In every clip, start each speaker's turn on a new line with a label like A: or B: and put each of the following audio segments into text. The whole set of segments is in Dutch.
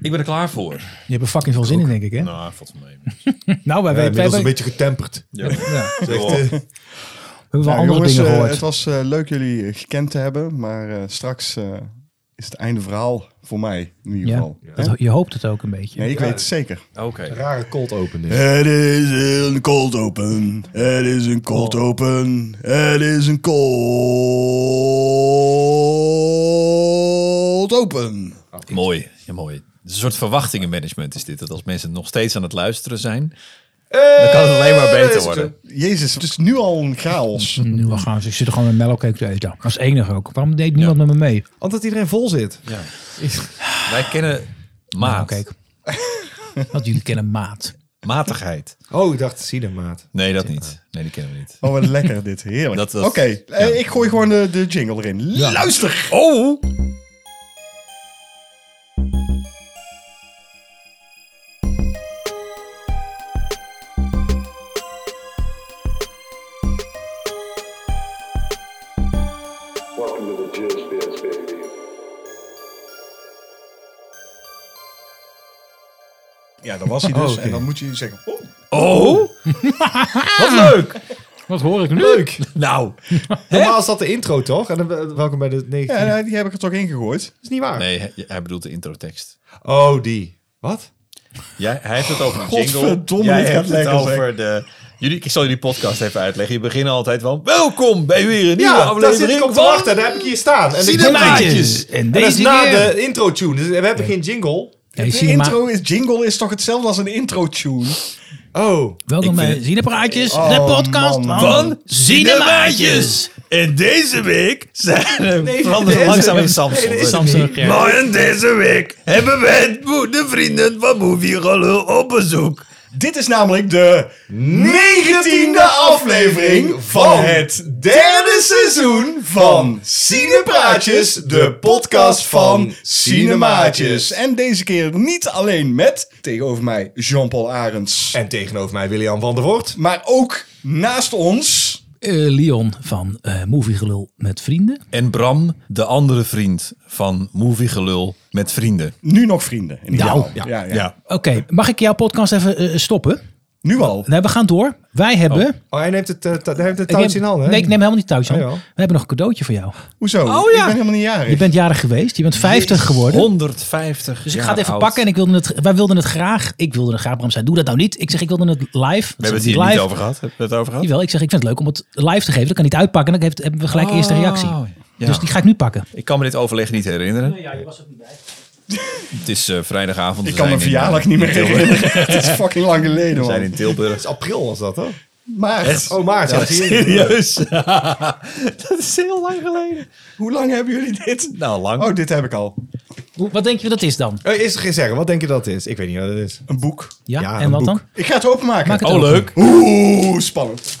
A: Ik ben er klaar voor.
B: Je hebt er fucking veel zin in, denk ik, hè?
A: Nou, valt van mee.
B: Nou, wij
C: Ja,
B: weten...
C: Eh, inmiddels
B: wij-
C: een beetje getemperd.
A: Ja.
B: Ja,
C: Zegt, eh,
B: we hebben wel
D: Ja,
B: andere
D: jongens,
B: dingen
D: eh,
B: gehoord.
D: het was eh, leuk jullie eh, gekend te hebben, maar eh, straks eh, is het einde verhaal voor mij in ieder
B: Ja.
D: geval. Hè?
B: Dat- je hoopt het ook een beetje.
D: Nee, ik
C: Ja.
D: weet het zeker.
A: Oké.
C: rare cold open dit.
D: Het is een cold open. Het is een cold open. Het is een cold open.
A: Mooi. Ja, mooi. Het is een soort verwachtingenmanagement is dit. Dat als mensen nog steeds aan het luisteren zijn, dan kan het alleen maar beter worden.
D: Jezus, het is nu al een chaos.
B: Nu wel gaan ze. Ik zit er gewoon met mellowcake te eten. Als enige ook. Waarom deed niemand met me mee?
C: Omdat iedereen vol zit.
A: Ja. Wij kennen maat.
B: Kijk. Want jullie kennen maat.
A: Matigheid.
C: Oh, ik dacht, zie dan maat.
A: Nee, dat niet. Nee, die kennen we niet.
D: Oh, wat lekker dit. Heerlijk.
A: Dat was-
D: Oké, eh, ik gooi gewoon de, de jingle erin. Luister!
A: Oh!
E: Welcome to the Jizz Biz, baby.
D: Ja, dat was hij dus.
C: Oké.
D: En dan moet je zeggen... Oh,
A: Oh! Wat leuk!
B: Wat hoor ik nu?
C: Leuk!
A: Nou.
C: Normaal is dat de intro, toch? En dan eh, welkom bij de 19.
D: ja, nou, die heb ik er toch ingegooid.
C: is niet waar.
A: Nee, hij, hij bedoelt de introtekst.
C: Oh, die. Wat?
A: Jij, hij heeft het over een jingle.
D: Godverdomme,
A: Jij
D: dit gaat
A: hebt het
D: lekker, zeg.
A: over de... Jullie, ik zal jullie podcast even uitleggen. Je begint altijd van... Welkom bij weer een nieuwe
C: Ja, daar
A: aflevering
C: zit ik op te
A: van-
C: wachten. Daar heb ik hier staan. En ik
B: Cinemaatjes. En
C: En dat is
B: deze
C: na
B: keer.
C: de intro tune. Dus we hebben geen jingle.
B: Nee,
D: De
B: cinema,
D: intro is, jingle is toch hetzelfde als een intro-tune?
C: Oh.
B: welkom
A: Ik vind
B: bij
A: het-
B: Cinepraatjes, de
D: Oh,
B: podcast van
D: man.
A: van
B: Cinemaatjes.
A: Cinemaatjes. En deze week zijn er
C: Nee,
A: veranderen
C: deze
A: langzaam in
C: week.
A: Samsung.
C: Nee, deze
B: Samsung,
C: niet.
B: ja.
A: Maar in deze week hebben we het mo- de vrienden van Movie Rollo op bezoek.
D: Dit is namelijk de 19e aflevering van het derde seizoen van Cinepraatjes, de podcast van Cinemaatjes. En deze keer niet alleen met, tegenover mij, Jean-Paul Arends.
C: En tegenover mij William van der Voort.
D: Maar ook naast ons...
B: Eh, Leon van eh Movie Gelul met Vrienden.
A: En Bram, de andere vriend van Movie Gelul met vrienden.
D: Nu nog vrienden. In ieder
B: Nou,
D: geval. ja. Ja,
B: Oké, mag ik jouw podcast even eh, stoppen?
D: Nu al.
B: Nee, we gaan door. Wij hebben... Ik
C: Oh, hij neemt het, eh, ta- hij neemt het
B: neem-
C: touwtje in handen. hè?
B: Nee, ik neem helemaal niet touwtje aan.
C: Oh, ja.
B: We hebben nog een cadeautje voor jou.
D: Hoezo?
A: Oh, ja.
D: Ik ben helemaal niet
B: Je
D: jarig.
B: bent jarig geweest. Je bent 50 geworden.
A: 150
B: Dus ik ga het even pakken en ik wilde het, wij wilden het graag. Ik wilde het graag, Bram zei, doe dat nou niet. Ik zeg, ik wilde het live.
A: We hebben het hier niet over gehad. Hebben we het over gehad?
B: Jawel, ik zeg, ik vind het leuk om het live te geven. Dat kan niet uitpakken. Dan heeft, hebben we gelijk eerst een reactie.
A: Oh, ja.
B: Dus die ga ik nu pakken.
A: Ik kan me dit overleg niet herinneren.
B: Ja, je was er niet bij.
A: Het is eh, vrijdagavond.
D: Ik
A: We
D: kan
A: zijn
D: mijn
A: in,
D: verjaardag
A: eh,
D: niet meer
A: in Tilburg.
D: herinneren. Het is fucking lang geleden,
A: We zijn in
D: man.
A: Tilburg.
C: Het is april was dat, hoor.
D: Maar
C: Oh, maart. Ja, zie je.
A: Serieus? dat is heel lang geleden.
D: hoe lang hebben jullie dit?
A: Nou, lang.
D: Oh, dit heb ik al.
B: Hoe- Wat denk je dat is dan?
C: Eh, Is er geen zeggen? Wat denk je dat het is? Ik weet niet wat het is.
D: Een boek.
B: Ja,
C: Ja,
B: en
C: een
B: wat
C: boek.
B: dan?
D: Ik ga het openmaken.
B: Maak het
A: Oh,
B: open.
A: leuk.
D: Oeh, spannend.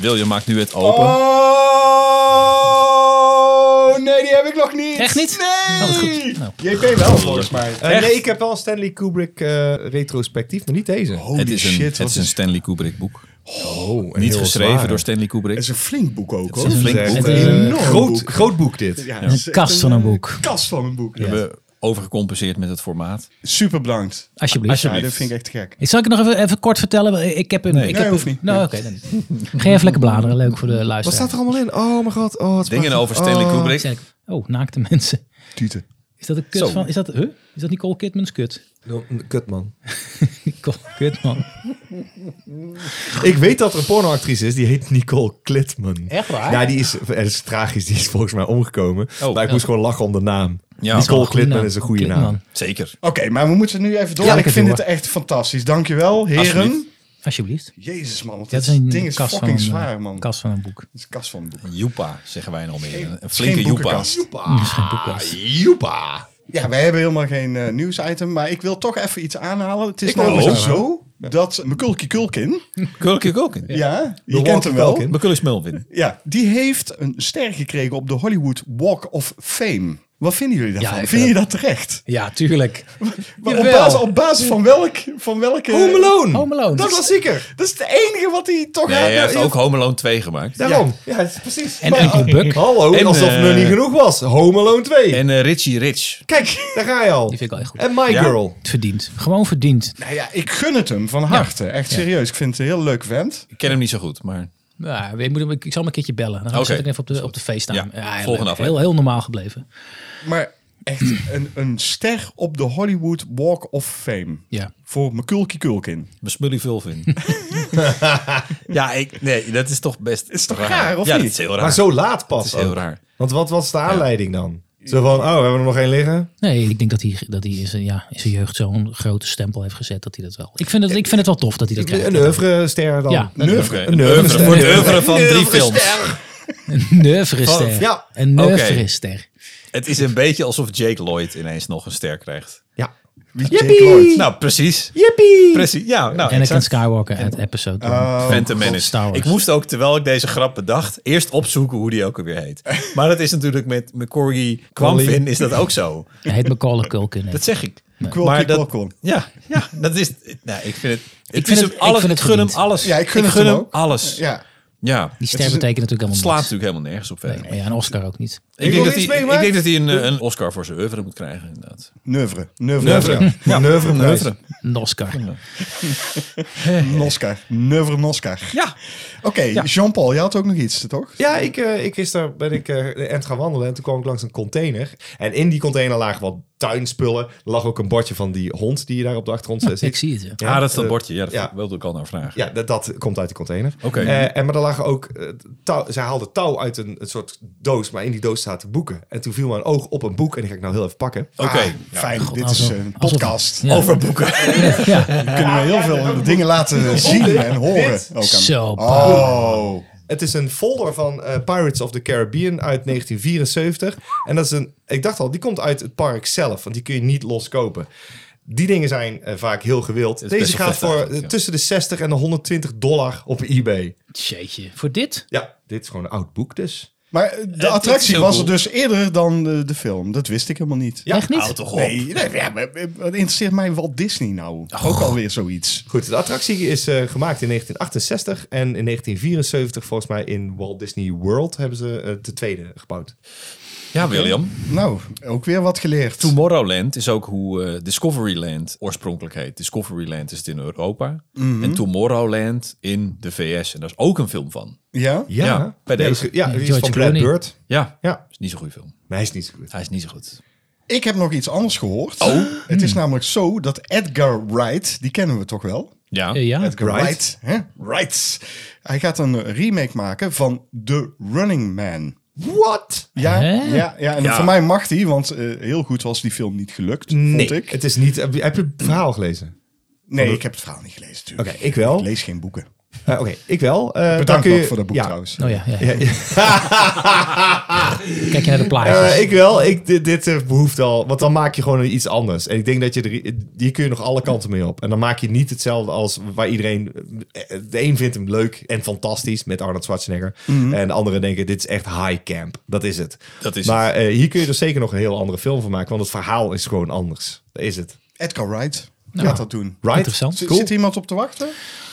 A: William maakt nu het open.
D: Oh, nee, die heb ik nog niet.
B: Echt niet?
D: Nee.
B: Oh, wat goed. Nou.
D: JP wel, volgens mij.
C: Eh, nee, ik heb wel een Stanley Kubrick eh, retrospectief, maar niet deze.
D: Holy
A: het is een,
D: shit.
A: het
D: wat
A: is een Stanley Kubrick boek.
C: Oh,
A: Niet geschreven door Stanley Kubrick.
D: Het is een flink boek ook, hoor.
A: is een flink
C: Zeg,
A: boek.
C: eh,
B: Het is een
D: enorm
C: groot,
D: boek.
C: groot boek dit.
D: Ja,
B: Een
D: het is echt
B: kast van een boek.
D: Kast van een boek.
A: We hebben overgecompenseerd met het formaat.
D: Super bedankt.
B: Alsjeblieft.
D: Ja,
A: Alsjeblieft.
D: dat vind ik echt gek.
B: Zal ik het nog even, even kort vertellen? Ik heb een. ik
D: Nee,
B: heb
D: hoeft
B: een-
D: niet.
B: Nou, oké. dan niet. Ga je even lekker bladeren. Leuk voor de
C: Wat staat
B: luisteraar.
C: er allemaal in? Oh mijn god. Oh, wat
A: Dingen
C: prachtig.
A: over Stanley
C: Oh.
A: Kubrick.
B: Zijn ik- Oh, naakte mensen.
D: Tieten.
B: Is dat een kut
A: Zo.
B: van. Is dat, huh? is dat Nicole Kidman's kut?
C: No, n- Kut man.
B: Nicole Kidman.
C: Ik weet dat er een pornoactrice is, die heet Nicole Klitman.
B: Echt waar?
C: Ja, die is, eh, dat is tragisch, die is volgens mij omgekomen.
A: Oh.
C: maar ik moest gewoon lachen om de naam.
A: Ja.
C: Nicole
A: Oh,
C: Klitman is een goede
B: Kidman.
C: naam.
A: Zeker.
D: Oké, maar we moeten nu even door.
B: Ja,
D: ik
B: lekker
D: vind
B: door.
D: het echt fantastisch. Dankjewel,
A: Alsjeblieft.
D: heren.
B: Alsjeblieft.
D: Jezus, man. want
B: Dat
D: Dit
B: is een
D: ding is
B: kast
D: fucking
B: van, een,
D: zwaar,
B: eh,
D: man. Het
B: kast van een boek.
D: is een kast van een boek.
A: Joepa, zeggen wij in Almere. Een
D: Geen
A: flinke joepa.
D: boekenkast.
C: Joepa.
D: Ja, wij hebben helemaal geen eh, nieuwsitem, maar ik wil toch even iets aanhalen. Het is
C: Ik wil
D: namelijk
A: ook.
D: zo dat Mikulki Kulkin,
A: Kulke Kulkin.
D: ja, je kent hem wel,
C: Walkie-talkie.
A: Mekulus Melvin.
D: ja, die heeft een ster gekregen op de Hollywood Walk of Fame. Wat vinden jullie daarvan?
B: ik
D: Vind
B: vind
D: je dat terecht?
B: Ja, tuurlijk.
D: Maar op
B: Jawel.
D: basis, op basis van, welk, van welke...
C: Home Alone.
B: Home Alone.
D: Dat was zeker. Dat is het enige wat hij toch...
A: Nee, hij heeft ook Home Alone 2 gemaakt.
C: Daarom.
D: Ja, ja, precies.
B: En
D: Maar-
B: Uncle Buck.
C: Hallo,
A: En,
C: alsof het nog
A: eh,
C: niet genoeg was. Home Alone 2.
A: En eh, Richie Rich.
C: Kijk, daar ga je al.
B: Die vind ik wel echt goed.
C: En My
A: Ja.
C: Girl.
B: Verdiend. Gewoon verdiend.
D: Nou ja, ik gun het hem van harte. Echt serieus. Ik vind het een heel leuk vent.
A: Ik ken hem niet zo goed, maar
B: Ja, ik, moet hem, ik zal hem een keertje bellen. Dan
A: Oké.
B: zet ik hem even op de, op de FaceTime.
A: Ja, volgende
B: leuk.
A: aflevering.
B: Heel, heel normaal gebleven.
D: Maar echt een, een ster op de Hollywood Walk of Fame.
B: Ja.
D: Voor McCulky Kulkin.
A: mijn smully vulvin. ja, ik, nee, dat is toch best
D: Is toch raar, of
A: ja,
D: niet?
A: dat is heel raar.
C: Maar zo laat pas.
A: Dat is heel
C: ook.
A: raar.
C: Want wat was de aanleiding dan? Zo van, oh, we hebben er nog één liggen.
B: Nee, ik denk dat hij, dat hij in, zijn, ja, in zijn jeugd zo'n grote stempel heeft gezet dat hij dat wel. Ik vind het, ik vind het wel tof dat hij dat krijgt.
C: Een oeuvrester dan.
B: Ja,
C: Ja.
B: een
A: Oké, Een
C: Een oeuvre.
A: oeuvre. Voor het oeuvre van drie films.
B: neuvrester.
C: Ja.
B: Een
A: Oké.
B: neuvrester.
A: Het is een beetje alsof Jake Lloyd ineens nog een ster krijgt.
C: ja.
D: Wie Jake Lloyd.
A: Nou, precies.
C: Yippie!
A: Precies, ja. Nou,
B: En Anakin
A: exact.
B: Skywalker uit episode.
D: Oh,
A: Phantom
B: God,
A: Menace.
B: Star Wars.
A: Ik moest ook, terwijl ik deze grap bedacht, eerst opzoeken hoe die ook alweer heet. Maar dat is natuurlijk met McCorgy Quamvin is dat ook zo.
B: Hij heet Macaulay Culkin.
A: Dat zeg ik.
D: Quilky
A: Maar dat-
D: Quilcon.
A: Ja, ja, dat is... Nou, ik vind het...
B: Ik vind
A: is
B: het-
A: hem
B: ik
A: alles,
B: vind het
A: gun hem
B: verdiend.
A: alles.
D: Ja, ik gun het hem
A: hem
D: ook.
A: alles. Ja.
D: Ja.
B: Die ster
A: Het is een-
B: betekent natuurlijk
A: het
B: helemaal
A: slaat
B: niks.
A: natuurlijk helemaal nergens op verder.
B: Nee, maar ja, een Oscar ook niet.
A: Ik,
C: wil
A: denk dat
C: iets
A: hij, ik
C: meemaken.
A: denk dat hij een, eh, een Oscar voor zijn oeuvre moet krijgen, inderdaad.
D: Neuvre. Neuvre.
C: Ja. Een oeuvreprijs.
A: Oeuvre.
B: Een Oscar.
D: Noscar. Neuvre Noscar.
A: Ja.
D: Oké, Jean-Paul, jij had ook nog iets, toch?
C: Ja, ik, eh, ik gisteren ben ik eh end gaan wandelen en toen kwam ik langs een container. En in die container lagen wat tuinspullen. Er lag ook een bordje van die hond die je daar op de achtergrond eh,
B: Ik
C: ziet.
B: zie het. ja.
A: Ja, Ah, dat is dat
C: eh,
A: bordje. Ja, dat
C: ja.
A: wilde ik al naar vragen.
C: Ja, dat, dat komt uit de container.
A: Oké.
C: Eh, en maar er lagen ook eh, touw. Zij haalden touw uit een, een soort doos, maar in die doos zaten boeken. En toen viel mijn oog op een boek en die ga ik nou heel even pakken.
A: Oké.
D: Fijn, dit
B: alsof-
D: is eh, een
B: alsof-
D: podcast.
B: Ja.
A: Over boeken.
D: Dan kunnen we heel veel dingen laten zien en horen. Ook aan-
B: Zo,
D: Oh.
C: Het is een folder van eh, Pirates of the Caribbean uit 1974. En dat is een, ik dacht al, die komt uit het park zelf, want die kun je niet loskopen. Die dingen zijn eh, vaak heel gewild.
A: is
C: Deze
A: best wel
C: gaat
A: vet
C: voor eh,
A: eigenlijk, ja.
C: tussen de 60 en de 120 dollar op eBay.
B: jeetje. Voor dit?
C: Ja, dit is gewoon een oud boek dus.
D: Maar eh, de
A: is
D: attractie
A: heel
D: was er
A: cool.
D: dus eerder dan de, de film. Dat wist ik helemaal niet.
B: Echt niet?
A: Hou toch op.
D: Nee, nee, ja, maar, maar, wat interesseert mij Walt Disney nou? Ook
A: Oh.
D: alweer zoiets.
C: Goed, de attractie is eh, gemaakt in 1968 en in 1974 volgens mij in Walt Disney World hebben ze eh, de tweede gebouwd.
A: Ja, William.
D: Nou, ook weer wat geleerd.
A: Tomorrowland is ook hoe eh, Discoveryland oorspronkelijk heet. Discoveryland is het in Europa.
C: Mhm.
A: En Tomorrowland in de VS. En daar is ook een film van.
D: Ja?
A: Ja, bij
C: Nee,
A: deze.
C: is- Ja, die is
B: George
C: van Brad
B: Clooney.
C: Bird.
A: Ja,
C: Ja,
A: is niet zo'n goede film.
C: maar hij is niet zo goed.
A: Hij is niet zo goed.
D: Ik heb nog iets anders gehoord. Het is namelijk zo dat Edgar Wright, die kennen we toch wel?
A: Ja.
B: Eh, ja.
D: Edgar
C: Wright.
D: Wright. hè? Wright. Hij gaat een remake maken van The Running Man.
C: What?
D: Ja,
B: Hè?
D: ja, ja. En
A: Ja.
D: voor mij mag die, want eh, heel goed was die film niet gelukt, vond ik.
C: het is niet. Heb je heb je het verhaal gelezen?
D: nee, ik heb het verhaal niet gelezen natuurlijk.
C: Oké, ik wel.
D: Ik lees geen boeken.
C: Eh, Oké, ik wel. Eh, dan
D: Bedankt
C: kun je-
D: nog voor dat boek
C: ja.
D: trouwens.
B: Oh ja, ja.
C: Ja, ja.
B: Kijk je naar de plaatjes.
C: Eh, ik wel. Ik, dit dit eh, behoeft al. Want dan maak je gewoon iets anders. En ik denk dat je er. Hier kun je nog alle kanten mee op. En dan maak je niet hetzelfde als waar iedereen. eh, De een vindt hem leuk en fantastisch met Arnold Schwarzenegger. En de anderen denken: dit is echt high camp. Dat is het.
A: Dat is
C: maar eh, hier kun je er zeker nog een heel andere film van maken. Want het verhaal is gewoon anders. Dat is het.
D: Edgar Wright gaat dat doen.
C: Right?
B: Interessant.
D: Z-
C: Cool.
D: Zit er iemand op te wachten?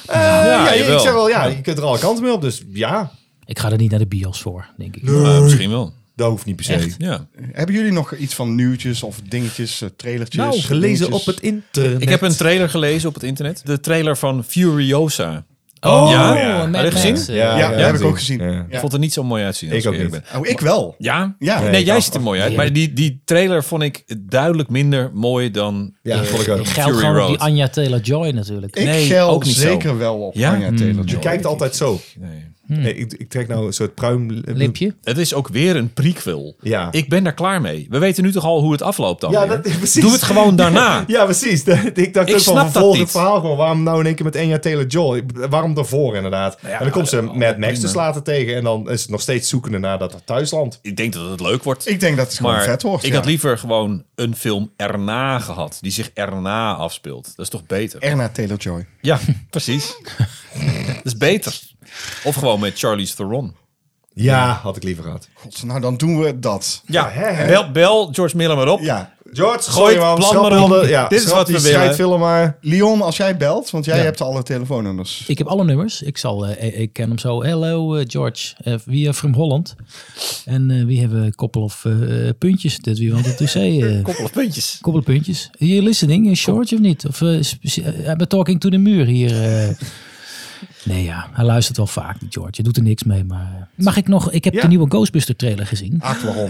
C: Eh, ja,
A: jawel.
C: ik zeg wel ja. Je kunt er alle kanten mee op. Dus ja,
B: Ik ga er niet naar de bios voor, denk ik.
A: Maar misschien wel.
C: dat hoeft niet per se.
B: Echt?
A: Ja.
D: Hebben jullie nog iets van nieuwtjes of dingetjes, eh, trailertjes?
C: Nou, gelezen
D: dingetjes?
C: op het internet.
A: Ik heb een trailer gelezen op het internet. De trailer van Furiosa.
B: Oh,
A: ja.
B: een
A: Had je
B: Mad Max,
A: gezien?
B: eh.
D: Ja, dat heb ik ook gezien.
C: Ja.
A: Ik
D: Ja.
A: vond het niet zo mooi uitzien. als
C: Ik ook
A: eerlijk
C: niet.
A: ben.
D: Oh, ik wel.
A: Ja?
D: Ja.
A: Nee,
C: Nee,
A: jij
C: ik
A: ziet er mooi uit. Maar die, die trailer vond ik duidelijk minder mooi dan...
C: Ja, dat vond ik ook.
B: Die geldt
A: Fury
B: gewoon op die
A: Road.
B: Anja Taylor-Joy natuurlijk.
D: Ik
A: Nee,
D: gel
A: ook niet zo.
D: zeker wel op
A: Ja?
D: Anja
B: Hmm.
D: Taylor-Joy.
C: Je kijkt altijd zo.
A: Nee.
C: Nee, ik, ik trek nou een soort pruim...
B: Lipje.
A: Het is ook weer een prequel.
C: Ja.
A: Ik ben daar klaar mee. We weten nu toch al hoe het afloopt dan
C: Ja,
A: weer?
C: dat, precies.
A: Doe het gewoon daarna.
C: Ja, precies. ik dacht
A: Ik
C: ook
A: snap
C: van
A: dat
C: vervolg
A: niet.
C: het verhaal gewoon. Waarom nou in één keer met Enya Taylor-Joy? Waarom daarvoor inderdaad? en dan komt ze Mad Max dus later tegen. En dan is het nog steeds zoekende naar dat thuisland.
A: Ik denk dat het leuk wordt.
D: Ik denk dat het gewoon
A: maar
D: vet wordt.
A: ik
D: ja.
A: had liever gewoon een film erna gehad. Die zich erna afspeelt. Dat is toch beter?
D: Erna Taylor-Joy.
A: ja, precies. dat is beter. Of gewoon met Charlize Theron.
C: Ja, had ik liever gehad.
D: God, nou dan doen we dat.
A: Ja,
C: hè, hè.
A: Bel, bel George Miller maar op.
D: Ja.
C: George,
A: Gooi het plan
C: schrap
A: maar op.
C: al de- Ja,
A: Dit is
C: schrap
A: wat
C: die
A: we willen.
C: scheidfilm maar.
D: Leon, als jij belt, want jij
B: Ja.
D: hebt alle telefoonnummers.
B: Ik heb alle nummers. Ik, zal, eh, eh, ik ken hem zo. Hello eh, George, Eh, we are from Holland. En eh, we hebben a couple of eh, puntjes that we wanted to say. eh.
A: Koppel of puntjes.
B: couple of puntjes. Are you listening, eh, George, of niet? Of eh, spe- eh, I'm talking to the muur hier. eh. Nee ja, hij luistert wel vaak, die George. Hij doet er niks mee, maar... eh. Mag ik nog... Ik heb
C: Ja. Ah,
B: de nieuwe Ghostbuster trailer gezien.
D: Aquaron.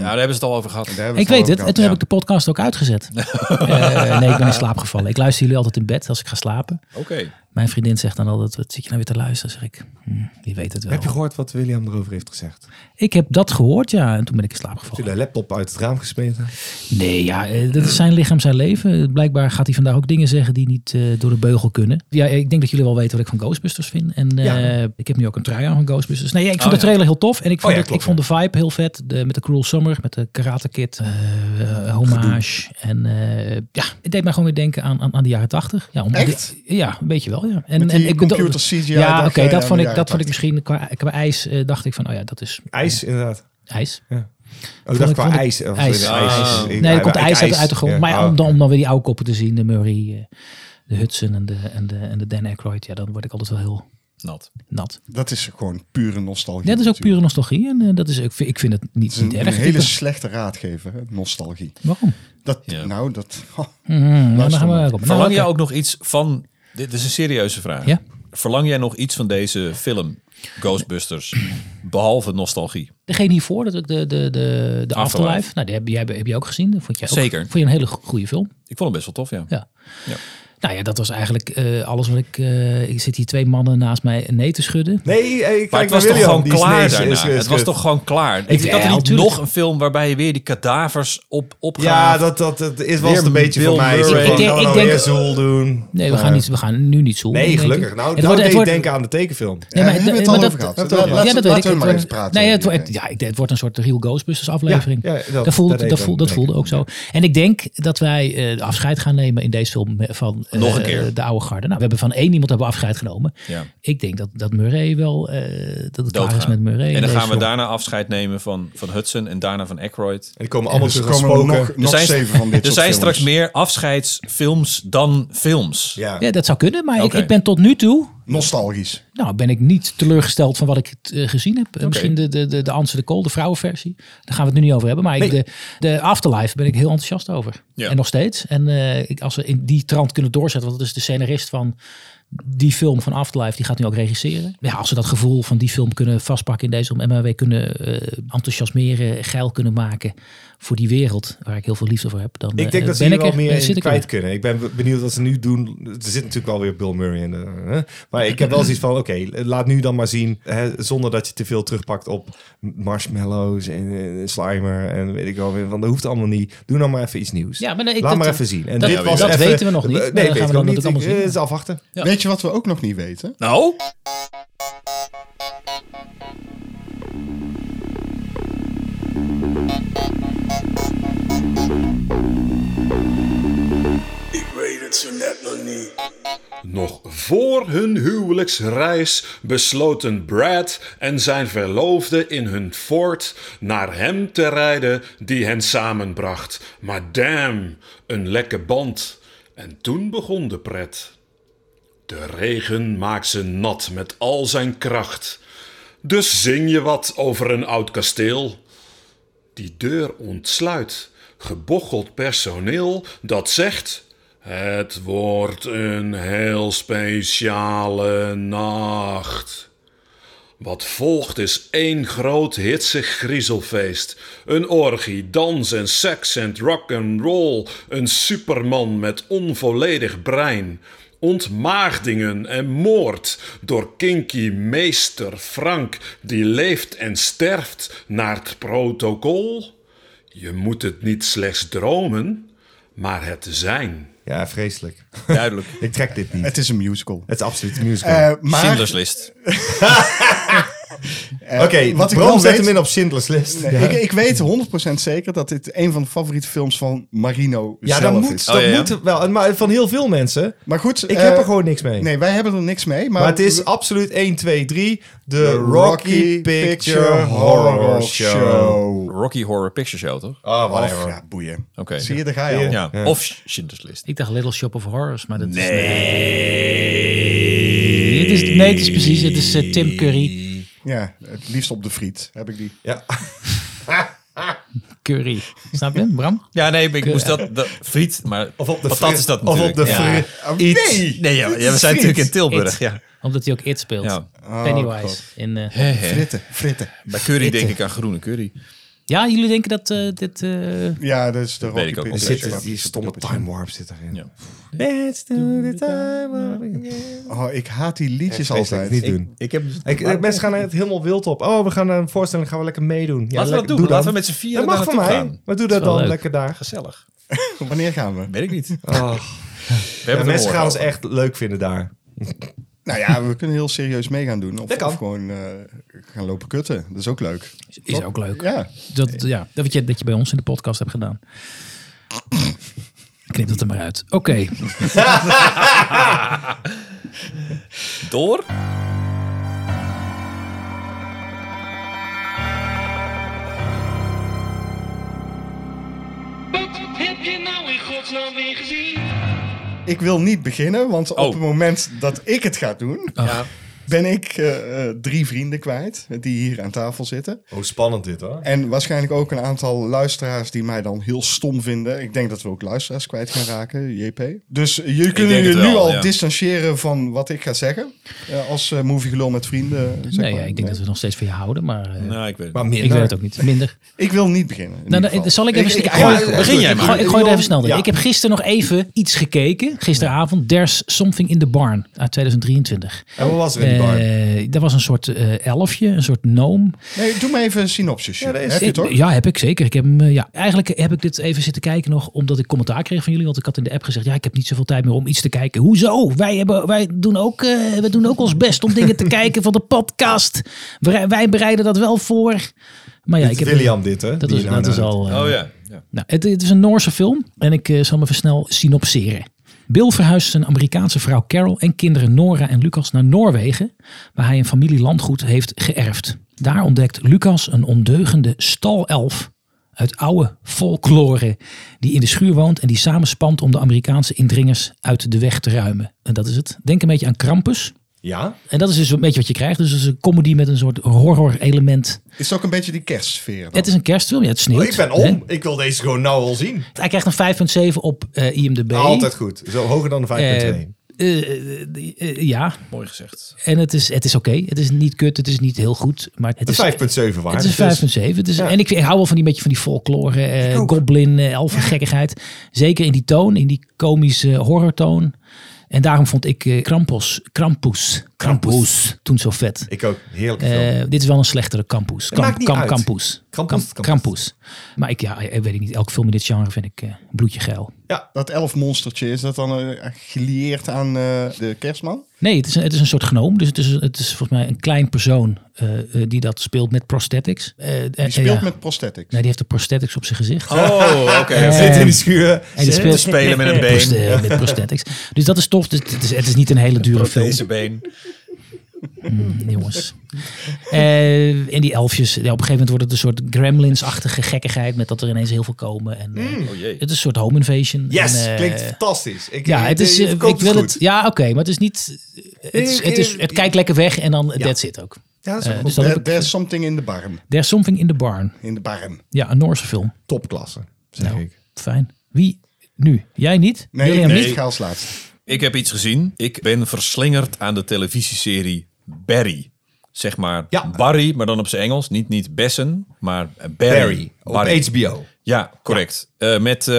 A: Ja, daar hebben ze het al over gehad.
B: Ik weet het. En toen heb ik de podcast ook uitgezet. Eh, nee, ik ben in slaap gevallen. Ik luister jullie altijd in bed als ik ga slapen.
A: Oké.
B: Mijn vriendin zegt dan altijd, wat zit je nou weer te luisteren? Zeg ik, hm, die weet het wel.
C: Heb je gehoord wat William erover heeft gezegd?
B: Ik heb dat gehoord, ja. En toen ben ik in slaap
C: Heb
B: gevallen.
C: je de laptop uit het raam gesmeten?
B: Nee, ja, eh, dat is zijn lichaam, zijn leven. Eh, Blijkbaar gaat hij vandaag ook dingen zeggen die niet eh, door de beugel kunnen. Ja, eh, ik denk dat jullie wel weten wat ik van Ghostbusters vind. En eh, ik heb nu ook een trui aan van Ghostbusters. Nee, ja, ik
A: Oh,
B: vond de
A: ja.
B: trailer heel tof. En ik vond,
C: ja,
B: het-
C: klopt,
B: ik vond de vibe heel vet. De- met de Cruel Summer, met de Karate Kid, eh, eh, hommage. En eh, ja, het deed mij gewoon weer denken aan, aan, aan de jaren tachtig. Ja, om-
D: Echt?
B: ja, een beetje wel, ja. En,
D: Met die
B: en ik
D: computer CGI
B: Ja,
D: dacht
B: oké,
D: jij aan
B: dat,
D: de
B: vond ik,
D: jaren
B: dat vond ik
D: 80.
B: misschien qua, qua ijs, eh, dacht ik van, oh ja, dat is
C: IJs, inderdaad.
B: ijs.
C: Oh, ik dacht
B: ik-
C: qua
B: vond ik-
C: ijs. eh, was
B: ijs.
C: weer
A: Ah.
C: ijs.
A: Nee,
C: Ik-
B: Nee,
C: hij-
B: er komt
C: hij-
B: ijs uit, uit de grond.
C: Ja.
B: Maar ja,
C: Oh.
B: om, dan, om dan weer die oude koppen te zien. De Murray, eh, de Hudson en de, en, de, en de Dan Aykroyd. Ja, dan word ik altijd wel heel
A: Nat.
B: nat.
D: Dat is gewoon pure nostalgie.
B: Ja, dat is ook
D: natuurlijk.
B: pure nostalgie. En eh, dat is, ik, vind, ik vind het niet,
D: Het is
B: niet
D: een, een
B: erg.
D: hele
B: Ik-
D: slechte raadgever, hè, nostalgie.
B: Waarom?
D: Dat,
A: Ja.
D: nou, dat... oh,
B: Mm, nou, dan gaan we
D: maar.
B: erop.
A: Verlang
B: Nou,
A: jij
B: oké.
A: ook nog iets van... Dit is een serieuze vraag.
B: Ja.
A: Verlang jij nog iets van deze film, Ghostbusters, behalve nostalgie?
B: Degene hiervoor, dat ook de, de, de, de Afterlife.
A: Afterlife.
B: Nou, die heb, jij, heb je ook gezien. Dat Vond jij ook,
A: Zeker.
B: Vond je een hele go- goede film.
A: Ik vond hem best wel tof, ja.
B: Ja.
A: Ja.
B: Nou ja, dat was eigenlijk eh, alles wat ik... eh, ik zit hier twee mannen naast mij nee te schudden.
C: Nee, hey, kijk
A: Maar het was
C: naar
A: toch gewoon
C: William, die is
A: klaar
C: niks,
A: daarna.
C: is- is
A: het was
C: kut.
A: toch gewoon klaar. Ik
B: Ja,
A: had er niet
B: tuurlijk.
A: nog een film waarbij je weer die kadavers op,
C: Ja,
A: opgraaft.
C: dat, dat, dat is wel eens
A: Weer
C: een beetje
A: Bill
C: voor mij. Zo
A: Murray.
C: van,
B: Ik denk-
C: gaan we nou
B: ik denk-
C: weer zoel doen?
B: Nee, we
C: Maar-
B: gaan, niet, we gaan nu niet zo.
C: Nee, gelukkig. Nou, nou deed ik denken aan de tekenfilm.
B: Nee,
D: Ja, we hebben het al over gehad. Laten we- laten we
B: Het
D: maar
B: wordt-
D: even praten
B: Nee, het,
D: over
B: wordt-
D: die
B: ja, ik- het wordt een soort Real Ghostbusters aflevering.
C: Ja, ja, dat-
B: dat, voelde,
C: dat
B: dat,
C: deed ik
B: voel- dat
C: ook,
B: voelde ook zo. En ik denk dat wij eh, afscheid gaan nemen in deze film van eh,
A: Nog een keer.
B: de oude garde. Nou, we hebben van één iemand hebben we afscheid genomen.
A: Ja.
B: Ik denk dat, dat Murray wel, eh, dat het klaar is
A: Doodgaan.
B: met Murray. in
A: En dan
B: deze
A: gaan we
B: film.
A: daarna afscheid nemen van, van Hudson en daarna van Aykroyd.
C: En die komen allemaal
D: Dus er
C: terug als
D: komen nog,
C: spoken.
D: nog
A: Er zijn,
D: zeven van dit
A: er
D: soort
A: zijn
D: films.
A: straks meer afscheidsfilms dan films.
C: Ja.
B: Ja, dat zou kunnen, maar
A: Oké.
B: ik, ik ben tot nu toe...
D: Nostalgisch.
B: Nou, ben ik niet teleurgesteld van wat ik eh, gezien heb. Eh, Misschien de, de, de, de Answer the Call, de vrouwenversie. Daar gaan we het nu niet over hebben. Maar ik- de, de Afterlife ben ik heel enthousiast over.
A: Ja.
B: En nog steeds. En eh, ik, als we in die trant kunnen doorzetten, want dat is de scenarist van die film van Afterlife, die gaat nu ook regisseren. Ja, als we dat gevoel van die film kunnen vastpakken in deze, om MHW kunnen eh, enthousiasmeren, geil kunnen maken voor die wereld, waar ik heel veel liefde voor heb, dan
C: Ik
B: eh,
C: denk dat ze
B: ben
C: hier
B: ik
C: wel
B: er-
C: meer
B: eh, zit ik
C: in
B: er.
C: kwijt kunnen. Ik ben be- benieuwd wat ze nu doen. Er zit natuurlijk wel weer Bill Murray in. eh, hè? Maar ik heb wel zoiets van, oké, laat nu dan maar zien. Hè, zonder dat je te veel terugpakt op marshmallows en eh, slimer en weet ik wel weer. Want dat hoeft allemaal niet. Doe nou maar even iets nieuws.
B: Ja, maar nee, ik-
C: laat
B: dat- eh,
C: maar even zien. En
B: dat-
C: dit was
B: dat
C: even-
B: weten we nog niet,
C: Eh,
B: maar
C: Nee,
B: dan
C: weet
B: gaan we
C: ik ook
B: dan
C: niet.
B: het allemaal
C: Ik-
B: zien.
C: eh, Het is afwachten.
B: Ja.
D: Weet je wat we ook nog niet weten?
A: Nou,
F: Ik weet het zo net nog niet.
G: Nog voor hun huwelijksreis besloten Brad en zijn verloofde in hun Ford naar hem te rijden die hen samenbracht. Maar damn, een lekke band. En toen begon de pret. De regen maakt ze nat met al zijn kracht. Dus zing je wat over een oud kasteel. Die deur ontsluit. Gebocheld personeel dat zegt: Het wordt een heel speciale nacht. Wat volgt is één groot hitsig griezelfeest. Een orgie, dans en seks en rock and roll. Een superman met onvolledig brein. Ontmaagdingen en moord door kinky meester Frank, die leeft en sterft naar het protocol. Je moet het niet slechts dromen, maar het zijn.
C: Ja, vreselijk.
A: duidelijk.
C: Ik trek dit niet.
D: Het is een musical.
C: Het is absoluut een musical.
D: Eh, maar
A: Schindler's List.
D: Eh,
C: Oké,
D: wat ik
C: Bram
D: wel
C: zet
D: weet-
C: hem in op Schindler's List.
D: Nee,
C: ja,
D: ik, ik weet 100% zeker dat dit een van de favoriete films van Marino
C: ja dat
D: zelf
C: moet,
D: is.
A: Oh,
C: dat
A: ja, ja.
C: moet wel. En Maar van heel veel mensen.
D: Maar goed,
C: Ik
D: eh,
C: heb er gewoon niks mee.
D: Nee, wij hebben er niks mee. Maar,
C: Maar het is absoluut 1, 2, 3. De
D: de
C: Rocky Picture Horror Show.
A: Rocky Horror Picture Show, toch?
C: Ah,
D: Of,
C: whatever.
D: ja, boeien.
A: Oké.
D: Zie je, daar ga je al.
A: Ja.
C: Ja.
A: Of Schindler's List.
B: Ik dacht Little Shop of Horrors, maar dat is... Nee. Het is, nee, het is precies. Het is eh, Tim Curry.
D: Ja, het liefst op de friet heb ik die.
C: Ja.
B: Curry. Snap je, Bram?
A: Ja, nee, ik moest dat, dat friet, maar
C: Of op de
A: patat
C: fri-
A: is dat
C: Of
A: natuurlijk.
C: op de
A: ja.
C: fri-
D: Oh,
C: iets.
D: nee!
A: Nee, ja, ja, we zijn
D: friet.
A: natuurlijk in Tilburg.
B: It.
A: Ja.
B: Omdat hij ook It speelt.
A: Ja.
B: Pennywise. in, eh,
A: Hè, hè.
D: Fritten, fritten.
A: Bij curry denk ik aan groene curry.
B: ja, jullie denken dat eh, dit... eh,
D: Ja, dat is de
A: weet
D: Rocky
A: ik ook
D: Picture
A: wel
C: Er zit
A: zeker.
D: Show.
C: die stomme time warp zit erin.
A: Ja.
C: Let's do the time warp.
D: Oh, ik haat die liedjes
C: Ik weet het
D: altijd.
C: niet doen.
A: Ik heb... Laten
C: Ik, eh, mensen gaan er het helemaal wild op. Oh, we gaan naar een voorstelling, gaan we lekker meedoen. Ja,
A: we dat
C: lekker-
A: doen.
C: doe
A: Laten we
C: dan.
A: met z'n vieren
C: Dat mag
A: daar
C: van mij.
A: naartoe gaan.
C: Maar doe
B: is
C: dat
B: wel
C: dan
B: leuk.
C: lekker daar.
A: Gezellig.
D: Wanneer gaan we?
A: Weet ik niet.
C: Oh,
A: We
C: Ja,
A: hebben
C: mensen gaan ons
A: ons
C: echt leuk vinden daar.
D: Nou ja, we kunnen heel serieus mee gaan doen. Of,
C: kan.
D: of gewoon eh, gaan lopen kutten. Dat is ook leuk.
B: is ook leuk.
D: Ja.
B: Dat, ja, dat, je, dat je bij ons in de podcast hebt gedaan. Knip dat er maar uit. Oké.
A: door.
H: Wat heb je nou in godsnaam weer gezien?
D: Ik wil niet beginnen, want
A: Oh.
D: op het moment dat ik het ga doen, ben ik eh, eh, drie vrienden kwijt die hier aan tafel zitten.
C: Oh, spannend dit hoor.
D: En waarschijnlijk ook een aantal luisteraars die mij dan heel stom vinden. Ik denk dat we ook luisteraars kwijt gaan raken, JP. Dus jullie kunnen
A: denk
D: je
A: het
D: nu
A: wel,
D: al
A: ja.
D: distancieren van wat ik ga zeggen. eh, als eh movie gelul met vrienden. eh, zeg
B: Nee, ja,
D: maar.
B: ik denk dat we nog steeds van je houden, maar eh,
A: Nou, ik weet het
C: Maar
A: niet.
C: minder.
B: ik weet het ook niet. Minder.
D: Ik wil niet beginnen. in
B: Nou,
D: ieder
B: dan-
D: geval.
B: zal ik even... Ik,
D: Ik-
B: gooi,
D: ja,
A: begin jij
B: ik
A: maar.
B: gooi- ik gooi er even snel in.
C: Ja.
B: Ik heb gisteren nog even iets gekeken. Gisteravond. There's Something in the Barn uit 2023.
C: En wat was er in die bar?
B: Eh, dat was een soort eh, elfje, een soort gnoom.
D: Nee, doe maar even een synopsisje.
C: Ja, dat is-
D: Heb je
B: Ik-
D: het hoor?
B: Ja, heb ik zeker. Ik heb hem, eh, ja. Eigenlijk heb ik dit even zitten kijken nog omdat ik commentaar kreeg van jullie. Want ik had in de app gezegd, ja, ik heb niet zoveel tijd meer om iets te kijken. Hoezo? Wij, hebben, wij, doen, ook, eh, wij doen ook ons best om dingen te kijken van de podcast. Wij, wij bereiden dat wel voor. Maar ja, ik heb
C: William dit hè?
B: Dat
C: Die
B: is,
C: je nou
B: dat is
C: noemt.
B: al... eh,
A: Oh ja. ja.
B: nou, het, het is een Noorse film en ik eh, zal me even snel synopseren. Bill verhuist zijn Amerikaanse vrouw Carol en kinderen Nora en Lucas naar Noorwegen, waar hij een familielandgoed heeft geërfd. Daar ontdekt Lucas een ondeugende stalelf uit oude folklore, die in de schuur woont en die samenspant om de Amerikaanse indringers uit de weg te ruimen. En dat is het. Denk een beetje aan Krampus.
C: Ja?
B: En dat is dus een beetje wat je krijgt. Dus het is een comedy met een soort horror-element.
D: Is het ook een beetje die kerstsfeer? dan?
B: Het is een kerstfilm. Ja, het sneeuwt.
C: Oh, ik ben
B: hè?
C: om. Ik wil deze gewoon nou al zien.
B: Hij krijgt een 5,7 op eh, IMDb.
C: Altijd goed. Zo hoger dan de 5.2.
B: Eh, Eh, eh, eh, ja,
A: Mooi gezegd.
B: en het is, het is oké. Het is niet kut, het is niet heel goed. Maar het, is,
C: Het is 5.7 waard.
B: het is
C: Dus-
B: 5,7. Het is, En ik, ik hou wel van die beetje van die folklore, eh,
C: ook.
B: goblin, eh, elfen gekkigheid. Zeker in die toon, in die komische horrortoon. En daarom vond ik eh, Krampus, Krampus, Krampus toen zo vet.
C: Ik ook. Heerlijke film.
B: Eh, dit is wel een slechtere Krampus. Kam-
C: maakt niet
B: kam-
C: uit.
B: Krampus.
C: Krampus,
B: Kam- Krampus.
C: Krampus.
B: Maar ik, ja, eh, weet ik niet. Elke film in dit genre vind ik eh, bloedje geil.
D: Dat elfmonstertje, is dat dan eh, gelieerd aan eh, de kerstman?
B: Nee, het is een, het is een soort gnoom. Dus het is, het is volgens mij een klein persoon eh, eh, die dat speelt met prosthetics. Eh, eh,
D: Die speelt
B: ja.
D: met prosthetics.
B: Nee, die heeft de prosthetics op zijn gezicht.
A: Oh, oké.
C: Hij zit in die schuur.
B: Ehm, en die
A: Te spelen met een
B: prost-
A: been.
B: eh, met prosthetics. Dus dat is tof. Dus het, is, het is niet een hele dure film,
A: Deze been.
B: jongens. Eh, en die elfjes, ja, op een gegeven moment wordt het een soort gremlins-achtige gekkigheid. Met dat er ineens heel veel komen. En, eh,
A: Oh jee.
B: Het is een soort home invasion.
C: Yes,
B: En, eh,
C: klinkt fantastisch. Ik,
B: Ja, het is,
C: je
B: eh, ik
C: verkoopt
B: wil
C: goed.
B: het. Ja, oké, maar het is niet. Het, is, het, is, het kijkt lekker weg en dan. That's it ook.
C: Ja, dat is
B: Eh,
C: ook
B: dus
C: goed.
B: dat heb
D: There-
B: ik-
D: There's something in the barn.
B: There's Something in the Barn.
D: In de barn.
B: Ja, een Noorse film.
C: topklasse, zeg
B: Nou,
C: ik.
B: Fijn. Wie nu? Jij niet?
D: Nee,
B: William
D: ik-
B: niet?
D: ik ga als laatste.
A: Ik heb iets gezien. Ik ben verslingerd aan de televisieserie Barry. Zeg maar
C: Ja.
A: Barry, maar dan op zijn Engels. Niet, niet Bessen, maar Barry.
C: Barry, op
A: Barry.
C: HBO.
A: Ja, correct. Eh, met, eh,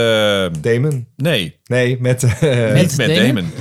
C: Damon?
A: nee,
C: Nee, met... eh,
B: Met
A: niet met
B: Damon?
A: Damon.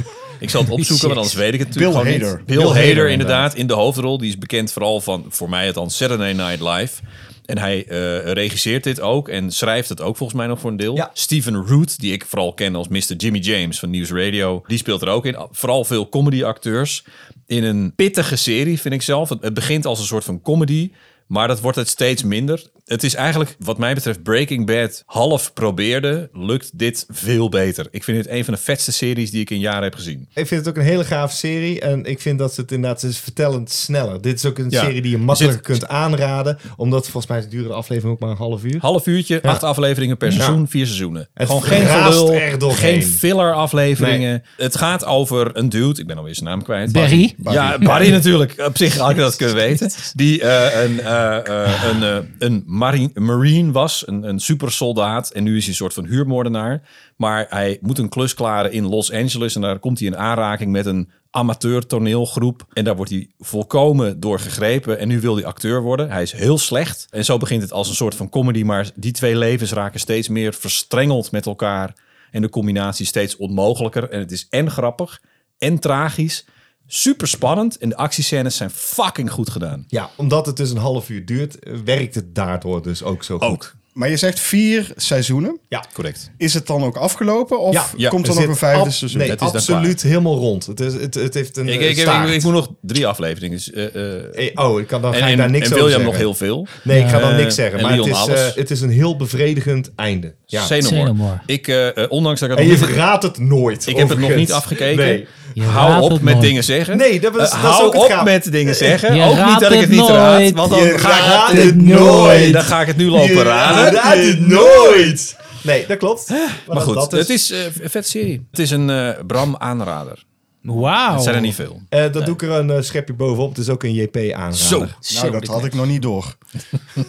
A: Ik zal het opzoeken, want anders weet ik het natuurlijk
D: Bill
A: gewoon
D: Hader.
A: niet. Bill, Hader, inderdaad, in de hoofdrol. Die is bekend vooral van, voor mij het Saturday Night Live. En hij eh, regisseert dit ook en schrijft het ook volgens mij nog voor een deel.
D: Ja.
A: Steven Root, die ik vooral ken als Mr. Jimmy James van Nieuws Radio, die speelt er ook in. Vooral veel comedy-acteurs. In een pittige serie, vind ik zelf. Het, het begint als een soort van comedy, maar dat wordt het steeds minder. Het is eigenlijk, wat mij betreft, Breaking Bad half probeerde, lukt dit veel beter. Ik vind dit een van de vetste series die ik in jaren heb gezien.
C: Ik vind het ook een hele gave serie. En ik vind dat ze het inderdaad het is vertellend sneller. Dit is ook een
A: Ja.
C: serie die je
A: Er
C: makkelijker
A: zit-
C: kunt aanraden. Omdat volgens mij duurde de aflevering ook maar een half uur.
A: Half uurtje, acht afleveringen per seizoen, vier seizoenen. Gewoon geen
C: raast
A: gelul,
C: er doorheen.
A: geen filler afleveringen. Het gaat over een dude, ik ben alweer zijn naam kwijt.
B: Barry.
A: Ja, Barry natuurlijk. Op zich had ik dat kunnen weten. Die eh, een, eh, eh, een, eh, een marine, marine was, een, een supersoldaat. En nu is hij een soort van huurmoordenaar. Maar hij moet een klus klaren in Los Angeles. En daar komt hij in aanraking met een amateur toneelgroep. En daar wordt hij volkomen door gegrepen. En nu wil hij acteur worden. Hij is heel slecht. En zo begint het als een soort van comedy. Maar die twee levens raken steeds meer verstrengeld met elkaar. En de combinatie steeds onmogelijker. En het is en grappig en tragisch. Super spannend en de actiescènes zijn fucking goed gedaan.
C: Ja, omdat het dus een half uur duurt, eh, werkt het daardoor dus ook zo goed.
A: Ook.
D: Maar je zegt vier seizoenen.
C: Ja,
A: Correct.
D: Is het dan ook afgelopen of
C: Ja,
A: ja.
D: komt er nog
C: zit
D: een vijfde
C: ab-
D: seizoen?
C: Nee,
A: Het is dan
C: absoluut helemaal rond. Het, is, het, het heeft een
A: Ik,
C: eh,
A: ik, ik,
C: staart.
A: ik moet nog drie afleveringen. Dus, eh, eh,
C: Eh, Oh, ik kan, dan ga
A: en,
C: ik
A: en,
C: daar
A: en
C: niks
A: William
C: over zeggen.
A: nog heel veel.
C: Nee, ik ga dan
A: Eh,
C: niks zeggen.
A: en
C: Maar het
A: Leon
C: is, eh,
A: alles.
C: het is een heel bevredigend einde. Ja.
A: Xenomorph.
B: Xenomorph.
A: Ik, eh, eh, ondanks dat ik,
C: En
A: het
C: je
A: nog niet-
C: verraadt het nooit.
A: ik heb het nog
C: overigens.
A: niet afgekeken.
C: Nee.
B: Je raadt
A: Hou op
B: het
A: met
B: nooit.
A: dingen zeggen.
C: Nee, dat was-
A: Eh,
C: dat is
A: hou
C: ook het
A: op
C: gaaf.
A: met dingen zeggen.
B: Je
A: ook niet
B: raadt
A: dat ik
B: het
A: het niet raad.
B: nooit.
A: Want dan
C: Je
A: ga
C: raadt
A: ik
C: het
A: het
C: nooit.
A: nooit. Dan ga ik het nu lopen raden.
C: Raad het nooit! Nee, dat klopt.
A: Maar, goed, het is eh, een vet serie. Het is een eh, Bram aanrader.
B: Wauw.
A: Het zijn er niet veel.
C: Eh, dat doe ik er een eh, schepje bovenop. Het is ook een JP aanrader.
A: Zo.
B: Zo,
D: Nou, dat
B: dit-
D: had ik nog niet door.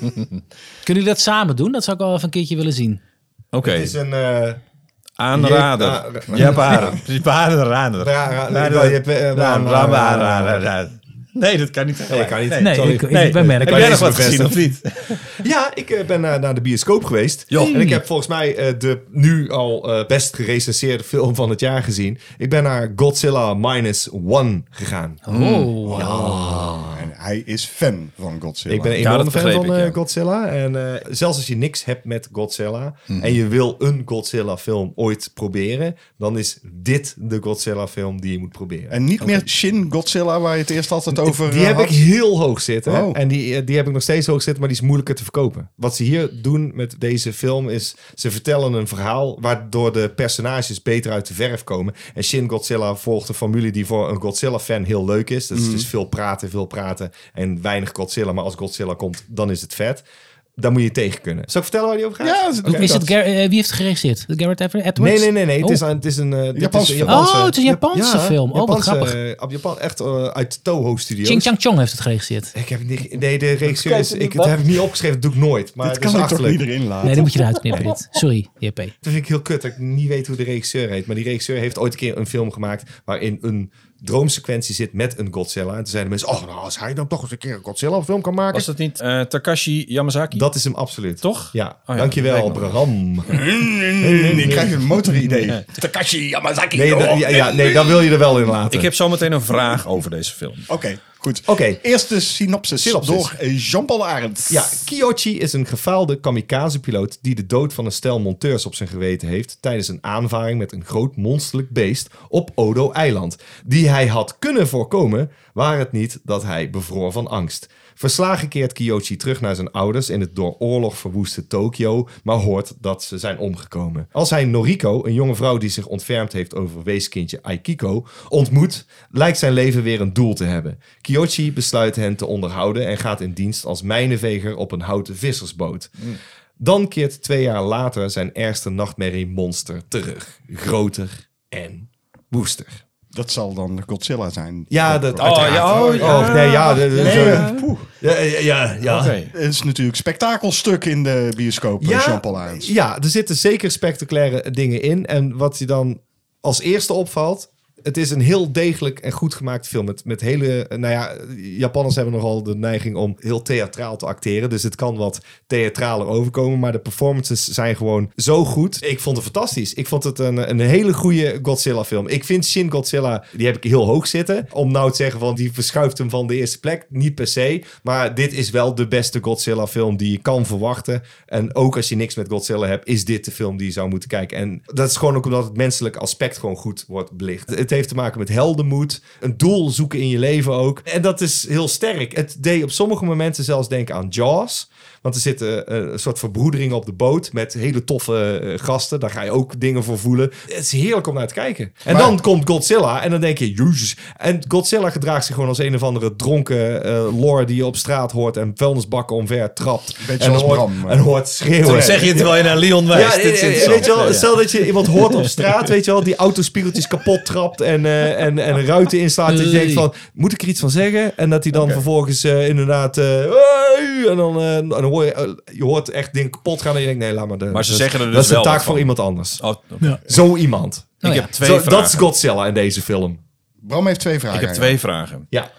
B: Kunnen jullie dat samen doen? Dat zou ik wel even een keertje willen zien.
A: Oké.
C: Het is een... eh
A: Aanrader.
C: Je-
A: Ja, baren. Baren, rader.
C: Ra- ra-
A: Rader.
C: wel, je hebt, eh,
A: Ra-
C: ra- ra-
A: ra- ra- ra- Nee, dat kan niet.
C: dat kan niet.
B: Nee,
C: sorry.
B: ik, ik ben merk.
A: Heb jij nog wat
C: bevestigd.
A: gezien of niet?
C: Ja, ik eh, ben eh, naar de bioscoop geweest.
A: Jo.
C: En ik heb volgens mij eh, de nu al eh, best gerecenseerde film van het jaar gezien. Ik ben naar Godzilla Minus One gegaan.
B: Oh.
D: En hij is fan van Godzilla.
C: Ik ben een
A: Ja,
C: enorme
A: dat
C: fan
A: begreep
C: van
A: ik,
C: eh,
A: ja.
C: Godzilla. En eh, zelfs als je niks hebt met Godzilla
A: Mhm.
C: en je wil een Godzilla film ooit proberen, dan is dit de Godzilla film die je moet proberen.
D: En niet meer Shin Godzilla, waar je het eerst altijd over
C: die
D: eh,
C: heb
D: had.
C: ik heel hoog zitten.
D: Oh.
C: En die, eh, die heb ik nog steeds hoog zitten, maar die is moeilijker te verkopen. Wat ze hier doen met deze film is... ze vertellen een verhaal waardoor de personages beter uit de verf komen. En Shin Godzilla volgt een formule die voor een Godzilla-fan heel leuk is. Dat is
D: Mhm.
C: dus veel praten, veel praten en weinig Godzilla. Maar als Godzilla komt, dan is het vet. Dan moet je tegen kunnen. Zal ik vertellen waar die over gaat?
D: Ja, is-
C: Oké.
B: Is het Gar- eh, wie heeft het geregisseerd? Garrett Ever- Edwards?
C: Nee, nee, nee. nee. Het,
B: Oh.
C: is, een- het is een... eh, dit is
D: Japanse
C: een
D: film.
B: Oh, het is een Japanse film. Oh, wat grappig.
C: eh, op Japan, echt eh, uit Toho Studios.
B: Ching Chang Chong heeft het geregisseerd.
C: Ik heb niet, nee, de regisseur is, ik, dat heb ik niet opgeschreven, dat doe ik nooit. Maar
D: Dit
C: dat
D: kan
C: is
D: ik toch
C: achterlijk.
D: niet erin laten?
B: Nee, dat moet je eruit knippen. dit. Sorry, JP.
C: Dat vind ik heel kut, dat ik niet weet hoe de regisseur heet. Maar die regisseur heeft ooit een keer een film gemaakt waarin een droomsequentie zit met een Godzilla. En toen zeiden mensen, oh, nou, als hij dan toch eens een keer een Godzilla film kan maken.
A: Was dat niet eh, Takashi Yamazaki?
C: Dat is hem absoluut.
A: Toch?
C: Ja,
A: Oh ja, dat
C: dankjewel,
A: lijkt me
C: Bram.
D: Ik krijg een motoridee. Oké,
A: Takashi Yamazaki.
C: Nee, dat, ja, ja, nee, dat wil je er wel in laten.
A: Ik heb zometeen een vraag over deze film.
D: goed.
C: Oké.
D: Eerste synopsis,
C: Synopsis.
D: door eh, Jean-Paul Arendt.
C: Ja, Kiyoshi is een gefaalde kamikaze-piloot die de dood van een stel monteurs op zijn geweten heeft tijdens een aanvaring met een groot monsterlijk beest op Odo-eiland, die hij had kunnen voorkomen, waar het niet dat hij bevroor van angst. Verslagen keert Kiyoshi terug naar zijn ouders in het door oorlog verwoeste Tokio, maar hoort dat ze zijn omgekomen. Als hij Noriko, een jonge vrouw die zich ontfermd heeft over weeskindje Aikiko, ontmoet, lijkt zijn leven weer een doel te hebben. Kiyoshi besluit hen te onderhouden en gaat in dienst als mijnenveger op een houten vissersboot. Dan keert twee jaar later zijn ergste nachtmerrie-monster terug. Groter en woester.
D: Dat zal dan Godzilla zijn.
C: Ja, dat
A: Oh, ja, oh, ja.
C: nee, ja. de- de-
D: Nee,
C: zo-
D: eh, poeh.
C: ja, ja, ja, ja.
A: Oké.
D: Het is natuurlijk spektakelstuk in de bioscoop, eh, Jean-Paul Arendt.
C: Ja, er zitten zeker spectaculaire dingen in. En wat je dan als eerste opvalt, het is een heel degelijk en goed gemaakt film. Met, met hele, eh, nou ja, Japanners hebben nogal de neiging om heel theatraal te acteren. Dus het kan wat theatraler overkomen. Maar de performances zijn gewoon zo goed. Ik vond het fantastisch. Ik vond het een, een hele goede Godzilla film. Ik vind Shin Godzilla, die heb ik heel hoog zitten. Om nou te zeggen van, die verschuift hem van de eerste plek. Niet per se. Maar dit is wel de beste Godzilla film die je kan verwachten. En ook als je niks met Godzilla hebt, is dit de film die je zou moeten kijken. En dat is gewoon ook omdat het menselijke aspect gewoon goed wordt belicht. Het heeft te maken met heldenmoed, een doel zoeken in je leven ook. En dat is heel sterk. Het deed op sommige momenten zelfs denken aan Jaws. Want er zit eh, een soort verbroedering op de boot met hele toffe eh, gasten. Daar ga je ook dingen voor voelen. Het is heerlijk om naar te kijken. En
D: Maar-
C: dan komt Godzilla en dan denk je, jezus. En Godzilla gedraagt zich gewoon als een of andere dronken eh lore die je op straat hoort en vuilnisbakken omver trapt.
D: Beetje
C: en
D: als
C: hoort,
D: Bram, eh. maar-
C: en hoort schreeuwen.
A: Dat zeg je terwijl je naar Leon
C: Ja,
A: wijst.
C: eh,
A: Dit is
C: eh,
A: interessant.
C: weet je wel,
A: Ja.
C: stel dat je iemand hoort op straat, weet je wel, die autospiegeltjes kapot trapt en, eh, en, en ruiten inslaat. Dat je
B: Oei.
C: denkt van, moet ik er iets van zeggen? En dat hij dan vervolgens eh, inderdaad, eh, "Hey!" en dan, eh, en dan hoor je, eh, je hoort echt dingen kapot gaan en je denkt, nee, laat maar.
A: Maar ze zeggen er dus
C: Dat is een
A: wel
C: taak
A: wat van.
C: voor iemand anders.
A: Oh, oké.
C: Zo iemand.
B: Nou
A: ik
B: ja.
A: heb twee
C: Zo,
A: vragen.
C: dat is Godzilla in deze film.
D: Bram heeft twee vragen.
A: Ik heb twee vragen.
C: Ja,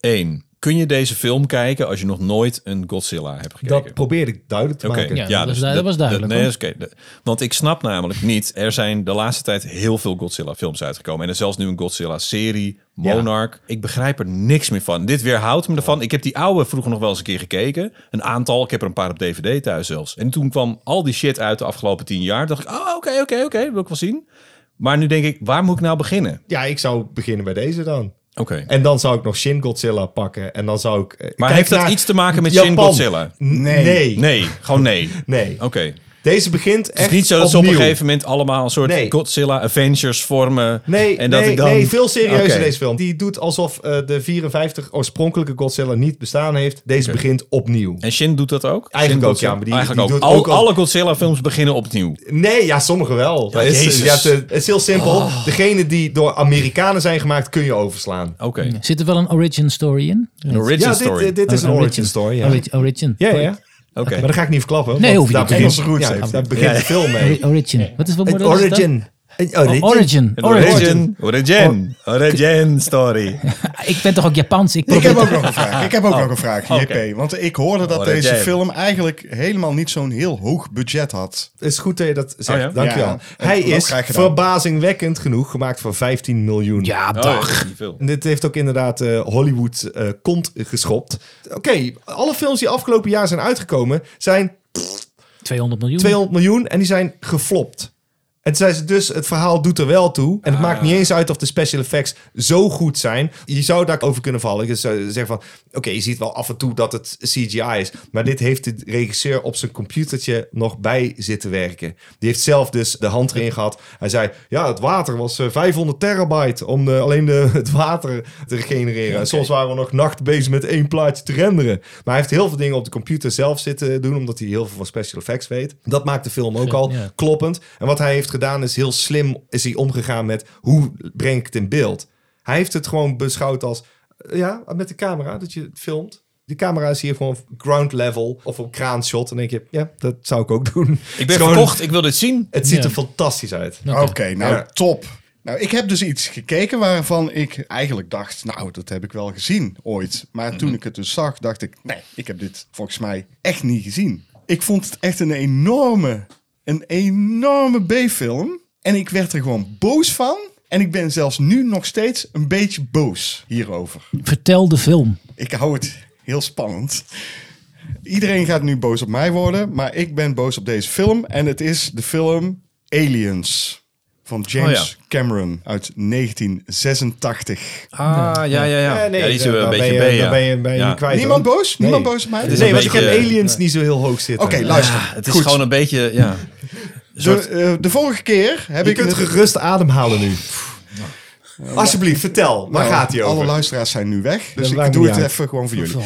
A: Eén, kun je deze film kijken als je nog nooit een Godzilla hebt gekeken?
C: dat probeerde ik duidelijk te
A: Oké,
C: maken.
B: Ja, dat was du- dat was duidelijk,
A: nee,
B: hoor.
A: is oké. De- want ik snap namelijk niet, er zijn de laatste tijd heel veel Godzilla-films uitgekomen. En er is zelfs nu een Godzilla-serie, Monarch. Ik begrijp er niks meer van. Dit weerhoudt me ervan. Ik heb die oude vroeger nog wel eens een keer gekeken. Een aantal, ik heb er een paar op DVD thuis zelfs. En toen kwam al die shit uit de afgelopen tien jaar. dacht ik, oh, oké, oké, oké, dat wil ik wel zien. Maar nu denk ik, waar moet ik nou beginnen?
C: Ja, ik zou beginnen bij deze dan.
A: Oké.
C: En dan zou ik nog Shin Godzilla pakken. En dan zou ik. eh,
A: Maar
C: kijk
A: heeft dat
C: naar
A: iets te maken met
C: Japan.
A: Shin Godzilla?
C: Nee. Nee.
A: Nee, gewoon nee.
C: Nee.
A: Oké.
C: Deze begint echt
A: Het is niet zo dat ze op
C: opnieuw.
A: een gegeven moment allemaal een soort
C: Nee.
A: Godzilla Avengers vormen.
C: Nee,
A: en dat
C: nee,
A: ik dan...
C: nee, veel serieuzer
A: Oké.
C: deze film. Die doet alsof eh, de 54 oorspronkelijke Godzilla niet bestaan heeft. Deze begint opnieuw.
A: En Shin doet dat ook?
C: Eigenlijk
A: Shin
C: ook, ja, maar die-
A: Eigenlijk
C: die
A: ook.
C: doet
A: Al-
C: ook al-
A: Alle Godzilla-films beginnen opnieuw.
C: Nee, ja, sommige wel. Dat is,
A: Jezus. Oh.
C: ja, het, eh, het is heel simpel. Degene die door Amerikanen zijn gemaakt, kun je overslaan.
A: Oké.
B: Zit er wel een origin story in?
A: Een origin
C: ja,
A: story.
C: Dit, dit is een origin story. Ja,
B: Origin. origin.
C: ja, ja.
A: Oké.
C: Maar dat ga ik niet verklappen.
B: Nee,
C: want
B: hoef je
C: daar
B: niet.
C: Begint,
D: Engelse roots
C: ja,
D: heeft
C: daar
D: hij.
C: begint de film mee.
B: Ori- Origin. Wat is wat
C: Een
B: model is dat?
C: origin. Een
B: Oh,
C: origin.
B: Origin.
A: Een
B: Origin.
A: Origin. Origin. Origin story.
B: Ik ben toch ook Japans? Ik
D: Ik
B: probeer
D: heb ook nog een vraag. Ik heb ook nog een vraag, JP.
A: oké.
D: Want ik hoorde dat
A: Oh, dat
D: deze
A: jij-
D: film eigenlijk helemaal niet zo'n heel hoog budget had.
C: Het is goed dat je dat zegt.
A: Oh ja?
C: Dankjewel. Eh,
D: Ja.
C: Hij
D: Wel
C: is
D: graag gedaan.
C: verbazingwekkend genoeg gemaakt voor 15 miljoen.
B: Ja,
A: Oh,
B: dag.
A: dat is niet veel.
C: En dit heeft ook inderdaad eh, Hollywood eh, kont geschopt. Oké, alle films die afgelopen jaar zijn uitgekomen zijn
B: 200 miljoen.
C: 200 miljoen en die zijn geflopt. En toen zei ze dus, het verhaal doet er wel toe. En het maakt niet eens uit of de special effects zo goed zijn. Je zou daarover kunnen vallen. Je zou zeggen van, oké, je ziet wel af en toe dat het CGI is. Maar dit heeft de regisseur op zijn computertje nog bij zitten werken. Die heeft zelf dus de hand erin gehad. Hij zei, ja, het water was eh, 500 terabyte om de, alleen de, het water te regenereren. En soms waren we nog nacht bezig met één plaatje te renderen. Maar hij heeft heel veel dingen op de computer zelf zitten doen, omdat hij heel veel van special effects weet. Dat maakt de film ook al
B: ja.
C: kloppend. En wat hij heeft gedaan is heel slim is hij omgegaan met hoe breng ik het in beeld. Hij heeft het gewoon beschouwd als, eh, ja, met de camera, dat je het filmt. De camera is hier gewoon ground level of op kraanshot. En denk je, ja, dat zou ik ook doen.
A: Ik
C: Het is
A: ben
C: gewoon-
A: verkocht. Ik wil dit zien.
C: Het ziet er
B: Ja.
C: fantastisch uit.
D: Oké, nou
C: Ja.
D: top. Nou, ik heb dus iets gekeken waarvan ik eigenlijk dacht, nou, dat heb ik wel gezien ooit. Maar toen ik het dus zag, dacht ik, nee, ik heb dit volgens mij echt niet gezien. Ik vond het echt een enorme, een enorme B-film. En ik werd er gewoon boos van. En ik ben zelfs nu nog steeds een beetje boos hierover.
B: Vertel de film.
D: Ik hou het heel spannend. Iedereen gaat nu boos op mij worden, maar ik ben boos op deze film. En het is de film Aliens van James
A: Oh
D: Cameron uit 1986.
A: Ah, ja, ja, ja.
C: Eh, nee,
A: ja die zijn we een
C: dan ben
A: beetje
C: je-
A: B, ja.
C: Dan ben je, ben je
A: Ja.
C: niet kwijt.
D: Niemand
C: hoor.
D: boos? Niemand boos op mij?
A: is
C: Nee,
A: een
C: want ik heb
A: beetje-
C: aliens niet zo heel hoog zitten.
D: Oké, luister.
A: Het is
D: Goed.
A: gewoon een beetje... Ja.
D: de, eh, de vorige keer heb
C: je
D: ik
C: kunt
D: het-
C: gerust ademhalen nu. Alsjeblieft, vertel. Waar
D: Nou,
C: gaat hij over?
D: Alle luisteraars zijn nu weg, dus
C: maakt
D: ik doe
C: niet
D: het
C: uit.
D: even gewoon voor jullie.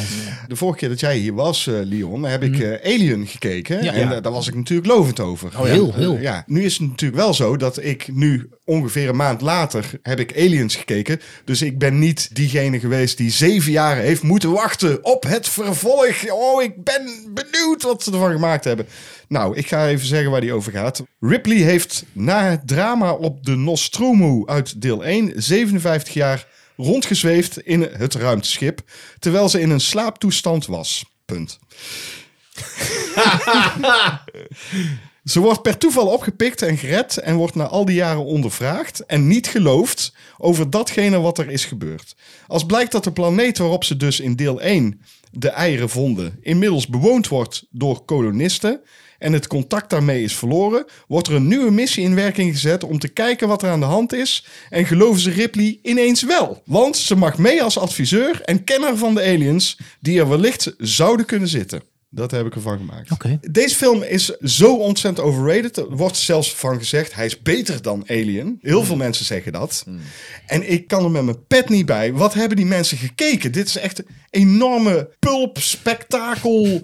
D: De vorige keer dat jij hier was, eh, Leon, heb ik eh, Alien gekeken. En
C: Mhm. Ja.
D: eh, daar was ik natuurlijk lovend over.
B: Heel, heel.
D: Ja, nu is het natuurlijk wel zo dat ik nu ongeveer een maand later heb ik Aliens gekeken. Dus ik ben niet diegene geweest die zeven jaar heeft moeten wachten op het vervolg. Oh, ik ben benieuwd wat ze ervan gemaakt hebben. Nou, ik ga even zeggen waar die over gaat. Ripley heeft na het drama op de Nostromo uit deel 1 57 jaar rondgezweefd in het ruimteschip, terwijl ze in een slaaptoestand was. Punt. Ze wordt per toeval opgepikt en gered en wordt na al die jaren ondervraagd en niet geloofd over datgene wat er is gebeurd. Als blijkt dat de planeet waarop ze dus in deel 1 de eieren vonden inmiddels bewoond wordt door kolonisten en het contact daarmee is verloren, wordt er een nieuwe missie in werking gezet om te kijken wat er aan de hand is en geloven ze Ripley ineens wel. Want ze mag mee als adviseur en kenner van de aliens die er wellicht zouden kunnen zitten. Dat heb ik ervan gemaakt.
B: Oké.
D: Deze film is zo ontzettend overrated. Er wordt zelfs van gezegd, hij is beter dan Alien. Heel veel mensen zeggen dat. En ik kan er met mijn pet niet bij. Wat hebben die mensen gekeken? Dit is echt een enorme pulp, spektakel,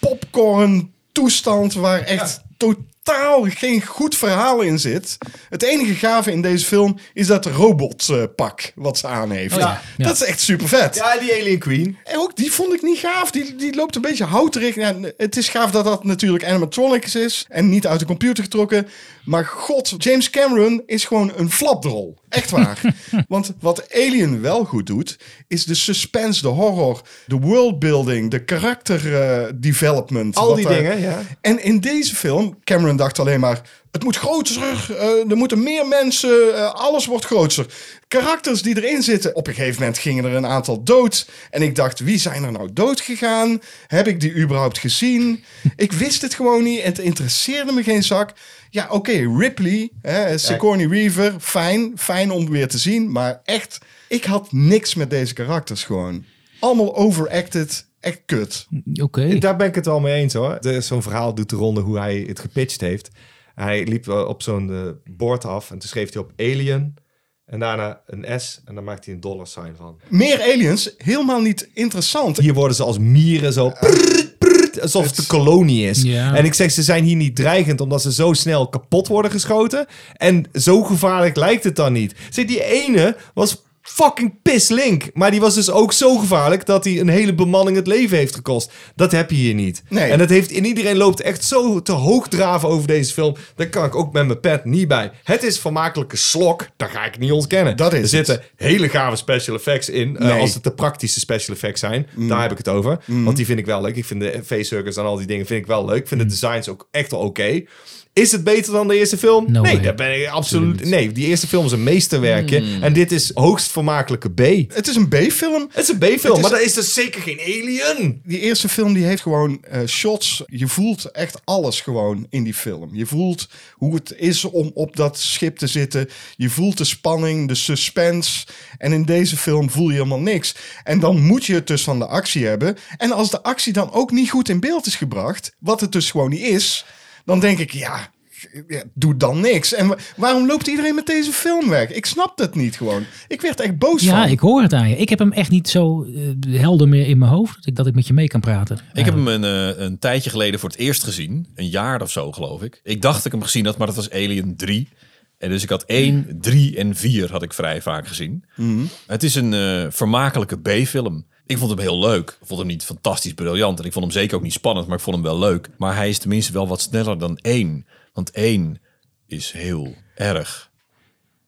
D: popcorn toestand waar echt totaal geen goed verhaal in zit. Het enige gave in deze film is dat robotpak wat ze aan heeft.
B: Oh ja. Ja.
D: Dat is echt super vet.
C: Ja, die Alien Queen.
D: En ook die vond ik niet gaaf. Die, die loopt een beetje houterig. Ja, het is gaaf dat dat natuurlijk animatronics is en niet uit de computer getrokken. Maar god, James Cameron is gewoon een flapdrol. Echt waar. Want wat Alien wel goed doet, is de suspense, de horror, de worldbuilding, de karakter eh, development.
C: Al
D: Wat
C: die
D: daar-
C: dingen, ja.
D: en in deze film, Cameron dacht alleen maar... het moet groter, eh, er moeten meer mensen, eh, alles wordt groter. Karakters die erin zitten. Op een gegeven moment gingen er een aantal dood. En ik dacht, wie zijn er nou dood gegaan? Heb ik die überhaupt gezien? Ik wist het gewoon niet. Het interesseerde me geen zak. Ja, oké, Ripley, hè, Sigourney Weaver, fijn. Fijn om weer te zien. Maar echt, ik had niks met deze karakters gewoon. Allemaal overacted, echt kut.
B: Oké.
C: Daar ben ik het wel mee eens hoor. Er is Zo'n verhaal doet de ronde hoe hij het gepitcht heeft. Hij liep eh, op zo'n eh, bord af en toen schreef hij op Alien. En daarna een S en dan maakt hij een dollar sign van.
D: Meer aliens, helemaal niet interessant.
C: Hier worden ze als mieren zo. prrrt, prrrt, alsof het de kolonie is.
B: Ja.
C: En ik zeg, ze zijn hier niet dreigend omdat ze zo snel kapot worden geschoten. En zo gevaarlijk lijkt het dan niet. Zit die ene was fucking pislink. Maar die was dus ook zo gevaarlijk dat hij een hele bemanning het leven heeft gekost. Dat heb je hier niet.
D: Nee.
C: En dat heeft in iedereen loopt echt zo te hoogdraven over deze film. Daar kan ik ook met mijn pet niet bij. Het is vermakelijke slok. Dat ga ik niet ontkennen.
D: Dat is
C: er
D: het.
C: zitten hele gave special effects in. eh,
D: Nee. Mm.
C: als het de praktische special effects zijn. Daar heb ik het over. Want die vind ik wel leuk. Ik vind de facehugers en al die dingen vind ik wel leuk. Ik
D: Mm.
C: vind de designs ook echt wel oké. Is het beter dan de eerste film?
B: No
C: nee,
B: way. Mm.
C: daar ben ik absoluut... Nee, die eerste film is een meesterwerkje. En dit is hoogst vermakelijke B.
D: Het is een B-film.
C: Het is een B-film,
D: is-
C: maar dat is dus zeker geen Alien.
D: Die eerste film die heeft gewoon eh, shots. Je voelt echt alles gewoon in die film. Je voelt hoe het is om op dat schip te zitten. Je voelt de spanning, de suspense. En in deze film voel je helemaal niks. En dan moet je het dus van de actie hebben. En als de actie dan ook niet goed in beeld is gebracht, wat het dus gewoon niet is, dan denk ik ja. ja, doe dan niks. En wa- waarom loopt iedereen met deze film weg? Ik snap dat niet gewoon. Ik werd echt boos
B: Ja,
D: dus van.
B: ik hoor het aan je. Ik heb hem echt niet zo eh, helder meer in mijn hoofd dat ik, dat ik met je mee kan praten.
A: Ik heb hem een, eh, een tijdje geleden voor het eerst gezien. Een jaar of zo, geloof ik. Ik dacht dat ik hem gezien had, maar dat was Alien 3. En dus ik had
C: Mm.
A: 1, 3 en 4 had ik vrij vaak gezien. Het is een eh, vermakelijke B-film. Ik vond hem heel leuk. Ik vond hem niet fantastisch briljant. En ik vond hem zeker ook niet spannend, maar ik vond hem wel leuk. Maar hij is tenminste wel wat sneller dan 1. Want 1 is heel erg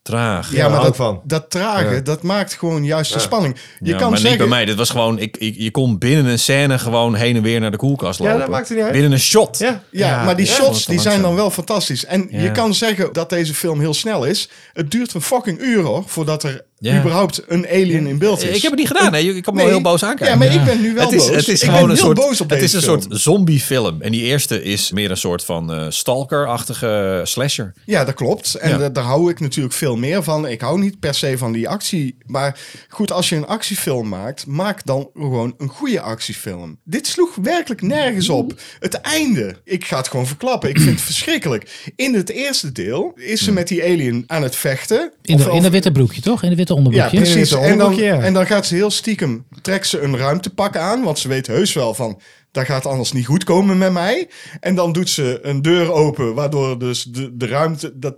A: traag.
D: Ja, maar
C: hou
D: dat,
C: ik van.
D: dat trage, dat maakt gewoon juist de spanning. Je
A: Ja,
D: kan
A: maar
D: zeggen,
A: niet bij mij. Dit was gewoon, ik, ik, je kon binnen een scène gewoon heen en weer naar de koelkast
C: dat
A: lopen.
C: maakte niet uit.
A: Binnen een shot.
C: Ja.
D: Ja, maar die
A: ja. Vond
D: shots
A: het
D: die
A: wel
D: zijn dan
A: langzaam.
D: wel fantastisch. En je
A: Ja.
D: kan zeggen dat deze film heel snel is. Het duurt een fucking uur hoor, voordat er
A: Ja.
D: überhaupt een alien in beeld is.
A: Ik heb het niet gedaan. Hè? Ik kan me
D: Nee,
A: wel heel boos aankijken.
D: Ja, maar ik ben nu wel
A: het is,
D: boos.
A: Het is
D: ik
A: gewoon
D: ben
A: een
D: heel
A: soort,
D: boos op
A: het is
D: deze
A: een
D: film.
A: soort zombiefilm. En die eerste is meer een soort van eh, stalker-achtige slasher.
D: Ja, dat klopt. En
A: Ja.
D: da- daar hou ik natuurlijk veel meer van. Ik hou niet per se van die actie. Maar goed, als je een actiefilm maakt, maak dan gewoon een goede actiefilm. Dit sloeg werkelijk nergens op. Het einde, ik ga het gewoon verklappen. Ik vind het verschrikkelijk. In het eerste deel is ze met die alien aan het vechten.
B: in, de,
D: Of-
B: in
D: of-
B: dat witte broekje, toch? In dat witte
D: ja,
B: onderbroekje.
D: precies.
C: In het
D: En dan,
C: onderbroekje, ja.
D: en dan gaat ze heel stiekem, trekt ze een ruimtepak aan, want ze weet heus wel van, daar gaat anders niet goed komen met mij. En dan doet ze een deur open, waardoor dus de, de ruimte, dat,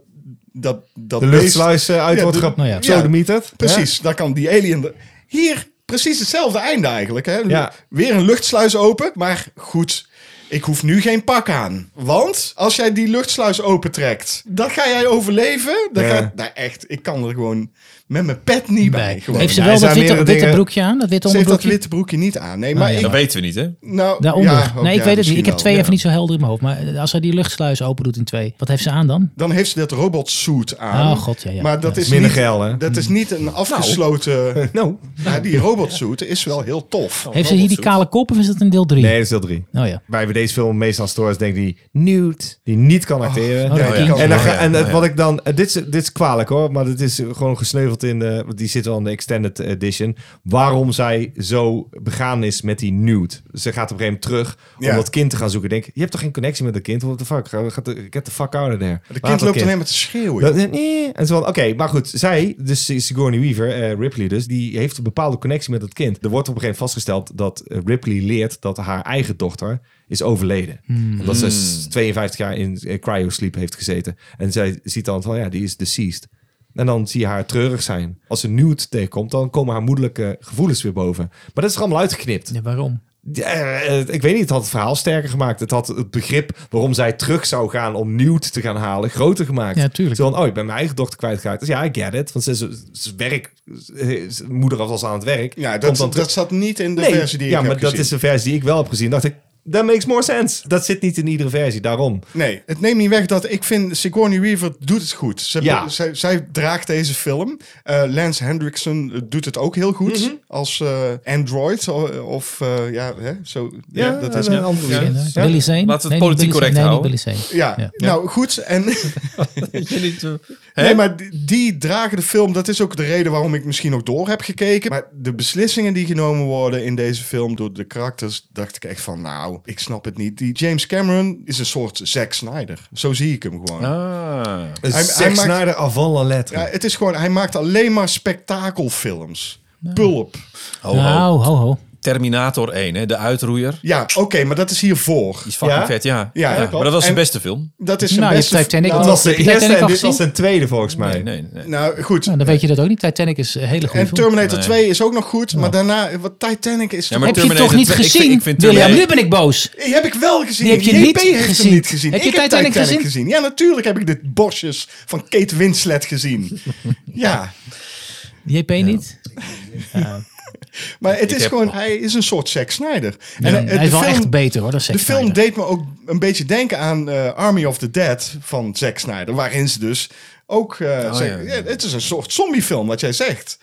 D: dat, dat
C: De
D: beest-
C: luchtsluis eh, uit
D: Ja,
C: wordt
D: de-
B: nou ja.
C: gepsodemieterd.
D: Precies, daar kan die alien... er- Hier, precies hetzelfde einde eigenlijk. Hè?
C: Ja.
D: Weer een luchtsluis open, maar goed... Ik hoef nu geen pak aan. Want als jij die luchtsluis opentrekt, dan ga jij overleven. Dan
C: Ja.
D: gaat, nou echt, ik kan er gewoon met mijn pet niet bij. gewoon.
B: Heeft ze
C: Ja,
B: wel
C: er
B: dat witte,
C: zijn meerdere
B: witte
C: dingen-
B: broekje aan? Dat witte
D: Ze heeft dat
B: onderbroekje?
D: witte broekje niet aan. Nee, maar
B: ja.
D: ik,
A: Dat weten we niet, hè?
D: nou,
B: Daaronder.
D: ja,
B: nee, ik
D: ook ja,
B: weet het niet.
D: misschien
B: Ik heb
D: wel,
B: twee
D: ja.
B: even niet zo helder in mijn hoofd. Maar eh, als hij die luchtsluis open doet in twee, wat heeft ze aan dan?
D: Dan heeft ze dat robotsuit aan.
B: Oh, god, ja, ja.
D: Maar dat
B: Ja. Nou.
D: is
C: Minder
D: niet,
C: geil, hè?
D: Dat is niet een afgesloten...
C: Nou.
D: Ja, die robotsuit is wel heel tof.
B: heeft ze hier die kale kop of is dat in deel drie?
C: Nee, dat is deel drie.
B: Oh ja.
C: Wij hebben deze film meestal stories, denk ik, die Newt, die niet kan acteren.
B: Oh, dat
D: ja.
B: kindje.
C: En, dan
A: Oh,
C: ga-
A: ja,
C: en het-
A: oh, ja.
C: wat ik dan, eh, dit is, dit is kwalijk hoor, maar dit is gewoon gesneuveld in de, want die zit al in de extended edition. Waarom zij zo begaan is met die nude. Ze gaat op een gegeven moment terug
D: Ja.
C: om dat kind te gaan zoeken. Ik Denk, je hebt toch geen connectie met dat kind? What the fuck? Ga- Ga, de- get the fuck out of there.
D: De
C: Laat
D: kind
C: dat
D: loopt alleen maar te schreeuwen.
C: dat- nee. En zo van, oké, maar goed. Zij, dus Sigourney Weaver, eh, Ripley dus, die heeft een bepaalde connectie met dat kind. Er wordt op een gegeven moment vastgesteld dat eh, Ripley leert dat haar eigen dochter is overleden. Omdat ze s- 52 jaar in eh, cryosleep heeft gezeten. En zij ziet dan van, ja, die is deceased. En dan zie je haar treurig zijn. Als ze nude tegenkomt, dan komen haar moederlijke gevoelens weer boven. Maar dat is er allemaal uitgeknipt.
B: Ja, waarom?
C: Ja, eh, ik weet niet, het had het verhaal sterker gemaakt. Het had het begrip waarom zij terug zou gaan om Newt te gaan halen groter gemaakt.
B: Ja, tuurlijk.
C: Zo van, oh, ik ben mijn eigen dochter kwijtgeraakt. Dus ja, I get it. Want ze is, ze is werk, eh, ze is- moeder was aan het werk.
D: Ja,
C: Komt
D: dat,
C: dan terug.
D: dat zat niet in de
C: Nee,
D: versie die
C: ja,
D: ik
C: maar
D: heb
C: dat
D: gezien.
C: is een versie die ik wel heb gezien. dacht ik, that makes more sense. Dat zit niet in iedere versie, daarom.
D: Nee, het neemt niet weg dat ik vind Sigourney Weaver doet het goed. Ze,
C: Ja.
D: zij, zij draagt deze film. Eh, Lance Hendrickson eh, doet het ook heel goed
C: Mhm.
D: als eh, android o- of eh, ja, hè, zo. Ja, dat is.
C: een
D: Ja.
C: andere
A: Ja.
C: zin. Ja.
B: Billy
A: Laten we
B: Zane? Nee,
A: het
B: niet
A: politiek
B: Billy
A: correct
B: Zane.
A: houden.
B: Nee, niet Billy Zane. Ja.
D: nou goed. En
A: Hè?
D: nee, maar die, die dragen de film. Dat is ook de reden waarom ik misschien ook door heb gekeken. Maar de beslissingen die genomen worden in deze film door de karakters, dacht ik echt van, nou, ik snap het niet. Die James Cameron is een soort Zack Snyder. Zo zie ik hem gewoon.
A: Ah.
C: Een
D: Hij-
C: Zack
D: hij maakt-
C: Snyder avant la lettre.
D: Ja, het is gewoon, hij maakt alleen maar spektakelfilms. Pulp.
A: Ho,
D: Oh.
A: ho.
B: Nou, ho, ho.
A: Terminator 1, hè? de uitroeier. Die
D: Ja, oké, maar dat is hiervoor.
A: is fucking
C: Ja?
A: vet, ja.
D: Ja,
A: ja,
D: klopt.
A: Maar dat was de
D: En-
A: beste film.
D: Dat is zijn
B: Nou, je
D: beste...
B: hebt Titanic
D: nou,
C: dat was de
B: Heb je Titanic
C: eerste en
B: al
C: dit was
B: gezien?
C: een tweede volgens mij.
A: Nee, nee, nee.
D: nou, goed.
B: Nou, dan weet je dat ook niet. Titanic is een hele goede
D: en
B: film.
D: Terminator
A: Nee.
D: 2 is ook nog goed, maar daarna... Wat Titanic is...
A: Ja, maar
B: Heb je het
A: Terminator
B: toch niet
A: 2 ik vind-
B: gezien,
A: ik vind
B: William? Nu
A: Terminator-
B: ben ik boos.
D: Die heb ik wel gezien.
B: Die heb je
D: JP
B: niet
D: heeft
B: gezien.
D: hem niet gezien.
B: Heb je
D: ik heb
B: Titanic
D: Titanic gezien?
B: gezien?
D: Ja, natuurlijk heb ik dit bosjes van Kate Winslet gezien. ja,
B: JP niet?
D: maar het is
A: heb-
D: gewoon... Hij is een soort Zack Snyder.
B: Ja,
D: eh,
B: hij is
D: de
B: wel
D: film-
B: echt beter hoor. Dat is
D: De
B: echt
D: film
B: waar.
D: deed me ook een beetje denken aan eh, Army of the Dead van Zack Snyder. Waarin ze dus ook... eh, zeggen-
A: Oh, ja.
D: ja, het is een soort zombiefilm wat jij zegt.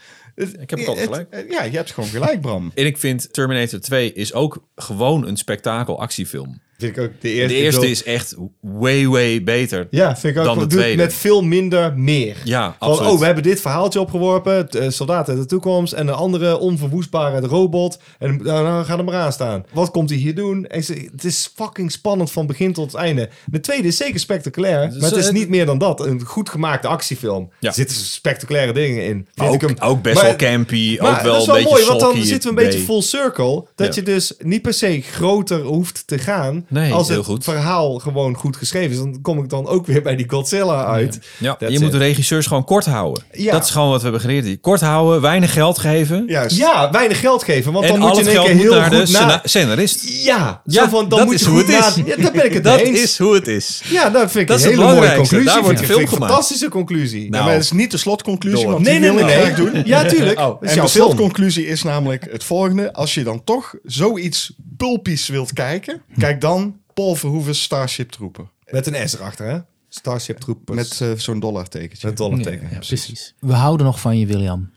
A: Ik heb ook altijd gelijk.
D: ja, je hebt gewoon gelijk, Bram.
A: En ik vind Terminator 2 is ook gewoon een spektakel actiefilm.
C: Vind ik ook de
A: De
C: eerste.
A: eerste is echt way, way beter.
C: Ja, vind ik
A: Dan
C: ook.
A: de
C: want het doet
A: tweede.
C: Met veel minder meer.
A: Ja,
C: Van,
A: absoluut.
C: oh, we hebben dit verhaaltje opgeworpen. t- eh, soldaten uit de toekomst. En een andere onverwoestbare robot. En eh, nou, ga er maar aan staan. Wat komt hij hier doen? En ze- het is fucking spannend van begin tot einde. De tweede is zeker spectaculair. Maar het is
A: het-
C: niet meer dan dat. Een goed gemaakte actiefilm.
A: Ja.
C: Er zitten spectaculaire dingen in. Vind
A: Ook,
C: ik hem.
A: ook best
C: Maar-
A: wel campy. ook
C: maar
A: wel
C: dat is wel
A: een beetje
C: mooi, want dan
A: sulky,
C: zitten we een beetje
A: nee.
C: full circle. Dat
A: Ja.
C: je dus niet per se groter hoeft te gaan.
A: Nee,
C: als
A: heel
C: het
A: goed.
C: verhaal gewoon goed geschreven is. Dan kom ik dan ook weer bij die Godzilla uit.
A: Ja,
C: That's
A: je moet
C: it.
A: de regisseurs gewoon kort houden.
C: Ja.
A: Dat is gewoon wat we hebben geleerd. hier. Kort houden, weinig geld geven.
D: Juist.
C: Ja, weinig geld geven. Want
A: en
C: dan moet
A: al
C: je
A: het
C: in één
A: geld
C: keer
A: moet
C: heel
A: naar de
C: goed na...
A: scena- scenarist.
C: Ja,
A: Ja,
C: zo van, dan
A: dat
C: moet je
A: is hoe
C: goed
A: het is.
C: na- Ja, daar ben ik het
A: Dat
C: mee eens.
A: is hoe het is.
C: Ja, dat vind ik
A: Dat is het
C: een hele mooie
A: belangrijkste.
C: conclusie.
A: Daar wordt
C: vind ik.
A: film
C: Vind ik een
A: gemaakt.
C: fantastische conclusie.
A: Nou,
D: maar dat is niet de slotconclusie, want
C: nee,
D: die
C: nee,
D: wil
C: nee.
D: ik graag doen.
C: nee. Ja, tuurlijk.
A: Oh,
C: Dat is
D: En
C: jouw
D: de
C: film.
D: slotconclusie is namelijk het volgende. Als je dan toch zoiets pulpies wilt kijken, kijk dan Paul Verhoeven's Starship Trooper.
C: Met een S erachter, hè? Starship Troopers.
D: Met eh, zo'n dollartekentje.
C: Met dollarteken.
B: Ja, precies. We houden nog van je, William.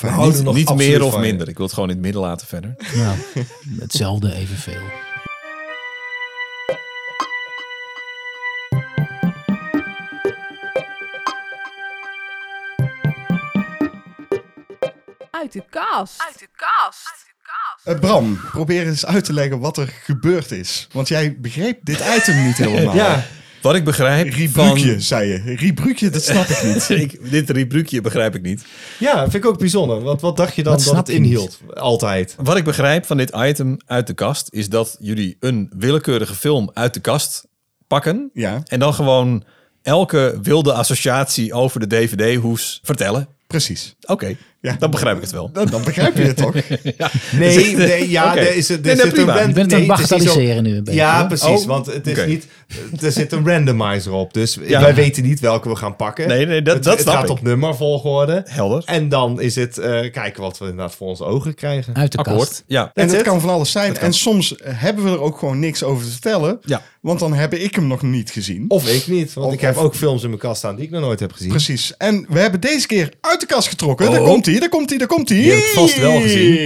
C: We houden
A: Niet,
C: nog
A: niet
C: absoluut
A: meer of
C: van je.
A: minder. Ik wil het gewoon in het midden laten verder.
B: Nou, hetzelfde evenveel.
I: Uit de kast. Uit de kast.
D: Eh, Bram, probeer eens uit te leggen wat er gebeurd is. Want jij begreep dit item niet helemaal.
C: Ja,
A: Wat ik begrijp
D: Ribruukje, zei je. Ribruukje, dat snap ik niet.
A: van... ik, dit rubriekje begrijp ik niet.
C: ja, vind ik ook bijzonder. Wat, wat dacht je dan
B: Dat
C: dat,
B: snap
C: het
B: je niet.
C: inhield? Altijd.
A: Wat ik begrijp van dit item uit de kast... is dat jullie een willekeurige film uit de kast pakken...
D: Ja.
A: en dan gewoon elke wilde associatie over de DVD-hoes vertellen.
C: Precies.
A: Oké,
C: Ja.
A: dan begrijp ik het wel.
C: Dan, dan begrijp je het toch?
A: Dus
C: Nee,
A: het-
C: nee, ja,
A: oké.
C: er is er
A: Nee, nee,
C: zit een
A: prima.
C: ran-
A: Je
B: bent
C: nee,
B: aan het
C: is niet zo-
B: bagatelliseren nu een beetje,
C: Ja,
B: hoor.
C: precies,
A: Oh,
C: want het is
A: oké.
C: niet, er zit een randomizer op, dus
A: Ja.
C: wij weten niet welke we gaan pakken.
A: Nee, nee, dat-
C: het,
A: dat
C: het
A: snap
C: gaat
A: ik.
C: op nummervolgorde.
A: Helder.
C: En dan is het eh, kijken wat we inderdaad voor onze ogen krijgen.
B: Uit de
A: Akkoord.
B: kast.
A: Ja.
D: En
C: That's
D: dat
C: it.
D: kan van alles zijn. En soms hebben we er ook gewoon niks over te vertellen.
A: Ja.
D: Want dan heb ik hem nog niet gezien.
C: Of ik niet, want
D: Of-
C: ik heb
D: of-
C: ook films in mijn kast staan die ik nog nooit heb gezien.
D: Precies. En we hebben deze keer uit de kast getrokken.
A: Oh.
D: Daar komt hij, daar komt hij, daar komt hij.
C: Je hebt het vast wel gezien.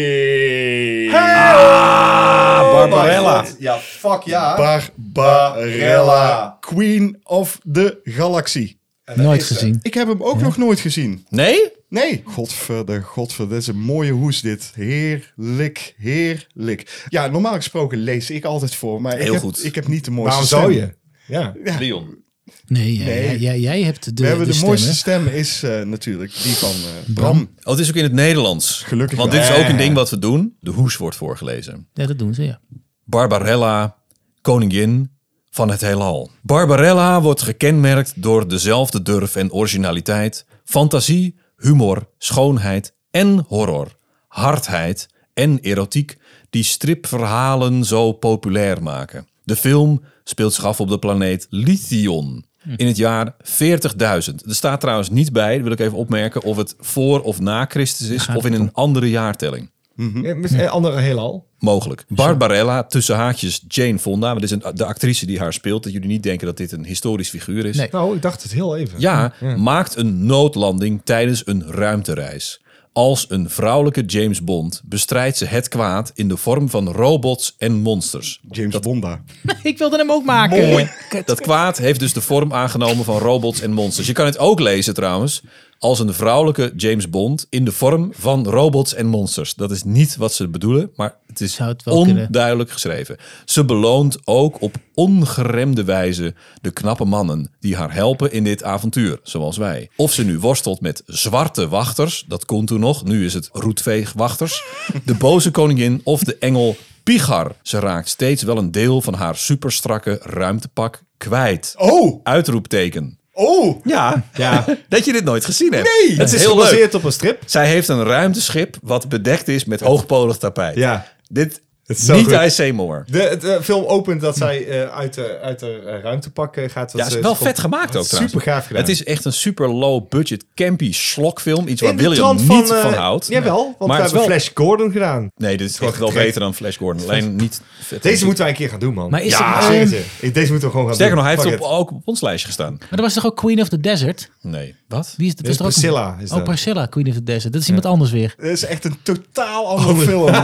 A: Barbarella.
C: Ja, fuck ja.
D: Barbarella, Queen of the Galaxy.
B: Nooit gezien.
D: Ik heb hem ook nog nooit gezien.
A: Nee?
D: Nee. Godverde, godverde. Dit is een mooie hoes dit. Heerlijk, heerlijk. Ja, normaal gesproken lees ik altijd voor. Maar ik
A: Heel
D: heb,
A: goed.
D: ik heb niet de mooiste
C: Waarom
D: stem.
C: zou je? Ja.
A: Leon.
B: Nee, jij,
D: Nee.
B: jij- jij, jij hebt de,
D: We hebben de,
B: stemmen.
D: mooiste stem is eh, natuurlijk die van eh, Bram.
A: Oh, het is ook in het Nederlands.
D: Gelukkig
A: Want
D: wel.
A: dit is ook een
D: Ja.
A: ding wat we doen. De hoes wordt voorgelezen.
B: Ja, dat doen ze, ja.
A: Barbarella, koningin van het heelal. Barbarella wordt gekenmerkt door dezelfde durf en originaliteit, fantasie, humor, schoonheid en horror, hardheid en erotiek die stripverhalen zo populair maken. De film speelt zich af op de planeet Lithion. In het jaar 40.000. Er staat trouwens niet bij, wil ik even opmerken, of het voor of na Christus is of in een andere jaartelling. Hm?
C: Ja, Met een Eh, andere heelal.
A: Mogelijk. Barbarella, tussen haakjes Jane Fonda. Dat is een, de actrice die haar speelt. Dat jullie niet denken dat dit een historisch figuur is.
B: Nee.
C: Nou, ik dacht het heel even.
A: Ja, maakt een noodlanding tijdens een ruimtereis. Als een vrouwelijke James Bond bestrijdt ze het kwaad in de vorm van robots en monsters.
D: James Bonda.
B: Ik wilde hem ook maken.
A: Dat kwaad heeft dus de vorm aangenomen van robots en monsters. Je kan het ook lezen trouwens als een vrouwelijke James Bond in de vorm van robots en monsters. Dat is niet wat ze bedoelen, maar het is
B: Zou het wel
A: onduidelijk geschreven. Ze beloont ook op ongeremde wijze de knappe mannen die haar helpen in dit avontuur, zoals wij. Of ze nu worstelt met zwarte wachters, dat kon toen nog, nu is het roetveegwachters, de boze koningin of de engel Pigar. Ze raakt steeds wel een deel van haar superstrakke ruimtepak kwijt.
D: Oh,
A: Uitroepteken.
D: oh.
A: Ja, ja. dat je dit nooit gezien hebt.
D: Nee.
A: het is heel leuk.
C: gebaseerd op een strip.
A: Zij heeft een ruimteschip wat bedekt is met hoogpolig tapijt.
C: Ja.
A: Dit
C: is zo
A: niet
C: goed.
A: I Say More.
C: De, de film opent dat zij eh, uit, de, uit de eh, ruimtepak eh, gaat.
A: Ja,
C: Dat
A: is
C: ze-
A: wel
C: ze
A: vet
C: komt-
A: gemaakt ook trouwens.
C: Super gaaf gedaan.
A: Het is echt een super low budget campy slokfilm. Iets waar
C: In de
A: William
C: trant
A: niet
C: eh,
A: van houdt.
C: Jawel, want
A: maar
C: we
A: het is
C: hebben
A: wel...
C: Flash Gordon gedaan.
A: Nee, dit is echt wel
C: getrekt.
A: beter dan Flash Gordon. Alleen niet vet.
C: Deze moeten wij een keer gaan doen, man.
B: Maar is
C: ja,
B: het,
C: zeker.
B: ehm,
C: zeker. Deze moeten we gewoon gaan
A: Sterker nog,
C: doen.
A: hij heeft
C: Fuck
A: op, ook op ons lijstje gestaan.
B: Maar dat was toch ook Queen of the Desert?
A: Nee. Wat?
B: Wie is dat? Was
C: Dit is
B: er ook een-
C: Priscilla, is
B: oh,
C: dat.
B: Priscilla, Queen of the Desert. Dat is iemand anders weer.
D: Dit is echt een totaal andere
C: Oh,
D: film. Dus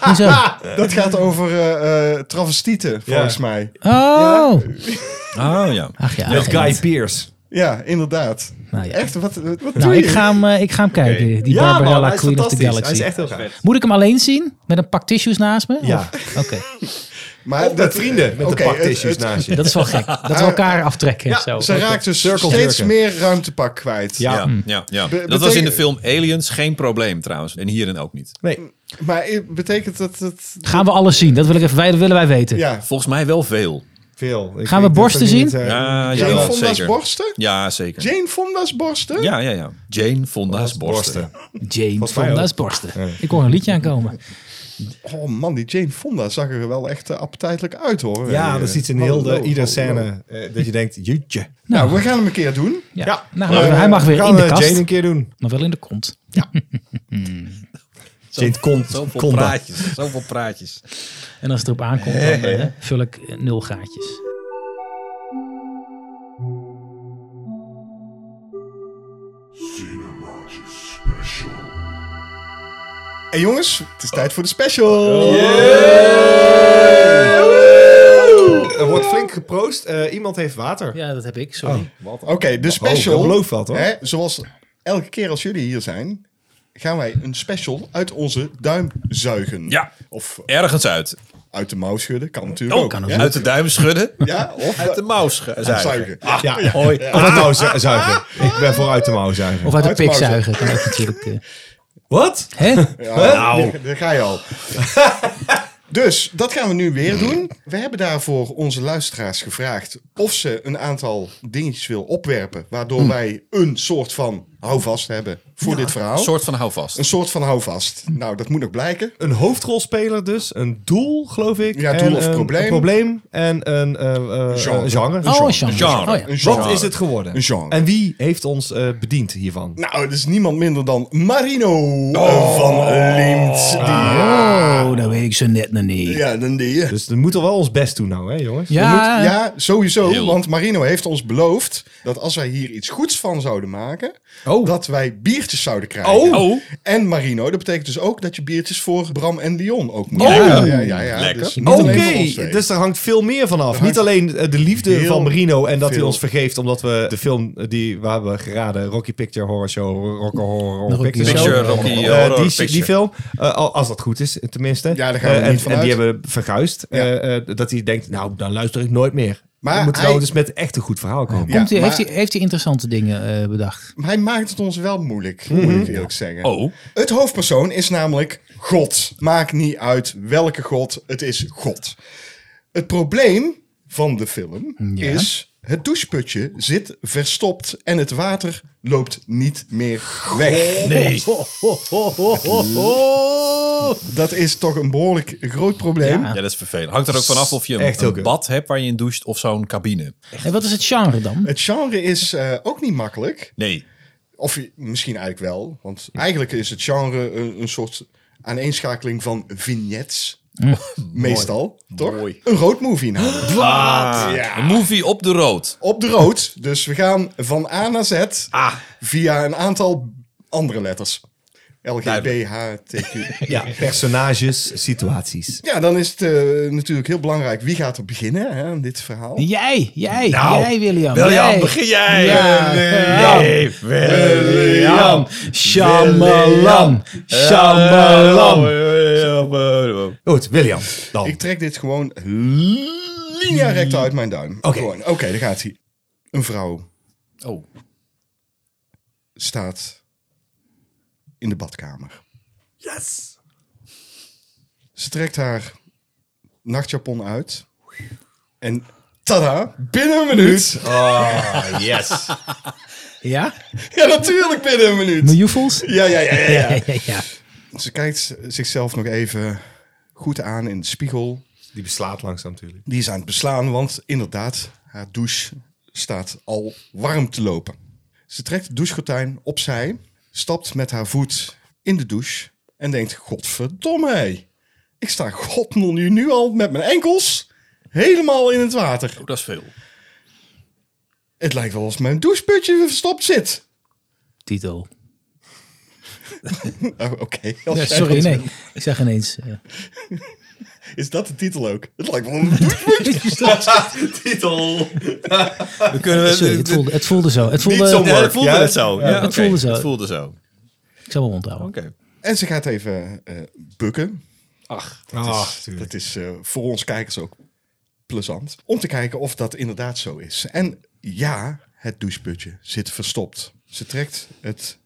B: Hoezo?
D: dat gaat over eh, eh, travestieten, volgens mij.
B: Oh!
A: Oh ja.
B: Ach ja.
C: it.
B: ach,
C: Met Guy
B: iemand.
C: Pearce.
D: Ja, inderdaad.
B: Nou ja.
D: Echt, wat, wat doe
B: Nou,
D: je?
B: ik ga hem, eh, ik ga hem kijken. Die
C: Ja, man,
B: Barbarella
C: hij is
B: Queen of the
C: fantastisch.
B: Galaxy.
C: Hij is echt heel gaaf.
B: Moet ik hem alleen zien? Met een pak tissues naast me?
C: Ja.
B: Of- Oké,
D: Maar
C: Met vrienden, met
D: oké,
C: een pak
D: het-
C: tissues
D: het-
C: naast je.
B: dat is wel gek. Dat we elkaar aftrekken. en zo.
D: Ze
B: Oké.
D: raakt dus
C: Cirkel
D: steeds
C: jerken.
D: meer ruimtepak kwijt.
C: Ja.
A: Ja,
B: Hmm.
A: ja, ja.
D: Be-
A: dat was in de
D: betekent-
A: film Aliens geen probleem trouwens. En hierin ook niet.
C: Nee,
D: Maar eh, betekent dat het...
B: Gaan we alles zien? Dat wil ik even, wij- dat willen wij weten.
D: Ja.
A: Volgens mij wel veel.
C: veel. Ik-
B: Gaan we
C: ik durf
B: borsten
C: ook
B: zien?
C: niet, eh,
A: Ja,
D: Jane
A: jawel,
D: Fonda's
A: zeker.
D: borsten?
A: Ja, zeker.
D: Jane Fonda's borsten?
A: Ja, ja, ja. Jane Fonda's borsten.
C: borsten.
B: Jane
C: mij
B: van
C: ook.
B: Las Borsten. Ik hoor een liedje aankomen.
D: Oh man, die Jane Fonda zag er wel echt eh, appetijtelijk uit hoor.
C: Ja,
D: Eh,
C: dat is iets in heel
D: hallo,
C: de, iedere
D: hallo.
C: scène eh, dat je denkt, jeetje.
D: Nou, we gaan hem een keer doen.
B: Ja.
C: Ja.
B: Nou, hij
D: Eh,
B: mag weer in de kast.
C: eh, Jane een keer doen.
B: Maar wel in de kont.
C: Jane komt.
A: Zoveel
C: Konda.
A: praatjes. Zoveel praatjes.
B: En als het erop aankomt, dan eh, vul ik eh, nul gaatjes.
D: En jongens, het is tijd voor de special.
C: Er wordt flink geproost. Eh, iemand heeft water.
B: Ja, dat heb ik, sorry.
D: Oh, Oké, de special.
C: ik geloof wat, hoor.
D: Hè, zoals elke keer als jullie hier zijn, gaan wij een special uit onze duim zuigen.
A: Ja.
D: Of
A: Ergens uit.
D: uit de mouw schudden, kan natuurlijk ook.
B: Oh, kan ook.
D: Oh. ja?
A: Uit de duim schudden.
D: Ja, of eh,
A: Uit de mouw sch- zuigen.
D: zuigen.
C: Ah, Ja, hoi. Of uit de mouw zu- zuigen. Ik ben voor uit de mouw zuigen.
B: Of uit de
D: Uit de
B: pik
D: pauze.
B: zuigen. Kan ook natuurlijk. eh.
C: Wat?
B: Hè?
D: Ja, daar- daar ga je al. Dus dat gaan we nu weer doen. We hebben daarvoor onze luisteraars gevraagd of ze een aantal dingetjes wil opwerpen. Waardoor wij een soort van houvast hebben voor dit verhaal.
A: Een soort van houvast.
D: Een soort van houvast. Nou, dat moet nog blijken.
C: Een hoofdrolspeler dus, een doel geloof ik.
D: Ja,
C: en
D: doel of
C: een,
D: probleem.
C: Een probleem en een eh, eh,
D: Genre.
C: een genre.
B: Oh, een genre.
A: genre.
B: Oh, ja.
D: Een genre.
C: Wat is het geworden?
D: Een genre.
C: En wie heeft ons eh, bediend hiervan?
D: Nou, het is niemand minder dan Marino eh, van Liemt. Die,
B: Oh, dat weet ik ze net nog niet.
D: Ja, dan die. Ja,
C: Dus we moeten wel ons best doen nou, hè jongens?
B: Ja,
D: moet- ja, sowieso. Want Marino heeft ons beloofd dat als wij hier iets goeds van zouden maken,
C: Oh.
D: dat wij biertjes zouden krijgen.
A: Oh.
D: En Marino, dat betekent dus ook dat je biertjes voor Bram en Dion ook moet hebben. Ja, ja, ja.
A: Oh. Lekker.
D: Dus niet
C: Oké,
D: alleen voor ons twee.
C: dus er hangt veel meer van af.
D: hangt
C: Niet alleen eh, de liefde
D: heel
C: van Marino en dat hij
D: veel.
C: ons vergeeft omdat we de film eh, die we hebben geraden, Rocky Picture Horror Show, Rocky Horror, Horror
B: Rocky
C: Picture Show.
A: Picture, Rocky
C: Eh,
A: Horror
C: die,
A: Picture.
C: die film, eh, al- als dat goed is tenminste.
D: Ja, daar gaan we
C: Eh, en,
D: niet van
C: en die
D: uit.
C: hebben verguist.
D: Ja.
C: eh, eh, dat hij denkt, nou dan luister ik nooit meer.
D: Maar
C: Maar moet
D: hij-
C: nou dus met echt een goed verhaal komen.
D: Ja,
B: Komt hij,
D: maar-
B: heeft, hij, heeft hij interessante dingen eh, bedacht?
D: Maar hij maakt het ons wel moeilijk, moet ik eerlijk zeggen.
A: Oh.
D: Het hoofdpersoon is namelijk God. Maakt niet uit welke God, het is God. Het probleem van de film is... het doucheputje zit verstopt en het water loopt niet meer weg.
A: Nee.
D: Dat is toch een behoorlijk groot probleem.
A: Ja, dat is vervelend. Hangt er ook vanaf of je een,
C: Echt heel
A: een
C: kut.
A: bad hebt waar je in doucht of zo'n cabine.
B: En wat is het genre dan?
D: Het genre is eh, ook niet makkelijk.
A: Nee.
D: Of je- misschien eigenlijk wel. Want eigenlijk is het genre een, een soort aaneenschakeling van vignettes. Meestal, toch? Een rood movie namelijk.
A: Ah, Een movie op de rood.
D: Op de rood. Dus we gaan van A naar Z via een aantal andere letters. L, G, B,
A: Duidelijk.
D: H, T, Q.
C: Ja, personages, situaties.
D: Ja, dan is het eh, natuurlijk heel belangrijk wie gaat er beginnen hè, aan dit verhaal.
B: Jij, jij, jij William. jij.
A: jij.
B: Ja,
A: Nee,
B: William. Shamalan. Shamalan.
C: Goed, William. Dan.
D: Ik trek dit gewoon linea recta uit mijn duim.
C: Oké.
D: Gewoon. Oké, daar gaat hij. Een vrouw
A: Oh.
D: staat in de badkamer. Yes! Ze trekt haar nachtjapon uit. En tada, binnen een minuut.
C: yes.
B: Ja?
D: Ja, natuurlijk binnen een minuut.
B: Miljoefels?
D: Ja, ja, ja, ja. ja.
B: Ja, ja, ja.
D: Ze kijkt zichzelf nog even goed aan in de spiegel.
C: Die beslaat langzaam natuurlijk.
D: Die is aan het beslaan, want inderdaad, haar douche staat al warm te lopen. Ze trekt het douchegordijn opzij, stapt met haar voet in de douche en denkt: Godverdomme, hé. ik sta god nu, nu al met mijn enkels helemaal in het water.
A: Oh, dat is veel.
D: Het lijkt wel alsof mijn doucheputje verstopt zit.
B: Titel.
D: Oh, Oké,
B: Ja,
D: Als jij
B: sorry,
D: dat-
B: nee. Ik zeg ineens. eh,
D: is dat de titel ook? Het lijkt wel een doucheputje.
C: Titel.
A: We kunnen we,
B: sorry, het voelde, het voelde zo. Het voelde,
C: Niet zo
A: Ja,
C: mooi.
A: het voelde
C: Ja,
A: het zo. Ja,
B: het
A: oké.
B: voelde zo.
A: Het voelde zo. Oké.
B: Ik zal mijn mond houden.
D: en ze gaat even eh, bukken.
C: Ach,
D: Dat is eh, voor ons kijkers ook plezant. Om te kijken of dat inderdaad zo is. En ja, het doucheputje zit verstopt. Ze trekt het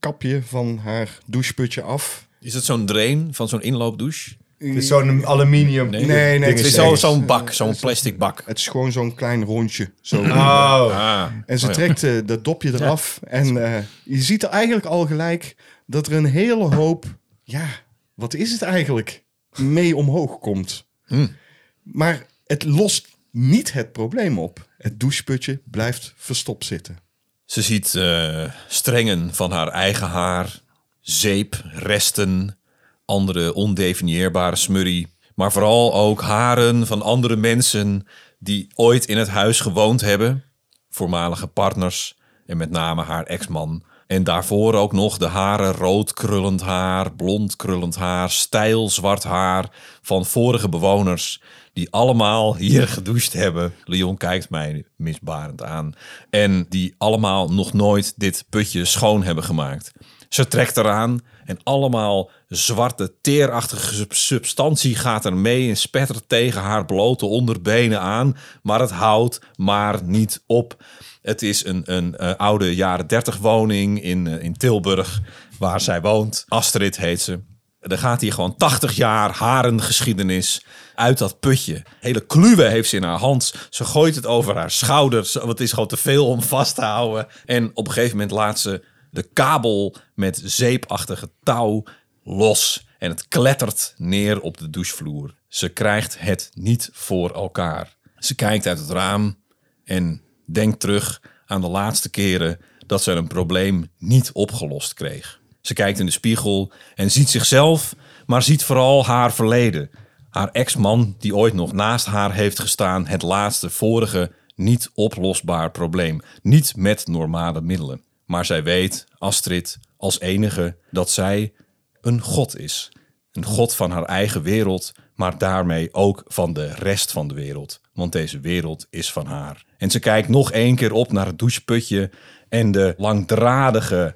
D: kapje van haar doucheputje af.
A: Is het zo'n drain van zo'n inloopdouche?
C: het is zo'n aluminium.
D: Nee, nee,
A: Het is zo- zo'n bak, zo'n plastic bak.
D: Het is gewoon zo'n klein rondje. Zo.
C: Oh.
A: Ah.
D: En ze
A: Oh ja.
D: trekt eh, dat dopje eraf. En eh, je ziet er eigenlijk al gelijk dat er een hele hoop... Ja, wat is het eigenlijk? Mee omhoog komt.
A: Hmm.
D: Maar het lost niet het probleem op. Het doucheputje blijft verstopt zitten.
A: Ze ziet eh, strengen van haar eigen haar, zeep, resten, andere ondefinieerbare smurrie. Maar vooral ook haren van andere mensen die ooit in het huis gewoond hebben. Voormalige partners en met name haar ex-man. En daarvoor ook nog de haren rood krullend haar, blond krullend haar, stijl zwart haar van vorige bewoners die allemaal hier gedoucht hebben. Leon kijkt mij misbarend aan. En die allemaal nog nooit dit putje schoon hebben gemaakt. Ze trekt eraan en allemaal zwarte teerachtige sub- substantie gaat er mee en spettert tegen haar blote onderbenen aan. Maar het houdt maar niet op. Het is een, een eh, oude jaren 30 woning in, eh, in Tilburg waar zij woont. Astrid heet ze. Er gaat hier gewoon 80 jaar harengeschiedenis uit dat putje. Hele kluwe heeft ze in haar hand. Ze gooit het over haar schouders. Want het is gewoon te veel om vast te houden. En op een gegeven moment laat ze de kabel met zeepachtige touw los. En het klettert neer op de douchevloer. Ze krijgt het niet voor elkaar. Ze kijkt uit het raam. En denk terug aan de laatste keren dat ze een probleem niet opgelost kreeg. Ze kijkt in de spiegel en ziet zichzelf, maar ziet vooral haar verleden. Haar ex-man die ooit nog naast haar heeft gestaan, het laatste vorige niet oplosbaar probleem. Niet met normale middelen. Maar zij weet, Astrid, als enige dat zij een god is. Een god van haar eigen wereld, maar daarmee ook van de rest van de wereld. Want deze wereld is van haar. En ze kijkt nog één keer op naar het doucheputje en de langdradige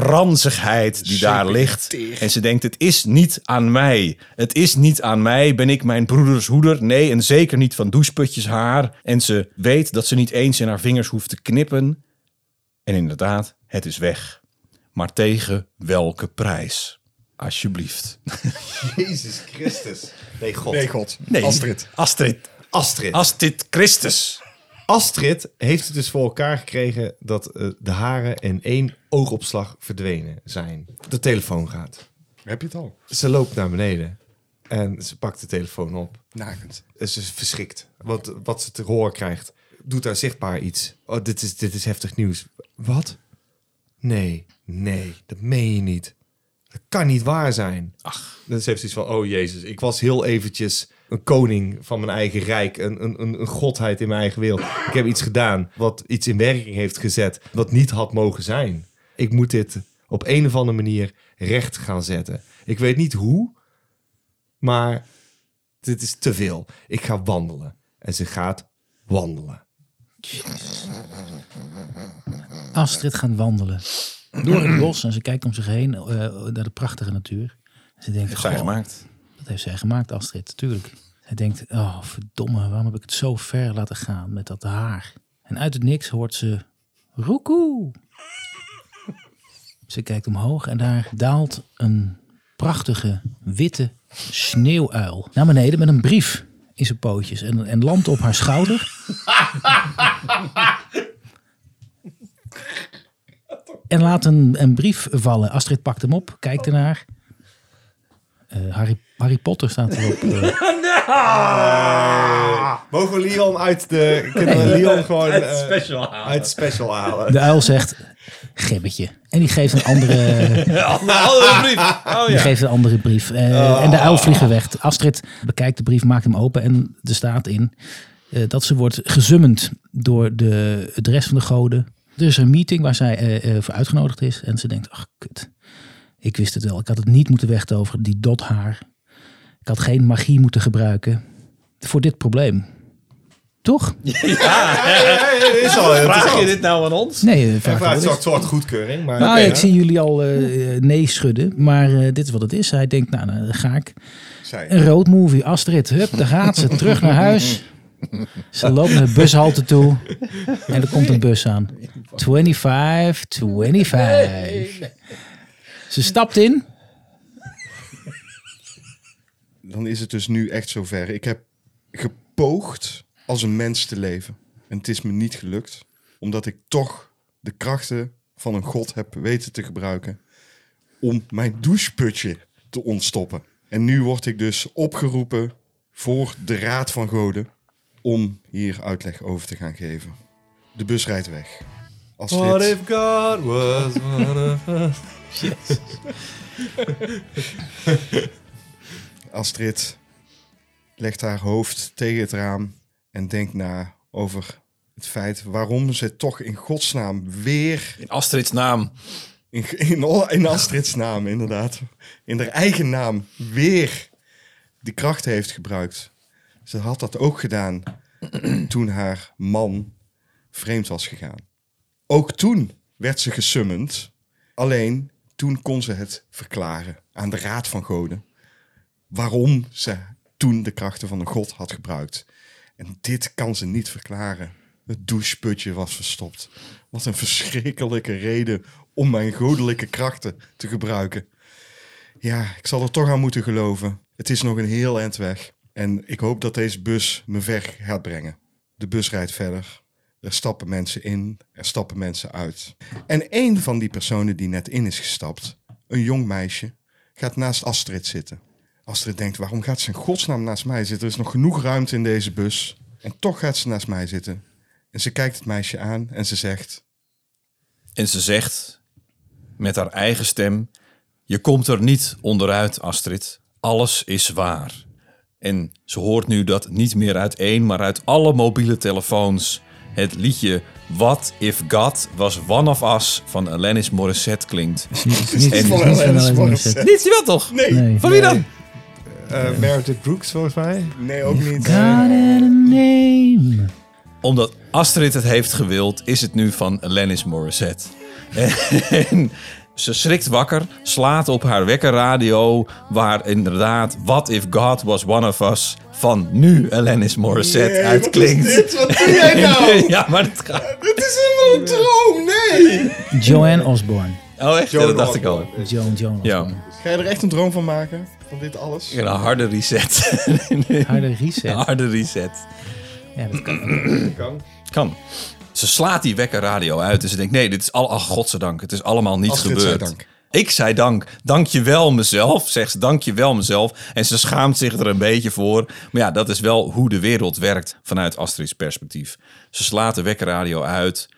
A: ranzigheid die daar ligt. En ze denkt, het is niet aan mij. Het is niet aan mij. Ben ik mijn broeders hoeder? Nee, en zeker niet van doucheputjes haar. En ze weet dat ze niet eens in haar vingers hoeft te knippen. En inderdaad, het is weg. Maar tegen welke prijs? Alsjeblieft.
C: Jezus Christus. Nee, God.
D: Nee, god.
A: Nee.
D: Astrid.
A: Astrid.
C: Astrid.
A: Astrid Christus.
C: Astrid heeft het dus voor elkaar gekregen dat eh, de haren in één oogopslag verdwenen zijn. De telefoon gaat.
D: Heb je het al?
C: Ze loopt naar beneden en ze pakt de telefoon op.
D: Nakend.
C: En Ze is verschrikt. Wat, wat ze te horen krijgt, doet haar zichtbaar iets. Oh, dit is, dit is heftig nieuws. Wat? Nee, nee, dat meen je niet. Dat kan niet waar zijn. Ach. Dan heeft ze iets van, oh jezus, ik was heel eventjes een koning van mijn eigen rijk. Een, een, een, een godheid in mijn eigen wereld. Ik heb iets gedaan wat iets in werking heeft gezet wat niet had mogen zijn. Ik moet dit op een of andere manier recht gaan zetten. Ik weet niet hoe, maar dit is te veel. Ik ga wandelen. En ze gaat wandelen.
B: Astrid gaan wandelen. Door het bos en ze kijkt om zich heen eh, naar de prachtige natuur. En ze denkt,
A: Zijn
B: "Goh,
A: gemaakt.
B: dat heeft zij gemaakt, Astrid, tuurlijk. Zij denkt, oh verdomme, waarom heb ik het zo ver laten gaan met dat haar? En uit het niks hoort ze, roekoe. Ze kijkt omhoog en daar daalt een prachtige witte sneeuwuil naar beneden met een brief in zijn pootjes en, en landt op haar schouder. en laat een, een brief vallen. Astrid pakt hem op, kijkt ernaar. Eh, Harry, Harry Potter staat erop. eh.
C: Mogen we Leon uit de... Kunnen we Leon gewoon eh,
A: special halen.
C: uit special halen?
B: De uil zegt, gibbetje. En die geeft een andere, die geeft een andere brief. Eh, En de uil vliegen weg. Astrid bekijkt de brief, maakt hem open en er staat in eh, dat ze wordt gezummend door de, de rest van de goden. Er is een meeting waar zij eh, eh, voor uitgenodigd is en ze denkt, ach kut. Ik wist het wel, ik had het niet moeten wegtoveren, die dot haar. Ik had geen magie moeten gebruiken voor dit probleem. Toch?
C: Het is al
A: Vraag je
C: heel interessant.
A: dit nou aan ons?
B: Nee, eh,
C: Ik
B: vraag
C: vraag
B: het
C: een
B: wel.
C: soort, soort goedkeuring, maar...
B: Nou,
C: Oké,
B: ik zie jullie al eh, eh, nee schudden, maar eh, dit is wat het is. Hij denkt, nou, nou, daar ga ik. Een road movie, Astrid, hup, daar gaat ze, terug naar huis. Ze loopt naar de bushalte toe en er komt een bus aan. 25, 25. Ze stapt in.
D: Dan is het dus nu echt zover. Ik heb gepoogd als een mens te leven. En het is me niet gelukt. Omdat ik toch de krachten van een god heb weten te gebruiken. Om mijn doucheputje te ontstoppen. En nu word ik dus opgeroepen voor de Raad van Goden. Om hier uitleg over te gaan geven. De bus rijdt weg. Astrid.
C: What if God was one of us?
D: Astrid legt haar hoofd tegen het raam en denkt na over het feit waarom ze toch in godsnaam weer
A: In Astrid's naam.
D: in, in, in Astrid's naam, inderdaad. In haar eigen naam weer die kracht heeft gebruikt. Ze had dat ook gedaan toen haar man vreemd was gegaan. Ook toen werd ze gesummend. Alleen toen kon ze het verklaren aan de Raad van Goden. Waarom ze toen de krachten van een god had gebruikt. En dit kan ze niet verklaren. Het doucheputje was verstopt. Wat een verschrikkelijke reden om mijn goddelijke krachten te gebruiken. Ja, ik zal er toch aan moeten geloven. Het is nog een heel eind weg. En ik hoop dat deze bus me ver gaat brengen. De bus rijdt verder. Er stappen mensen in, er stappen mensen uit. En één van die personen die net in is gestapt, een jong meisje, gaat naast Astrid zitten. Astrid denkt, waarom gaat ze in godsnaam naast mij zitten? Er is nog genoeg ruimte in deze bus. En toch gaat ze naast mij zitten. En ze kijkt het meisje aan en ze zegt...
A: En ze zegt met haar eigen stem: Je komt er niet onderuit, Astrid. Alles is waar. En ze hoort nu dat niet meer uit één, maar uit alle mobiele telefoons. Het liedje What If God Was One of Us van Alanis Morissette klinkt.
B: Niet, niet,
A: En-
B: niet van
D: Alanis
B: Alanis
D: Morissette.
B: Morissette.
A: Niet wel toch?
D: Nee,
B: Nee.
A: Van wie dan?
C: Eh, Meredith Brooks, volgens mij.
D: nee ook niet.
B: God had a name.
A: Omdat Astrid het heeft gewild, is het nu van Alanis Morissette. En ze schrikt wakker, slaat op haar wekkerradio... waar inderdaad What If God Was One Of Us... van nu Alanis Morissette
D: Nee,
A: uitklinkt.
D: Wat, is dit? wat doe jij nou?
A: ja, maar Oh, het gaat...
D: Dit is helemaal een droom, nee!
B: Joanne Osborne.
A: Oh echt? Ja, dat dacht ik al.
B: Joan, Joan
A: Ja,
B: Osborne.
D: Ga je er echt een droom van maken? Van dit alles?
A: een harde reset. een
B: Harde reset.
A: harde reset.
B: Ja, dat kan.
A: Kan. Ze slaat die wekkerradio uit en ze denkt: nee, dit is al, ach, godzijdank, het is allemaal niet
D: Astrid
A: gebeurd.
D: zei dank.
A: Ik zei dank. Dank je wel mezelf, zegt ze. Dank je wel mezelf. En ze schaamt zich er een beetje voor. Maar ja, dat is wel hoe de wereld werkt vanuit Astrid's perspectief. Ze slaat de wekkerradio uit,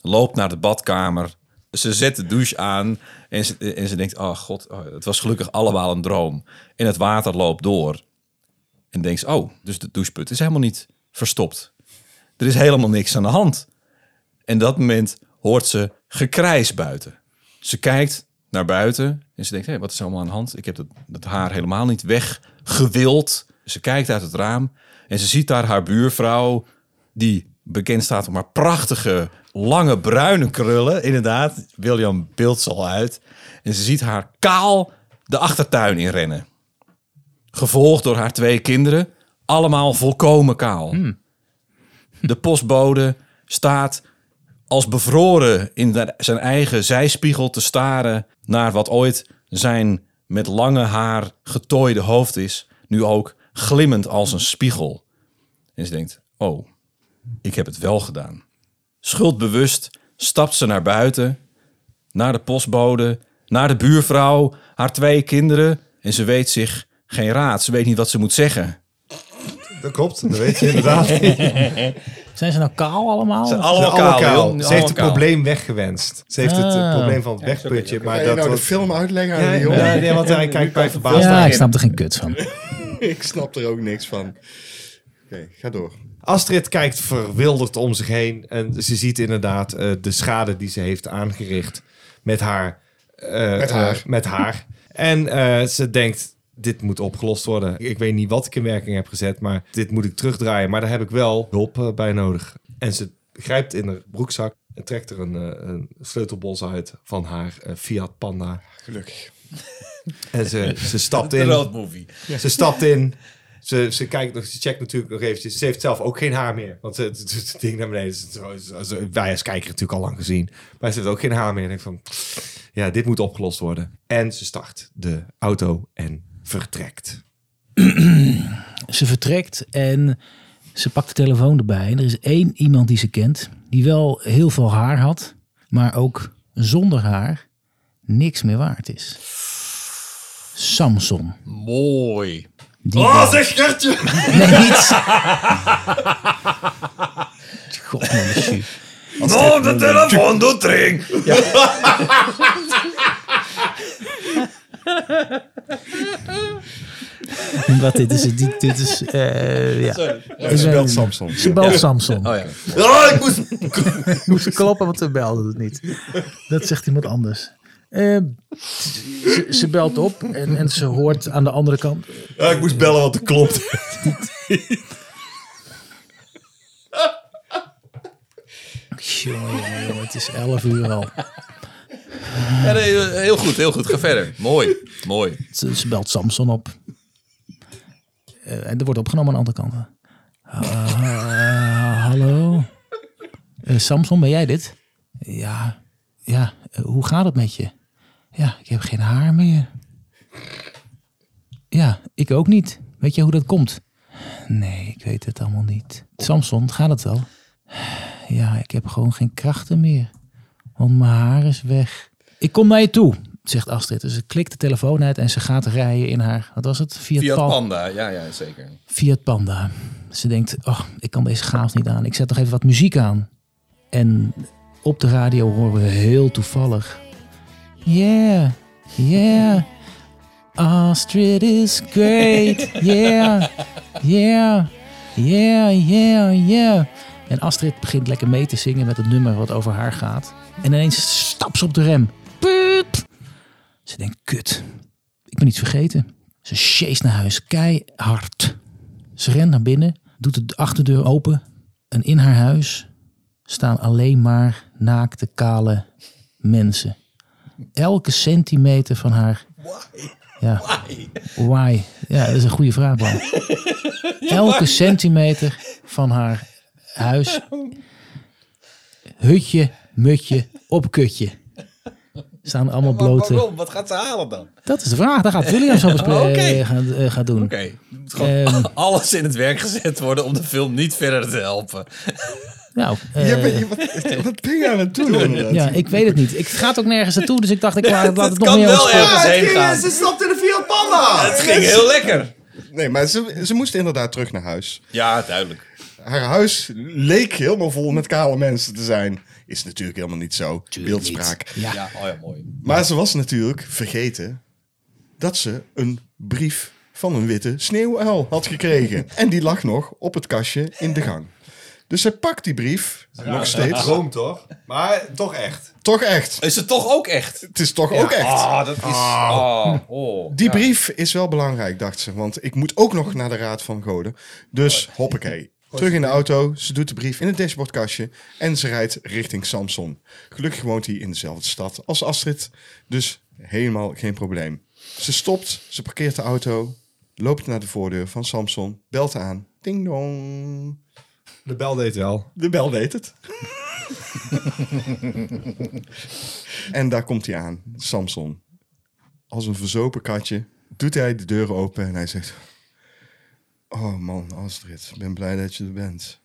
A: loopt naar de badkamer. Ze zet de douche aan en ze, en ze denkt: oh god, oh, het was gelukkig allemaal een droom. En het water loopt door. En denkt ze, oh, dus de doucheput is helemaal niet verstopt. Er is helemaal niks aan de hand. En dat moment hoort ze gekrijs buiten. Ze kijkt naar buiten en ze denkt, hé, wat is er allemaal aan de hand? Ik heb dat, dat haar helemaal niet weggewild. Ze kijkt uit het raam en ze ziet daar haar buurvrouw... die bekend staat om haar prachtige, lange, bruine krullen. Inderdaad, William beeldt ze al uit. En ze ziet haar kaal de achtertuin in rennen. Gevolgd door haar twee kinderen, allemaal volkomen kaal. De postbode staat als bevroren in de- zijn eigen zijspiegel te staren naar wat ooit zijn met lange haar getooide hoofd is, nu ook glimmend als een spiegel. En ze denkt: Oh, ik heb het wel gedaan. Schuldbewust stapt ze naar buiten, naar de postbode, naar de buurvrouw, haar twee kinderen en ze weet zich geen raad. Ze weet niet wat ze moet zeggen.
C: Dat klopt, dat weet je inderdaad.
B: Zijn ze nou kaal allemaal?
A: Ze zijn
C: Ze,
A: allemaal
C: allemaal
A: kaal,
C: kaal.
A: joh.
C: Ze heeft
A: Allemaal
C: het
A: kaal.
C: probleem weggewenst. Ze heeft het eh,
B: Ah.
C: probleem van het wegputje.
D: Ga
C: Maar
D: je
C: dat
D: nou de
C: wordt-
D: film uitleggen aan
C: Ja,
D: die jongen?
C: ja, nee, want hij kijkt bij verbaasd.
B: ja,
C: naar.
B: ik snap er geen kut van.
D: Ik snap er ook niks van. Oké, ga door.
C: Astrid kijkt verwilderd om zich heen. En ze ziet inderdaad eh, de schade die ze heeft aangericht met haar. eh,
D: Met haar.
C: eh, met haar. En eh, ze denkt, dit moet opgelost worden. Ik weet niet wat ik in werking heb gezet, maar dit moet ik terugdraaien. Maar daar heb ik wel hulp eh, bij nodig. En ze grijpt in haar broekzak en trekt er een, eh, een sleutelbos uit van haar eh, Fiat Panda.
D: Gelukkig.
C: En ze, ze stapt
A: De
C: in.
A: road movie.
C: Ze stapt in. Ze, ze kijkt nog, ze checkt natuurlijk nog eventjes. Ze heeft zelf ook geen haar meer. Want het, het, het ding naar beneden is- is- is- is- Wij als kijker natuurlijk al lang gezien. Maar ze heeft ook geen haar meer. En ik van, ja, dit moet opgelost worden. En ze start de auto en vertrekt.
B: Ze vertrekt en ze pakt de telefoon erbij. En er is één iemand die ze kent, die wel heel veel haar had, maar ook zonder haar niks meer waard is. Samson.
A: Mooi.
B: Die wel-
D: Ah, zeg Gertje!
B: Nee, niet. God, man, Sjoe.
A: Oh, de telefoon doet ring.
B: Wat dit is, dit, dit is, eh, ja.
D: Ze belt Samson.
B: Ze belt Samson.
A: Oh ja.
D: Ah, ik moest...
B: moest kloppen, want ze belden het niet. Dat zegt iemand anders. Eh, ze, ze belt op en, en ze hoort aan de andere kant.
D: Ah, ik moest bellen, want het klopt.
B: Jongen, jongen, jongen, het is 11 uur al.
A: Ja, nee, heel goed, heel goed. Ga verder. Mooi, mooi.
B: Ze, ze belt Samson op. Eh, en er wordt opgenomen aan de andere kant. Ah, eh, hallo? Eh, Samson, ben jij dit? Ja. Ja, eh, hoe gaat het met je? Ja, ik heb geen haar meer. Ja, ik ook niet. Weet je hoe dat komt? Nee, ik weet het allemaal niet. Samson, gaat het wel? Ja, ik heb gewoon geen krachten meer. Want mijn haar is weg. Ik kom naar je toe, zegt Astrid. Dus ze klikt de telefoon uit en ze gaat rijden in haar... Wat was het? Fiat,
A: Fiat
B: Pan-
A: Panda, ja, ja, zeker.
B: Fiat Panda. Ze denkt, oh, ik kan deze chaos niet aan. Ik zet nog even wat muziek aan. En op de radio horen we heel toevallig... Yeah, yeah. Astrid is great. Yeah, yeah, yeah, yeah, yeah. En Astrid begint lekker mee te zingen met het nummer wat over haar gaat. En ineens stapt ze op de rem. Puup. Ze denkt, kut, ik ben iets vergeten. Ze sjeest naar huis, keihard. Ze rent naar binnen, doet de achterdeur open. En in haar huis staan alleen maar naakte, kale mensen. Elke centimeter van haar... Ja. Why? Ja, dat is een goede vraag, man. Elke centimeter van haar huis... Hutje, mutje, opkutje. Staan allemaal blote...
A: Wat gaat ze halen dan? Oké,
B: Dat is de vraag. Daar gaat William zo bespreken gaan, eh, gaan doen.
A: er moet gewoon
B: Ehm.
A: alles in het werk gezet worden om de film niet verder te helpen.
B: Nou, eh,
D: Je bent- je- wat, wat ben je aan het doen? inderdaad?
B: ja, ik weet het niet. Ik ga het ook nergens naartoe, dus ik dacht ik laat, laat het
A: het
B: nog
A: kan
B: meer
A: wel
B: ontsporen.
A: ergens heen gaan.
D: Ze stapte in de Fiat Panda.
A: Het ging heel lekker.
D: Nee, maar ze, ze moest inderdaad terug naar huis.
A: Ja, duidelijk.
D: Haar huis leek helemaal vol met kale mensen te zijn. Is natuurlijk helemaal niet zo. Beeldspraak.
A: Ja, oh ja, mooi.
D: Maar ze was natuurlijk vergeten dat ze een brief van een witte sneeuwuil had gekregen. En die lag nog op het kastje in de gang. Dus zij pakt die brief, nog steeds.
C: Droom toch? Maar toch echt.
D: Toch echt.
A: Is het toch ook echt?
D: Het is toch ook echt.
A: Ah, dat is... Ah, oh.
D: Die brief is wel belangrijk, dacht ze. Want ik moet ook nog naar de Raad van Goden. Dus hoppakee. Terug in de auto, ze doet de brief in het dashboardkastje en ze rijdt richting Samson. Gelukkig woont hij in dezelfde stad als Astrid, dus helemaal geen probleem. Ze stopt, ze parkeert de auto, loopt naar de voordeur van Samson, belt aan. Ding dong.
C: De bel deed wel.
D: De bel weet het. en daar komt hij aan, Samson. Als een verzopen katje doet hij de deur open en hij zegt... Oh man, Astrid, ik ben blij dat je er bent.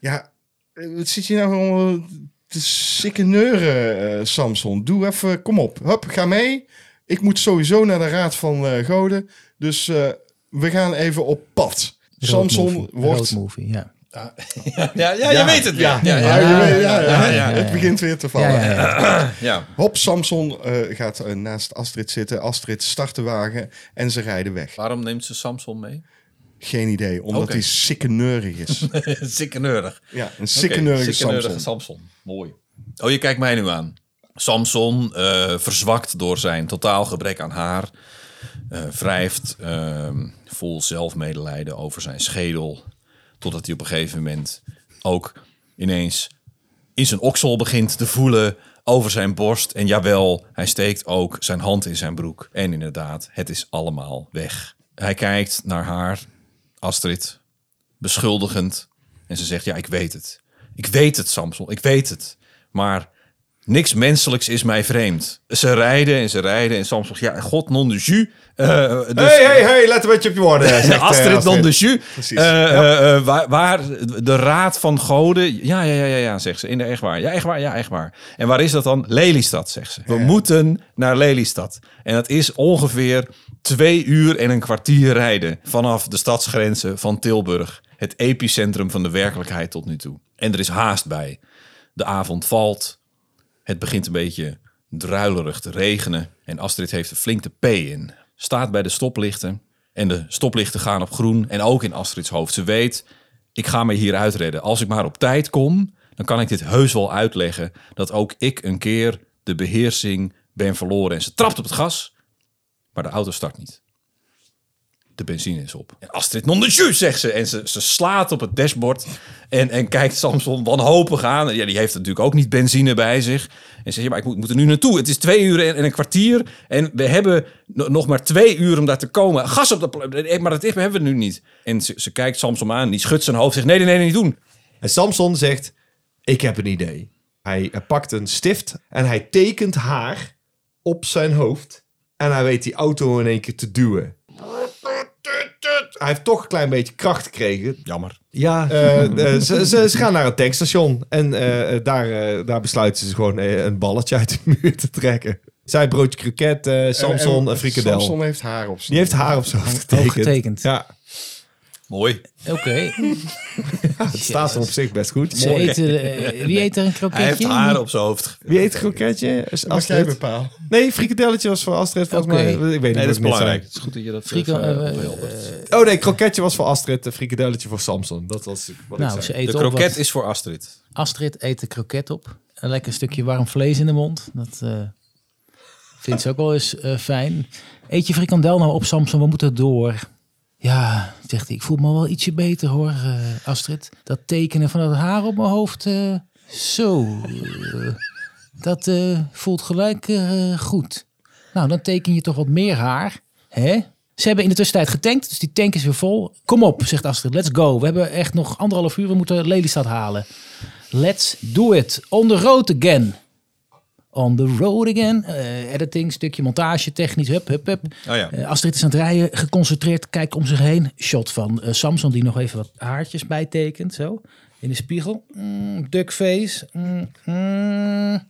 D: Ja, eh, wat zit je nou gewoon te sikke neuren, eh, Samson? Doe even, kom op. Hup, ga mee. Ik moet sowieso naar de Raad van eh, Goden. Dus eh, we gaan even op pad. Samson
B: Roadmovie.
D: wordt
B: Roadmovie, ja.
A: Ja, ja, je weet het weer. Ja, ja,
D: ja,
A: ja.
D: Ah, je weet- ja, ja,
A: ja, ja,
D: Het begint weer te vallen.
B: Ja, ja, ja.
D: Hop, Samson eh, gaat eh, naast Astrid zitten. Astrid start de wagen en ze rijden weg.
A: Waarom neemt ze Samson mee?
D: Geen idee, omdat
A: Oké.
D: hij sikke neurig is.
A: Sikke neurig.
D: ja, een
A: Oké,
D: sikke neurige
A: sikke neurige
D: Samson.
A: Samson. Mooi. Oh, je kijkt mij nu aan. Samson, eh, verzwakt door zijn totaal gebrek aan haar, eh, wrijft ehm, vol zelfmedelijden over zijn schedel. Totdat hij op een gegeven moment ook ineens in zijn oksel begint te voelen over zijn borst. En jawel, hij steekt ook zijn hand in zijn broek. En inderdaad, het is allemaal weg. Hij kijkt naar haar, Astrid, beschuldigend. En ze zegt, ja, ik weet het. Ik weet het, Samson, ik weet het. Maar niks menselijks is mij vreemd. Ze rijden en ze rijden en Samson zegt, ja, god non de jus. Eh, eh, dus-
C: hey, hey, hey, let een beetje op je woorden. Zegt, eh,
A: Astrid non de jus.
D: Precies.
A: Eh, eh, eh, waar, waar de raad van goden... Ja, ja, ja, ja, ja, zegt ze. In de echt waar. Ja, echt waar. Ja, echt waar. En waar is dat dan? Lelystad, zegt ze. We moeten naar Lelystad. En dat is ongeveer twee uur en een kwartier rijden... vanaf de stadsgrenzen van Tilburg. Het epicentrum van de werkelijkheid tot nu toe. En er is haast bij. De avond valt. Het begint een beetje druilerig te regenen en Astrid heeft er flink de P in. Staat bij de stoplichten en de stoplichten gaan op groen en ook in Astrids hoofd. Ze weet, ik ga me hier uitredden. Als ik maar op tijd kom, dan kan ik dit heus wel uitleggen dat ook ik een keer de beheersing ben verloren. En ze trapt op het gas, maar de auto start niet. De benzine is op. En Astrid non de jus, zegt ze. En ze, ze slaat op het dashboard en, en kijkt Samson wanhopig aan. En Ja, die heeft natuurlijk ook niet benzine bij zich. En ze zegt, ja, maar ik moet, moet er nu naartoe. Het is twee uur en, en een kwartier. En we hebben no- nog maar twee uur om daar te komen. Gas op de... pla- nee, Maar dat hebben we nu niet. En ze, ze kijkt Samson aan. Die schudt zijn hoofd. Zegt, nee, nee, nee, niet doen.
C: En Samson zegt, ik heb een idee. Hij eh, pakt een stift en hij tekent haar op zijn hoofd. En hij weet die auto in één keer te duwen. hij heeft toch een klein beetje kracht gekregen.
A: Jammer.
C: Ja, eh, eh, ze, ze, ze gaan naar een tankstation en eh, eh, daar, eh, daar besluiten ze gewoon eh, een balletje uit de muur te trekken. Zij broodje kroket, eh, Samson en, frikandel.
D: Samson heeft haar op
C: Die
D: zijn.
C: heeft haar op zijn hoofd
B: Hoog
C: getekend.
B: getekend.
C: Ja,
A: Mooi.
B: Eh, Oké.
C: het staat er op zich best goed.
B: Ze eten, eh, wie eet er een kroketje?
A: Hij heeft haar op zijn hoofd.
C: Wie eet een kroketje? Is
D: Mag jij
C: Astrid?
D: bepalen?
C: Nee, frikadelletje was voor Astrid volgens
B: Oké.
C: mij. Ik weet
A: Nee,
C: niet hoe
A: dat is
C: het net zijn.
A: belangrijk. Het is goed dat je dat
B: Frico-
A: even, eh,
B: eh,
A: opheldert.
C: Oh nee, kroketje was voor Astrid, een frikadelletje voor Samson. Dat was wat ik
B: nou,
C: zei.
B: ze
A: De
B: eten op.
A: kroket
B: wat-
A: is voor Astrid.
B: Astrid eet de kroket op. Een lekker stukje warm vlees in de mond. Dat eh, vindt ze ook wel eens eh, fijn. Eet je frikandel nou op, Samson? We moeten door. Ja, zegt hij. Ik voel me wel ietsje beter hoor, eh, Astrid. Dat tekenen van dat haar op mijn hoofd. eh, zo. eh, dat eh, voelt gelijk eh, goed. Nou, dan teken je toch wat meer haar. Hè? Ze hebben in de tussentijd getankt, dus die tank is weer vol. Kom op, zegt Astrid. Let's go. We hebben echt nog anderhalf uur. We moeten Lelystad halen. Let's do it. On the road again. On the road again. Eh, editing, stukje montage, technisch. Hup, hup, hup.
A: Oh ja.
B: Eh, Astrid is aan het rijden, geconcentreerd, kijkt om zich heen. Shot van eh, Samson die nog even wat haartjes bijtekent, zo. In de spiegel. Mm, duckface. Mm, mm.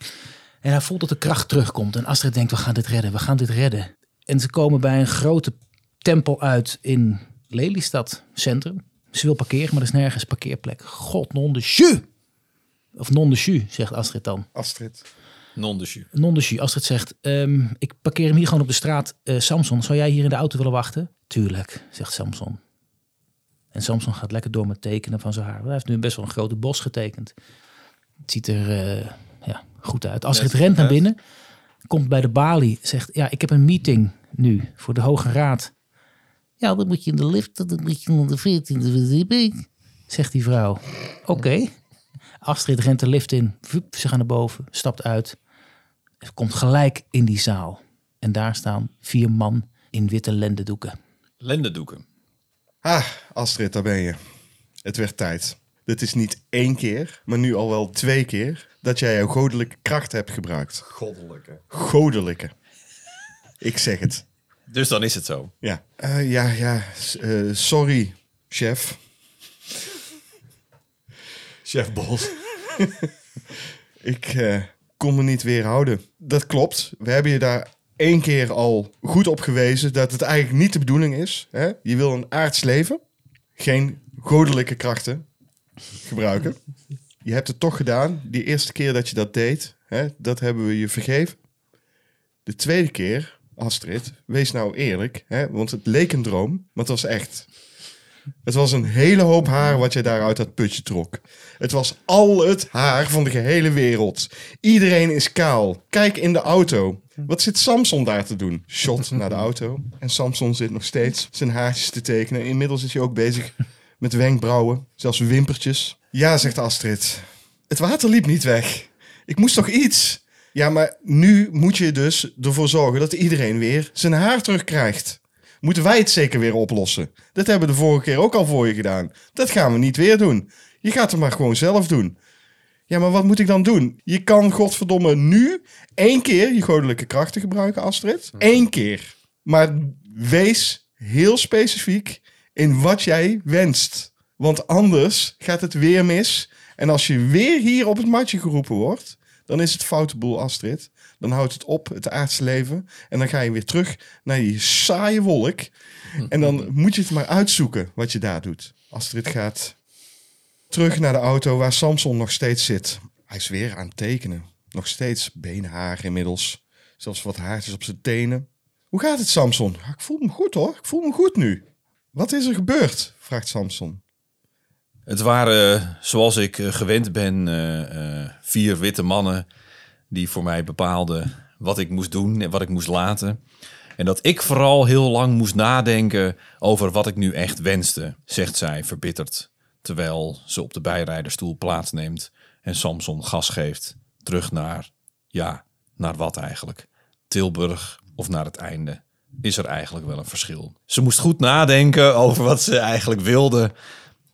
B: En hij voelt dat de kracht terugkomt. En Astrid denkt, we gaan dit redden, we gaan dit redden. En ze komen bij een grote tempel uit in Lelystad Centrum. Ze wil parkeren, maar er is nergens parkeerplek. God, non de jus! Of non de jus, zegt Astrid dan.
D: Astrid.
A: Non de jus.
B: Non de jus, Astrid zegt, ehm, ik parkeer hem hier gewoon op de straat. Eh, Samson, zou jij hier in de auto willen wachten? Tuurlijk, zegt Samson. En Samson gaat lekker door met tekenen van zijn haar. Hij heeft nu best wel een grote bos getekend. Het ziet er eh, ja, goed uit. Astrid
A: Best
B: rent naar
A: uit.
B: binnen, komt bij de balie, zegt, ja, ik heb een meeting nu voor de Hoge Raad. Ja, dan moet je in de lift, dan moet je in de 14e verdieping, zegt die vrouw. Oké. Astrid rent de lift in, vup, ze gaan naar boven, stapt uit. Ze komt gelijk in die zaal. En daar staan vier man in witte lendendoeken.
A: Lendendoeken.
D: Ah, Astrid, daar ben je. Het werd tijd. Dit is niet één keer, maar nu al wel twee keer dat jij jouw goddelijke kracht hebt gebruikt.
C: Goddelijke.
D: Goddelijke. Ik zeg het.
A: Dus dan is het zo.
D: Ja. Eh, ja, ja. s- eh, sorry, chef.
C: Chef Bos.
D: Ik eh, kon me niet weerhouden. Dat klopt. We hebben je daar één keer al goed op gewezen dat het eigenlijk niet de bedoeling is. Hè? Je wil een aards leven, geen goddelijke krachten gebruiken. Je hebt het toch gedaan. Die eerste keer dat je dat deed, hè, dat hebben we je vergeven. De tweede keer, Astrid, wees nou eerlijk, hè, want het leek een droom, maar het was echt. Het was een hele hoop haar wat je daar uit dat putje trok. Het was al het haar van de gehele wereld. Iedereen is kaal. Kijk in de auto. Wat zit Samson daar te doen? Shot naar de auto. En Samson zit nog steeds zijn haartjes te tekenen. Inmiddels is hij ook bezig met wenkbrauwen, zelfs wimpertjes. Ja, zegt Astrid. Het water liep niet weg. Ik moest toch iets? Ja, maar nu moet je dus ervoor zorgen dat iedereen weer zijn haar terugkrijgt. Moeten wij het zeker weer oplossen? Dat hebben we de vorige keer ook al voor je gedaan. Dat gaan we niet weer doen. Je gaat het maar gewoon zelf doen. Ja, maar wat moet ik dan doen? Je kan godverdomme nu één keer je goddelijke krachten gebruiken, Astrid. Eén keer. Maar wees heel specifiek in wat jij wenst. Want anders gaat het weer mis. En als je weer hier op het matje geroepen wordt, dan is het foute boel, Astrid. Dan houdt het op, het aardse leven. En dan ga je weer terug naar je saaie wolk. En dan moet je het maar uitzoeken wat je daar doet. Astrid gaat Terug naar de auto waar Samson nog steeds zit. Hij is weer aan het tekenen. Nog steeds beenhaar inmiddels. Zelfs wat haartjes op zijn tenen. Hoe gaat het, Samson? "Ah, Ik voel me goed hoor. Ik voel me goed nu. Wat is er gebeurd? vraagt Samson.
A: Het waren, zoals ik eh, gewend ben, eh, eh, vier witte mannen die voor mij bepaalden wat ik moest doen en wat ik moest laten. En dat ik vooral heel lang moest nadenken over wat ik nu echt wenste, zegt zij verbitterd. Terwijl ze op de bijrijderstoel plaatsneemt en Samson gas geeft. Terug naar, ja, naar wat eigenlijk? Tilburg of naar het einde? Is er eigenlijk wel een verschil? Ze moest goed nadenken over wat ze eigenlijk wilde.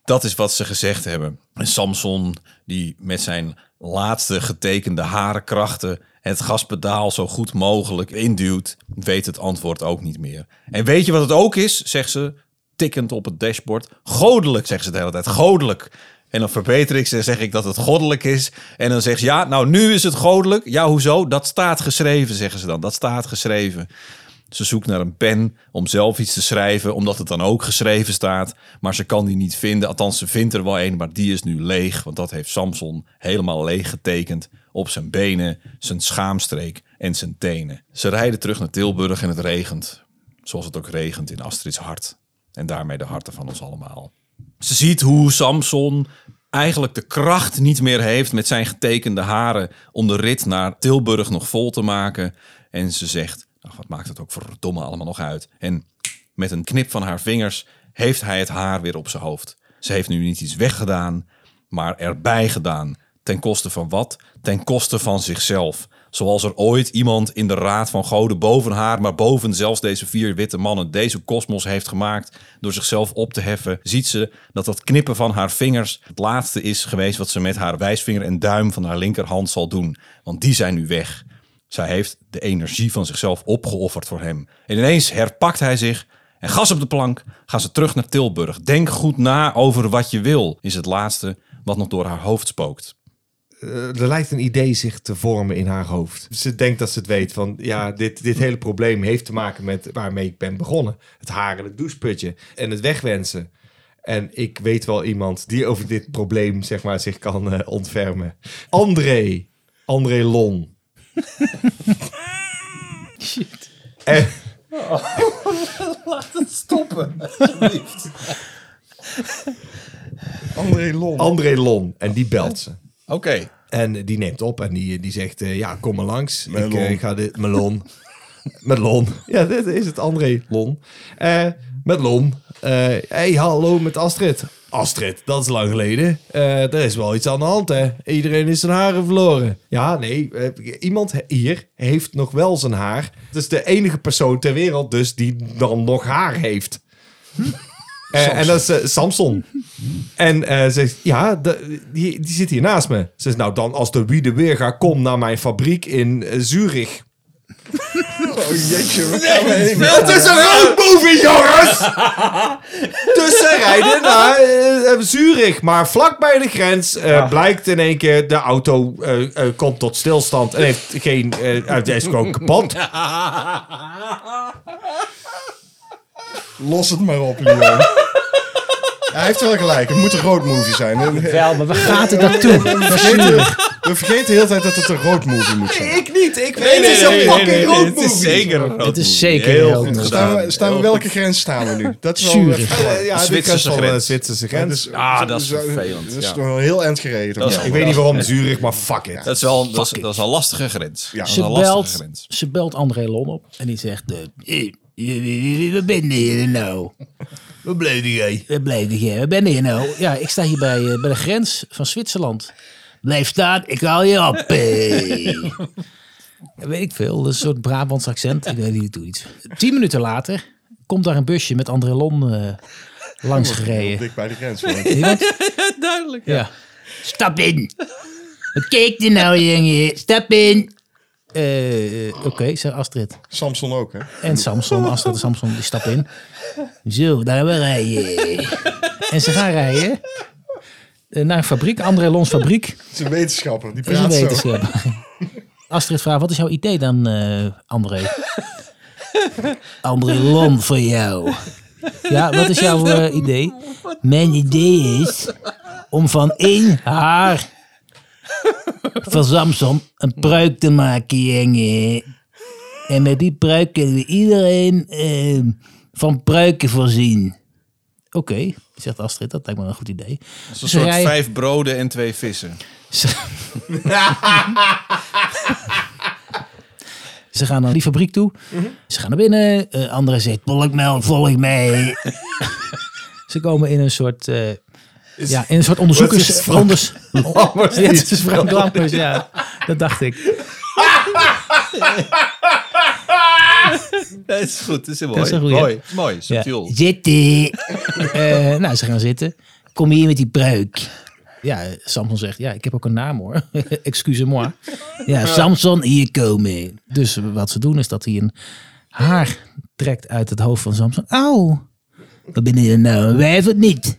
A: Dat is wat ze gezegd hebben. En Samson, die met zijn laatste getekende harenkrachten het gaspedaal zo goed mogelijk induwt, weet het antwoord ook niet meer. En weet je wat het ook is, zegt ze? tikkend op het dashboard. Godelijk, zeggen ze de hele tijd. Godelijk. En dan verbeter ik ze en zeg ik dat het goddelijk is. En dan zegt ze, ja, nou nu is het goddelijk. Ja, hoezo? Dat staat geschreven, zeggen ze dan. Dat staat geschreven. Ze zoekt naar een pen om zelf iets te schrijven, omdat het dan ook geschreven staat. Maar ze kan die niet vinden. Althans, ze vindt er wel een, maar die is nu leeg. Want dat heeft Samson helemaal leeg getekend op zijn benen, zijn schaamstreek en zijn tenen. Ze rijden terug naar Tilburg en het regent. Zoals het ook regent in Astrid's hart. En daarmee de harten van ons allemaal. Ze ziet hoe Samson eigenlijk de kracht niet meer heeft met zijn getekende haren om de rit naar Tilburg nog vol te maken. En ze zegt, ach wat maakt het ook verdomme allemaal nog uit. En met een knip van haar vingers heeft hij het haar weer op zijn hoofd. Ze heeft nu niet iets weggedaan, maar erbij gedaan. Ten koste van wat? Ten koste van zichzelf. Zoals er ooit iemand in de Raad van Goden boven haar, maar boven zelfs deze vier witte mannen, deze kosmos heeft gemaakt door zichzelf op te heffen, ziet ze dat dat knippen van haar vingers het laatste is geweest wat ze met haar wijsvinger en duim van haar linkerhand zal doen. Want die zijn nu weg. Zij heeft de energie van zichzelf opgeofferd voor hem. En ineens herpakt hij zich en gas op de plank gaan ze terug naar Tilburg. Denk goed na over wat je wil, is het laatste wat nog door haar hoofd spookt.
C: Eh, er lijkt een idee zich te vormen in haar hoofd. Ze denkt dat ze het weet van, ja, dit, dit hele probleem heeft te maken met waarmee ik ben begonnen. Het haren, het doucheputje en het wegwensen. En ik weet wel iemand die over dit probleem, zeg maar, zich kan eh, ontfermen. André. André Lon. Shit.
A: André Lon.
C: André Lon. En die belt ze.
A: Oké.
C: En die neemt op en die, die zegt, eh, ja, kom maar langs. Ik
D: Melon.
C: eh, ga dit... Melon. met Lon. Ja, dit is het, André. Lon. Eh, met Lon. Eh, hey, hallo met Astrid. Astrid, dat is lang geleden. Eh, er is wel iets aan de hand, hè? Iedereen is zijn haren verloren. Ja, nee, eh, iemand he- hier heeft nog wel zijn haar. Het is de enige persoon ter wereld dus die dan nog haar heeft. Eh, en dat is eh, Samson. En eh, ze zegt, ja, de- die, die zit hier naast me. Ze zegt, nou dan, als de wie de weer gaat, kom naar mijn fabriek in eh, Zurich.
B: Oh,
C: Veel tussen rood boven, jongens! dus ze rijden naar eh, eh, Zurich. Maar vlak bij de grens eh, blijkt in één keer... de auto eh, eh, komt tot stilstand en heeft geen... eh, hij is gewoon kapot.
D: Los het maar op, Leon. Ja, Hij heeft wel gelijk. Het moet een road movie zijn. We
B: Wel, maar waar gaat het naartoe?
D: vergeten, we vergeten de hele tijd dat het een road movie moet zijn.
C: Ik niet, ik weet het is een
A: Nee, nee,
C: fucking
A: nee,
C: road
A: dit is
C: movie.
A: zeker een road
B: Dit is
A: movie.
B: zeker een road
A: goed
B: movie.
A: gedaan.
D: Staan we, staan we,
A: Heel
D: welke grens staan we nu? Dat is wel
B: Zurich.
D: even-
C: Eh, ja, dit
A: Zwitserse
C: is wel een
A: grens.
C: Zwitserse
D: Ja,
C: grens.
D: dus-
A: Ah, dat is
D: dus-
A: vervelend,
D: Dat is
A: ja.
D: toch wel heel eind gereden.
A: Dat is-
D: Ja.
C: Ik weet niet waarom Zurich, maar fuck it.
A: Dat is wel dat is, dat is een lastige grens.
D: Ja.
A: Dat is
B: Ze
A: een lastige
B: belt,
A: grens.
B: ze belt André Lon op en die zegt... eh, Wat ben je nou?
C: Wat bleef jij?
B: Wat blijf je? Wat ben je nou? Ja, ik sta hier bij, eh, bij de grens van Zwitserland. Blijf staan, ik haal je op. hey. Weet ik veel, dat is een soort Brabants accent. Ik weet niet, doe iets. Tien minuten later komt daar een busje met André Lon eh, langs gereden.
D: Dik bij de grens. hoor.
B: Duidelijk. Ja. Stap in. Wat keek je nou, jongen? Stap in. Eh, eh, Oké, zei Astrid.
D: Samson ook, hè?
B: En Samson, Astrid en Samson, die stap in. Zo, daar we rijden. En ze gaan rijden eh, naar een fabriek, André Lons fabriek.
D: Het is een wetenschapper. Die
B: Dat is een
D: praat zo.
B: wetenschap. Astrid vraagt, wat is jouw idee dan, eh, André? André Lon voor jou. Ja, wat is jouw eh, idee? Mijn idee is om van één haar van Samson een pruik te maken, jongen. En met die pruik kunnen we iedereen eh, van pruiken voorzien. Oké, zegt Astrid, dat lijkt me een goed idee.
A: Dat is
B: Ze
A: een soort
B: rijden-
A: vijf broden en twee vissen.
B: ze... Ze gaan naar die fabriek toe.
A: Mhm.
B: Ze gaan naar binnen. Eh André zegt, volg mij, volg mij. ze komen in een soort... eh, ja, in een soort
C: Wat is
B: onderzoekers...
C: Frank
B: Onders,
C: Lammers
B: ja, het
C: niet?
B: is Frank Lampers, ja. Dat dacht ik.
A: Dat is goed, dat is heel
B: Dat
A: mooi.
B: is een goeie.
A: Mooi, mooi,
B: Ja.
A: subtiel.
B: Zitten. Eh, nou, ze gaan zitten. Kom hier met die pruik. Ja, eh, Samson zegt, ja, ik heb ook een naam hoor. Excusez-moi. Ja, Samson, hier komen. Dus wat ze doen is dat hij een haar trekt uit het hoofd van Samson. Auw. Wat ben je nou, een wijf of niet?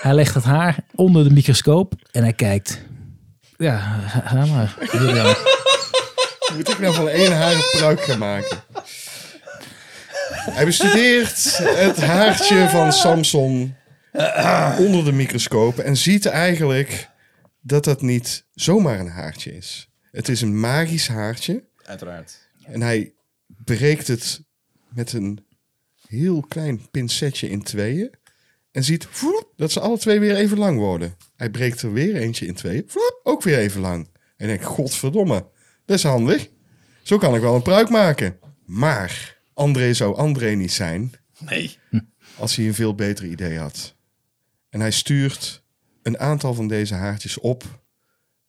B: Hij legt het haar onder de microscoop en hij kijkt. Ja, ga ga maar. Julian.
D: Moet ik nou van één haar een pruik gaan maken? Hij bestudeert het haartje van Samson onder de microscoop en ziet eigenlijk dat dat niet zomaar een haartje is. Het is een magisch haartje
A: Uiteraard.
D: en hij breekt het met een heel klein pincetje in tweeën en ziet vloep, dat ze alle twee weer even lang worden. Hij breekt er weer eentje in tweeën, vloep, ook weer even lang. En ik denk, godverdomme, dat is handig. Zo kan ik wel een pruik maken. Maar André zou André niet zijn
A: Nee.
D: als hij een veel beter idee had. En hij stuurt een aantal van deze haartjes op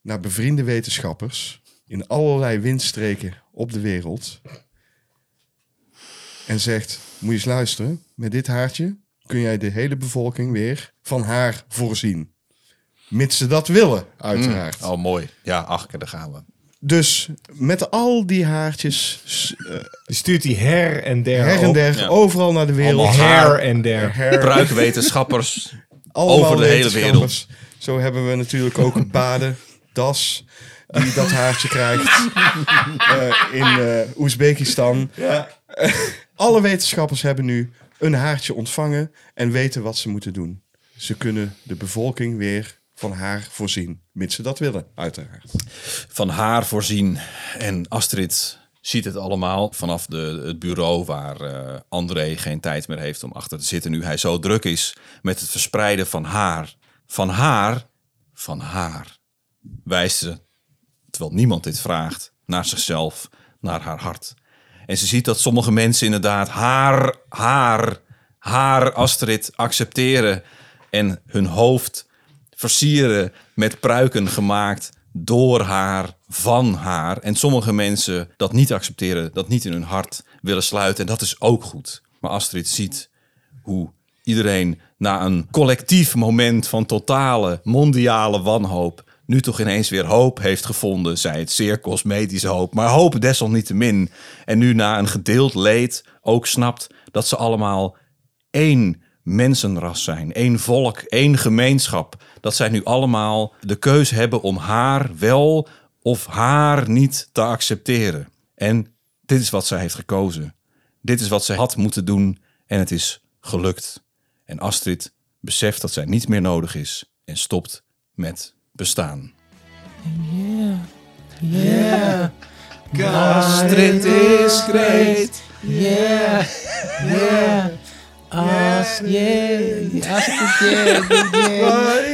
D: naar bevriende wetenschappers in allerlei windstreken op de wereld. En zegt: Moet je eens luisteren, met dit haartje kun jij de hele bevolking weer van haar voorzien. Mits ze dat willen, uiteraard.
C: Mm.
A: Oh, mooi. Ja, ach, daar gaan we.
D: Dus met al die haartjes s- eh,
C: Die stuurt die her en der.
D: her en
C: op.
D: der,
A: Ja.
D: overal naar de wereld.
A: Allemaal
C: Her en der.
D: Her-
A: Bruikwetenschappers.
D: Allemaal
A: Over de hele
D: wetenschappers. Zo hebben we natuurlijk ook een baden-das die dat haartje krijgt eh, in eh, Oezbekistan. Alle wetenschappers hebben nu een haartje ontvangen en weten wat ze moeten doen. Ze kunnen de bevolking weer van haar voorzien, mits ze dat willen, uiteraard.
A: van haar voorzien. En Astrid ziet het allemaal vanaf de, het bureau waar eh, André geen tijd meer heeft om achter te zitten. Nu hij zo druk is met het verspreiden van haar. Van haar, van haar. Wijst ze, terwijl niemand dit vraagt, naar zichzelf, naar haar hart. En ze ziet dat sommige mensen inderdaad haar, haar, haar Astrid accepteren. En hun hoofd versieren met pruiken gemaakt door haar, van haar. En sommige mensen dat niet accepteren, dat niet in hun hart willen sluiten. En dat is ook goed. Maar Astrid ziet hoe iedereen na een collectief moment van totale mondiale wanhoop nu toch ineens weer hoop heeft gevonden. Zij het zeer cosmetische hoop, maar hoop desalniettemin. En nu na een gedeeld leed ook snapt dat ze allemaal één mensenras zijn, één volk, één gemeenschap. Dat zij nu allemaal de keus hebben om haar wel of haar niet te accepteren. En dit is wat zij heeft gekozen. Dit is wat zij had moeten doen en het is gelukt. En Astrid beseft dat zij niet meer nodig is en stopt met bestaan. Astrid is great.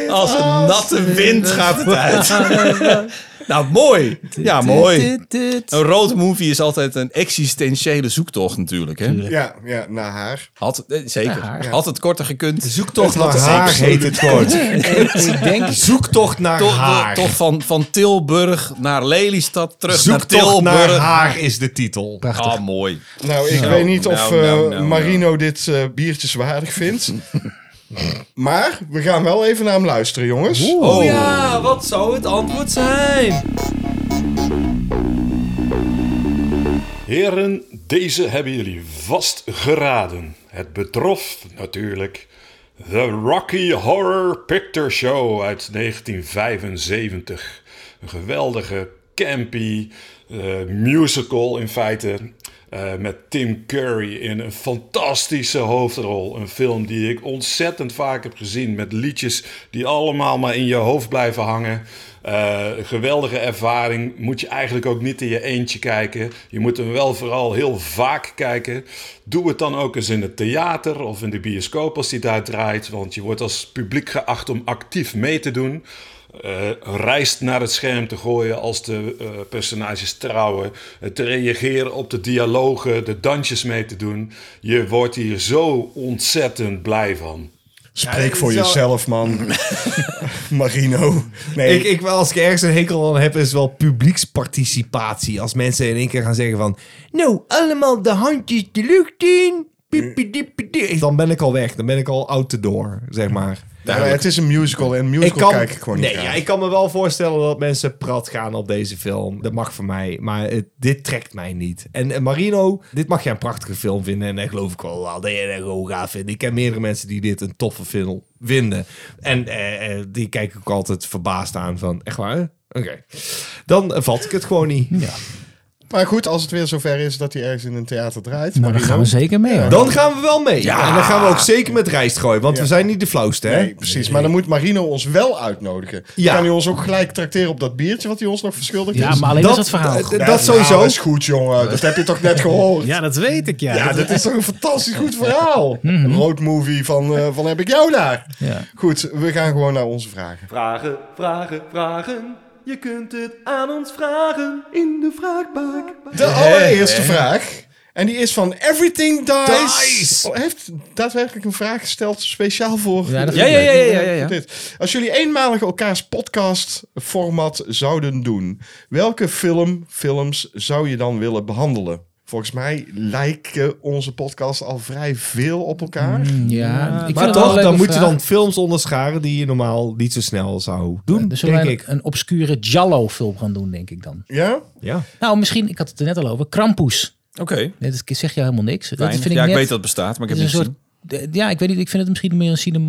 A: Als een natte wind gaat het uit. nou, mooi. Ja, mooi. Een road movie is altijd een existentiële zoektocht natuurlijk. Hè?
D: Ja, ja naar haar.
A: Had, eh, zeker. Had het korter gekund.
C: Zoektocht naar
D: Het had
C: haar
D: absoluut-
C: heet het woord.
B: Ik denk
C: Zoektocht naar
A: Toch,
C: haar.
A: toch van, van Tilburg naar Lelystad, terug naar
C: Zoektocht
A: Tilburg.
C: naar haar is de titel.
A: Ah, mooi.
D: Nou, ik
A: Nou,
D: weet niet of
A: nou, nou,
D: eh,
A: nou,
D: Marino dit eh, biertje zwaardig vindt. maar we gaan wel even naar hem luisteren, jongens.
A: Oh,
J: Ja, wat zou het antwoord zijn?
G: Heren, deze hebben jullie vast geraden. Het betrof natuurlijk The Rocky Horror Picture Show uit 1975. Een geweldige, campy eh, musical in feite. eh, met Tim Curry in een fantastische hoofdrol. Een film die ik ontzettend vaak heb gezien. Met liedjes die allemaal maar in je hoofd blijven hangen. Eh, geweldige ervaring. Moet je eigenlijk ook niet in je eentje kijken. Je moet hem wel vooral heel vaak kijken. Doe het dan ook eens in het theater of in de bioscoop als die daar draait. Want je wordt als publiek geacht om actief mee te doen. Eh, rijst naar het scherm te gooien als de eh, personages trouwen. Eh, te reageren op de dialogen, de dansjes mee te doen. Je wordt hier zo ontzettend blij van.
D: Spreek voor
C: Ja, het is wel-
D: jezelf, man. Marino. Nee,
C: Ik, ik, wel, als ik ergens een hekel aan heb, is wel publieksparticipatie. Als mensen in één keer gaan zeggen van... Nou, allemaal de handjes de lucht in. Piep, piep, piep, piep. Dan ben ik al weg. Dan ben ik al out the door, zeg maar.
D: maar nou het is een musical en musical kijk ik gewoon niet
C: nee,
D: graag.
C: ja, ik kan me wel voorstellen dat mensen prat gaan op deze film. Dat mag voor mij, maar het- dit trekt mij niet. En eh, Marino, dit mag jij een prachtige film vinden. En daar geloof ik wel aan dat je dat gewoon gaaf vindt. Ik ken meerdere mensen die dit een toffe film vinden. En eh, eh, die kijk ik ook altijd verbaasd aan van, echt waar? Oké. Dan eh, vat ik het gewoon niet.
D: Maar goed, als het weer zover is dat hij ergens in een theater draait.
B: Maar daar
D: Marino.
B: gaan we zeker mee. hoor.
C: Dan gaan we wel mee. En dan gaan we ook zeker met rijst gooien, want we zijn niet de flauwste, hè?
D: Nee, precies. Maar dan moet Marino ons wel uitnodigen.
C: Ja.
D: Kan hij ons ook gelijk tracteren op dat biertje wat hij ons nog verschuldigd
B: ja,
D: is?
B: maar alleen dat, is het verhaal.
C: dat-
D: Ja, nou,
C: dat sowieso.
D: Dat is goed, jongen. Dat heb je toch net gehoord?
K: Ja, dat weet ik, ja.
D: Ja, dat is toch een fantastisch goed verhaal.
B: Mhm.
D: Een road movie van, eh, van heb ik jou daar.
B: Ja.
D: Goed, we gaan gewoon naar onze vragen.
J: Vragen, vragen, vragen. Je kunt het aan ons vragen in de vraagbak.
D: De allereerste vraag. En die is van Everything Dies.
C: Dies.
D: Oh, Heeft daadwerkelijk een vraag gesteld speciaal voor...
B: Ja, dat-
A: Ja, ja, ja, ja, ja, ja.
D: Dit. Als jullie eenmalig elkaars podcastformat zouden doen, welke film, films zou je dan willen behandelen? Volgens mij lijken onze podcasts al vrij veel op elkaar.
A: Hmm.
B: Ja, ik vind
C: Maar
B: het wel een
C: toch,
B: leuke
C: dan moet je
B: vraag.
C: dan films onderscharen die je normaal niet zo snel zou doen,
B: Dus zullen
C: denk
B: wij
C: ik.
B: een, een obscure Jallo-film gaan doen, denk ik dan.
D: Ja?
C: Ja.
B: Nou, misschien, ik had het er net al over, Krampus.
A: Oké.
B: Nee, dat zeg je helemaal niks. Dat
A: Fijn.
B: vind ik
A: ja, ik
B: net-
A: weet dat het bestaat, maar ik heb
B: Het
A: niet
B: is een
A: gezien.
B: soort- ja, ik weet niet. Ik vind het misschien meer een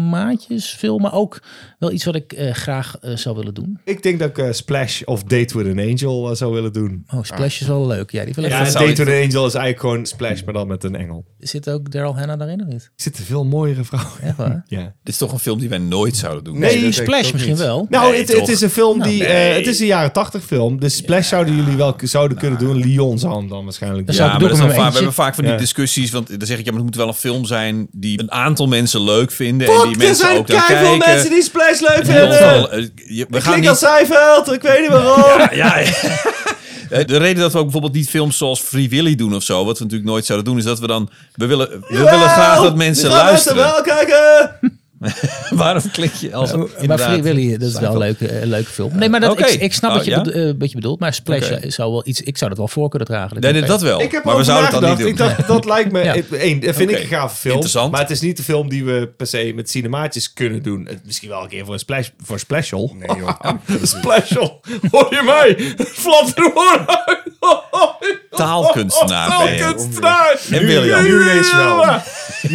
B: cinemaatjesfilm, maar ook wel iets wat ik eh, graag eh, zou willen doen.
C: Ik denk dat ik eh, Splash of Date with an Angel eh, zou willen doen.
A: Ah.
B: Oh, Splash is wel leuk. Ja, die wil ik.
C: Ja,
B: wel.
C: en
A: zou
C: Date
A: ik-
C: with an Angel is eigenlijk gewoon Splash, maar dan met een engel.
B: Zit ook Daryl Hannah daarin of niet?
C: Er zitten veel mooiere vrouwen.
B: Echt waar?
C: Ja.
A: Dit is toch een film die wij nooit zouden doen.
D: Nee, dat denk ik
B: Splash
D: ook
B: misschien
D: niet.
B: wel.
C: Nou,
A: Nee,
C: het, het
A: toch? Nou,
C: is een film die... eh,
A: nee.
C: het is een jaren tachtig film. Dus Splash zouden jullie wel k- zouden kunnen
A: Nou.
C: doen. Lyon zou hem dan waarschijnlijk
B: Dat
C: doen.
B: zou
A: Ja, maar
B: ik doen
A: dat zijn
B: met
A: vaak-
B: eentje.
A: we hebben vaak van die
C: Ja.
A: discussies. Want dan zeg ik, ja, maar het moet wel een film zijn die een aantal mensen leuk vinden. en die
C: Fuck, er
A: mensen
C: zijn
A: ook naar
C: keiveel
A: kijken.
C: mensen die Splash leuk
A: In ons
C: vinden.
A: geval, eh, je- we
C: Ik
A: gaan
C: klink als
A: niet...
C: Seinfeld, ik weet niet waarom.
A: Ja, ja. Eh, De reden dat we ook bijvoorbeeld niet films zoals Free Willy doen of zo, wat we natuurlijk nooit zouden doen, is dat we dan. We willen, we willen graag dat mensen luisteren.
C: wel kijken.
A: Waarom klik je als.
B: Maar
A: inderdaad.
B: Free Willy, dat is wel een leuke, eh, leuke film. Nee, maar dat,
A: Oké.
B: ik, ik snap
A: Oh,
B: wat, je
A: ja?
B: bedo- eh, wat je bedoelt. Maar Splash eh,
A: Oké.
B: zou wel iets... Ik zou dat wel voor kunnen dragen.
A: Nee, nee,
B: kan
A: dat
B: ik-
A: wel.
C: Ik heb
A: Oh, maar we zouden het dan
C: dat
A: niet doen.
C: Ik dacht, dat lijkt me...
B: Ja.
C: het- één, dat vind
A: Oké.
C: ik een gave film.
A: Interessant.
C: Maar het is niet de film die we per se met cinemaatjes kunnen doen. Het- Misschien wel een keer voor een splash, voor splashel.
D: Nee, joh.
C: Splashel. Hoor je mij? Vlat in
A: Taalkunstenaar ben je.
C: oh, Taalkunstenaar.
A: En William.
D: Nu ineens wel.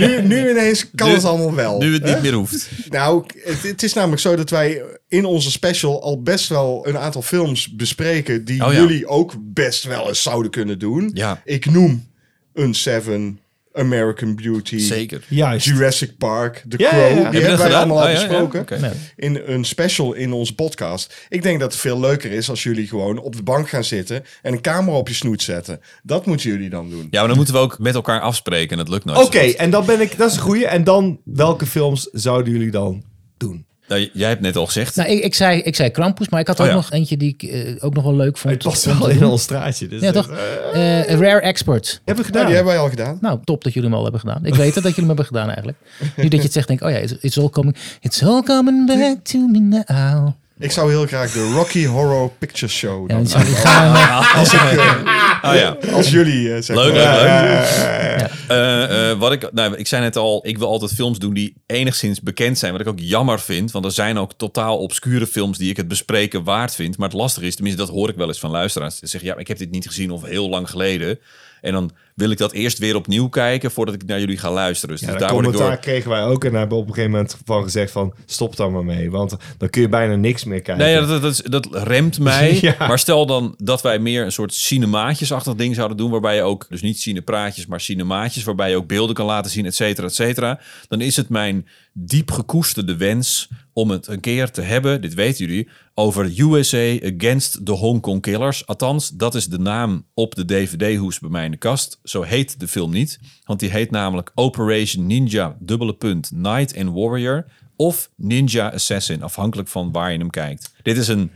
D: Nu, nu ineens kan
A: Nu-
D: het allemaal wel.
A: Nu het niet meer hoeft.
D: Nou, het, het is namelijk zo dat wij in onze special al best wel een aantal films bespreken die
A: Oh ja.
D: jullie ook best wel eens zouden kunnen doen.
A: Ja.
D: Ik noem een Seven, American Beauty,
A: Zeker.
C: Juist.
D: Jurassic Park, The
C: Ja, ja,
D: Crow.
C: ja.
A: we
C: Hebben
D: Die hebben
A: dat
D: wij
A: gedaan?
D: allemaal
A: Oh,
D: al
A: ja, ja.
D: besproken.
A: Oké.
B: Nee.
D: In een special in onze podcast. Ik denk dat het veel leuker is als jullie gewoon op de bank gaan zitten en een camera op je snoet zetten. Dat moeten jullie dan doen.
A: Ja, maar dan moeten we ook met elkaar afspreken en dat lukt nooit.
C: Oké,
A: zo goed.
C: en dan ben ik... Dat is een goeie. En dan, welke films zouden jullie dan doen?
A: Nou, j- jij hebt net al gezegd.
B: Nou, ik, ik, zei, ik zei Krampus, maar ik had
A: Oh,
B: ook
A: ja.
B: nog eentje die ik eh, ook nog wel leuk vond.
C: Het past
B: om te
C: wel in
B: doen.
C: ons straatje. Dus
B: Ja, toch? Eh, Rare Expert.
C: Heb ik
D: Nou,
C: gedaan.
D: die hebben wij al gedaan.
B: Nou, top dat jullie hem al hebben gedaan. Ik weet het dat jullie hem hebben gedaan eigenlijk. Nu dat je het zegt, denk ik, oh ja, it's, it's all coming, it's all coming back to me now.
D: Ik zou heel graag de Rocky Horror Picture Show.
B: Ja,
D: dan
B: die
A: nou,
B: zou ik gaan-
A: Oh
C: Nou,
A: ja.
D: Als jullie eh zeggen.
A: Leuk, leuk,
D: Ja,
A: leuk.
D: ja, ja, ja.
A: Eh, eh, wat ik, nou, ik zei net al, ik wil altijd films doen die enigszins bekend zijn. Wat ik ook jammer vind, want er zijn ook totaal obscure films die ik het bespreken waard vind. Maar het lastige is, tenminste dat hoor ik wel eens van luisteraars. Ze zeggen, ja, ik heb dit niet gezien of heel lang geleden. En dan wil ik dat eerst weer opnieuw kijken voordat ik naar jullie ga luisteren. Dus,
C: Ja,
A: dus
C: dat
A: daar word ik
C: commentaar
A: door...
C: kregen wij ook en daar hebben we op een gegeven moment van gezegd van stop daar maar mee, want dan kun je bijna niks meer kijken.
A: Nee, ja, dat, dat, is- dat remt mij.
C: Ja.
A: Maar stel dan dat wij meer een soort cinemaatjesachtig ding zouden doen... waarbij je ook, dus niet cinepraatjes, maar cinemaatjes... waarbij je ook beelden kan laten zien, et cetera, et cetera. Dan is het mijn diep gekoesterde wens om het een keer te hebben... dit weten jullie, over USA Against the Hong Kong Killers. Althans, dat is de naam op de DVD-hoes bij mij in de kast. Zo heet de film niet, want die heet namelijk Operation Ninja... dubbele punt Night and Warrior of Ninja Assassin, afhankelijk van waar je hem kijkt. Dit is een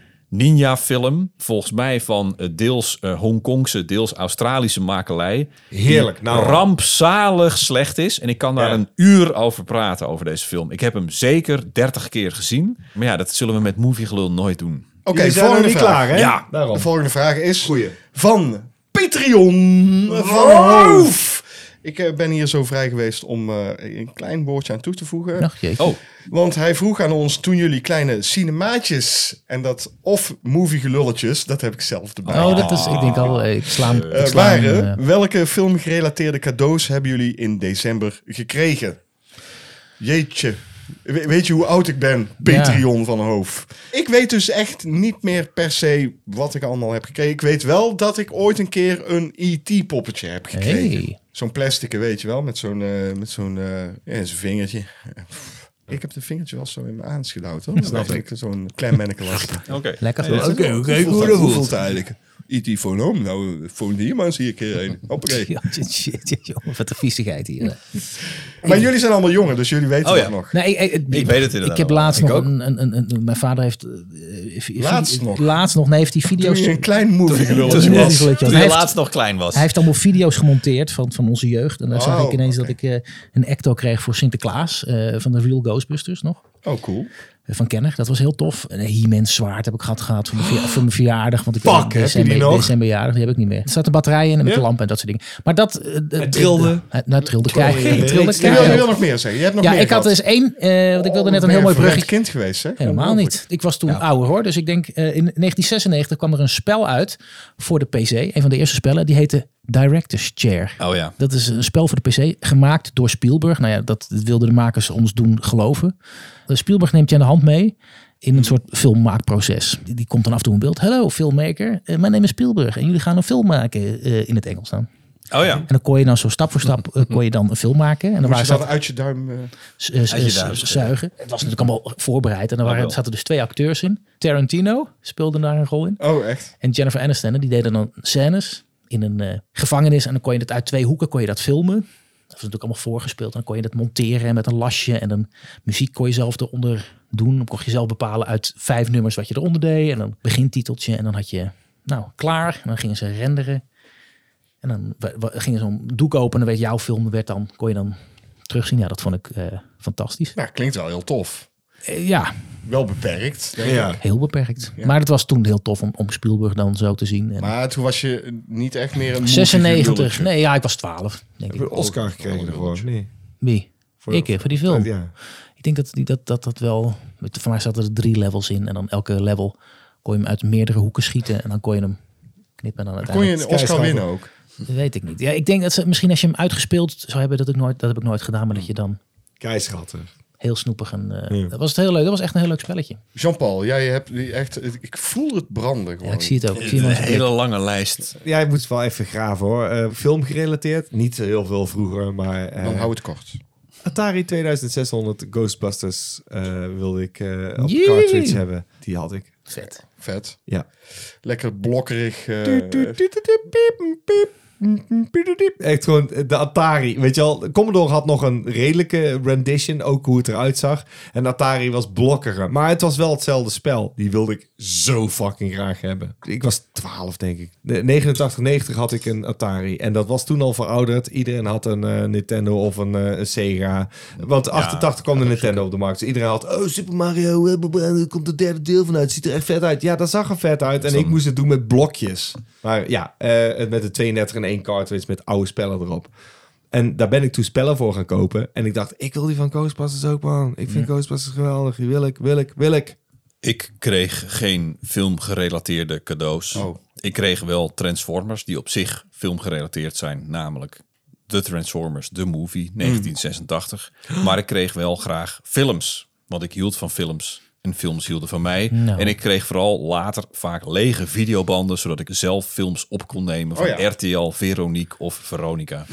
A: ninja-film, volgens mij van eh, deels eh, Hongkongse, deels Australische makelij.
C: Heerlijk.
A: Nou,
C: Nou,
A: rampzalig slecht is. En ik kan daar
C: Ja.
A: een uur over praten, over deze film. Ik heb hem zeker 30 keer gezien. Maar ja, dat zullen we met moviegelul nooit doen.
D: Oké,
C: Jullie zijn nog
D: volgende
C: niet
D: vraag.
C: klaar, hè?
A: Ja.
C: Daarom.
D: De volgende vraag is van Patreon van Hoof. Ik eh, ben hier zo vrij geweest om eh, een klein woordje aan toe te voegen.
B: Nog jeetje.
A: Oh,
D: Want hij vroeg aan ons toen jullie kleine cinemaatjes en dat of moviegululletjes, dat heb ik zelf erbij.
B: Oh, dat is, ik denk al, eh, ik sla hem.
D: eh,
B: ik sla hem,
D: waren,
B: eh,
D: welke filmgerelateerde cadeaus hebben jullie in december gekregen? Jeetje. We- weet je hoe oud ik ben? Patreon van Hoof. Ik weet dus echt niet meer per se wat ik allemaal heb gekregen. Ik weet wel dat ik ooit een keer een E.T.-poppetje heb gekregen.
B: Hey.
D: Zo'n plastic, weet je wel, met zo'n eh, met zo'n eh, ja, zo'n vingertje. Pff, Ik heb de vingertje wel zo in mijn aans gedouwd, hoor. Dat dacht ik zo'n klein manneke was.
A: oké.
B: Lekker.
D: Oké, oké, hoe voelt het eigenlijk? IT voor hem, nou, eh, phone hier maar eens hier een keer heen. Hoppakee.
B: Ja, shit, shit, shit, jongen, wat een viezigheid hier. hè.
D: Maar jullie zijn allemaal jongen, dus jullie weten
A: Oh
D: dat
A: ja.
D: nog.
B: Nee, ik, ik,
A: Ik weet het inderdaad
B: Ik heb
A: wel.
B: laatst
A: Ik
B: nog
A: ook.
B: een, een, een, een- Mijn vader heeft... eh, vi-
D: Laatst
B: vi-
D: nog?
B: Laatst nog. Nee, heeft hij
D: Toen
B: video's...
D: je een klein movie
B: Toen
D: gelultje
B: je
D: was.
B: een glitch had.
A: Dus Toen
B: Hij
A: je
B: heeft-
A: laatst nog klein was.
B: Hij heeft allemaal video's gemonteerd van, van onze jeugd. En dan zag
D: Oh,
B: ik ineens
D: oké.
B: dat ik eh, een ecto kreeg voor Sinterklaas. eh, van de Real Ghostbusters nog.
D: Oh, cool.
B: Eh, Van Kenner, dat was heel tof. En Een He-Man zwaard heb ik gehad gehad voor mijn, verja- voor mijn verjaardag. Want ik
C: Fuck,
B: ben
C: heb je die
B: december,
C: nog?
B: decemberjarig, die heb ik niet meer. Er zaten batterijen in met de lampen en dat soort dingen. Maar dat... eh, eh,
C: trilde.
B: eh, nou, trilde krijg
C: Trilde.
B: Trilde
D: Je wil, je
B: keihard.
D: wil nog meer zeggen. Je hebt nog
B: Ja,
D: meer
B: ik had
D: gehad.
B: dus één, eh, want ik wilde
D: Oh,
B: net
D: ben
B: een heel
D: je
B: mooi
D: verwend
B: bruggetje.
D: kind geweest, hè?
B: Helemaal niet. Ik was toen ouder hoor. Dus ik denk, eh, in 1996 kwam er een spel uit voor de PC. Een van de eerste spellen. Die heette Director's Chair.
A: Oh ja.
B: Dat is een spel voor de PC gemaakt door Spielberg. Nou ja, dat wilden de makers ons doen geloven. Eh, Spielberg neemt je aan de hand mee in
A: Hmm.
B: een soort filmmaakproces. Die, die komt dan af en toe in beeld. Hallo filmmaker, Eh, mijn naam is Spielberg en jullie gaan een film maken eh, in het Engels dan.
A: Oh ja.
B: En dan kon je dan zo stap voor stap eh, kon je dan een film maken. En dan
D: Moest je
B: waren
D: dan uit je duim... eh,
B: s- eh, s-
A: Uit je
B: s-
A: duim schudden.
B: zuigen. Het was natuurlijk allemaal voorbereid. En er waren,
A: wel.
B: zaten dus twee acteurs in. Tarantino speelde daar een rol in.
D: Oh, echt?
B: En Jennifer Aniston, hè, die deden dan scènes in een eh, gevangenis. En dan kon je dat uit twee hoeken kon je dat filmen. Dat was natuurlijk allemaal voorgespeeld. En dan kon je dat monteren met een lasje. En dan muziek kon je zelf eronder doen. Dan kon je zelf bepalen uit vijf nummers wat je eronder deed. En dan begintiteltje. En dan had je, nou, klaar. En dan gingen ze renderen. En dan wa- wa- gingen ze een doek openen. Werd jouw film, werd dan, kon je dan terugzien. Ja, dat vond ik eh, fantastisch.
D: Nou, klinkt wel heel tof.
B: Eh, ja,
D: Wel beperkt, denk ik.
B: heel beperkt. Maar het was toen heel tof om, om Spielberg dan zo te zien. En-
D: Maar toen was je niet echt meer een
B: 96.
D: moviegultje.
B: Nee, ja, ik was 12. Denk
C: Heb je
B: ik.
C: een Oscar gekregen ervoor? Nee.
B: Wie?
C: Voor-
B: ik, hè, voor die film.
C: Ja.
B: Ik denk dat, die- dat, dat dat wel... met- Voor mij zaten er drie levels in. En dan elke level kon je hem uit meerdere hoeken schieten. En dan kon je hem knippen. En dan
D: Kon je
B: uiteindelijk...
D: een Oscar
C: Skyscraper.
D: winnen ook?
B: Dat weet ik niet. Ja, ik denk dat ze, misschien als je hem uitgespeeld zou hebben... Dat, ik nooit, dat heb ik nooit gedaan. Maar dat je dan
C: Keischatter.
B: heel snoepig en... eh,
C: Ja.
B: Dat was het heel leuk. Dat was echt een heel leuk spelletje.
D: Jean-Paul, jij hebt die echt... Ik voel het branden gewoon.
B: Ja, ik zie het ook. Ik zie hem
A: Een
B: aan zijn blik.
A: hele lange lijst.
C: Ja, ik moet wel even graven hoor. Eh, film gerelateerd. Niet heel veel vroeger, maar... eh,
D: Dan hou het kort.
C: Atari 2600 Ghostbusters eh, wilde ik eh, op
B: Jee.
C: cartridge hebben. Die had ik.
B: Vet.
D: Vet.
C: Ja.
D: Lekker blokkerig. eh,
C: Echt gewoon de Atari. Weet je wel, Commodore had nog een redelijke rendition, ook hoe het eruit zag. En Atari was blokkeren. Maar het was wel hetzelfde spel. Die wilde ik zo fucking graag hebben. Ik was 12, denk ik. De 89, 90 had ik een Atari. En dat was toen al verouderd. Iedereen had een eh, Nintendo of een, eh, een Sega. Want 88 kwam de Nintendo op de markt. Dus iedereen had, oh, Super Mario, eh, blablabla, er komt het derde deel van uit. Ziet er echt vet uit. Ja, dat zag er vet uit. En ik moest het doen met blokjes. Maar ja, eh, het met de 32 en 1 cartridge met oude spellen erop. En daar ben ik toen spellen voor gaan kopen. En ik dacht, ik wil die van Ghostbusters ook, man. Ik vind Ghostbusters geweldig. Die wil ik, wil ik, wil ik.
A: Ik kreeg geen filmgerelateerde cadeaus.
D: Oh.
A: Ik kreeg wel Transformers, die op zich filmgerelateerd zijn, namelijk de Transformers, de
D: Hmm.
A: movie 1986. Maar ik kreeg wel graag films, want ik hield van films en films hielden van mij.
D: Nou.
A: En ik kreeg vooral later vaak lege videobanden, zodat ik zelf films op kon nemen van
D: Oh ja. Mm.
A: RTL, Veronique of Veronica.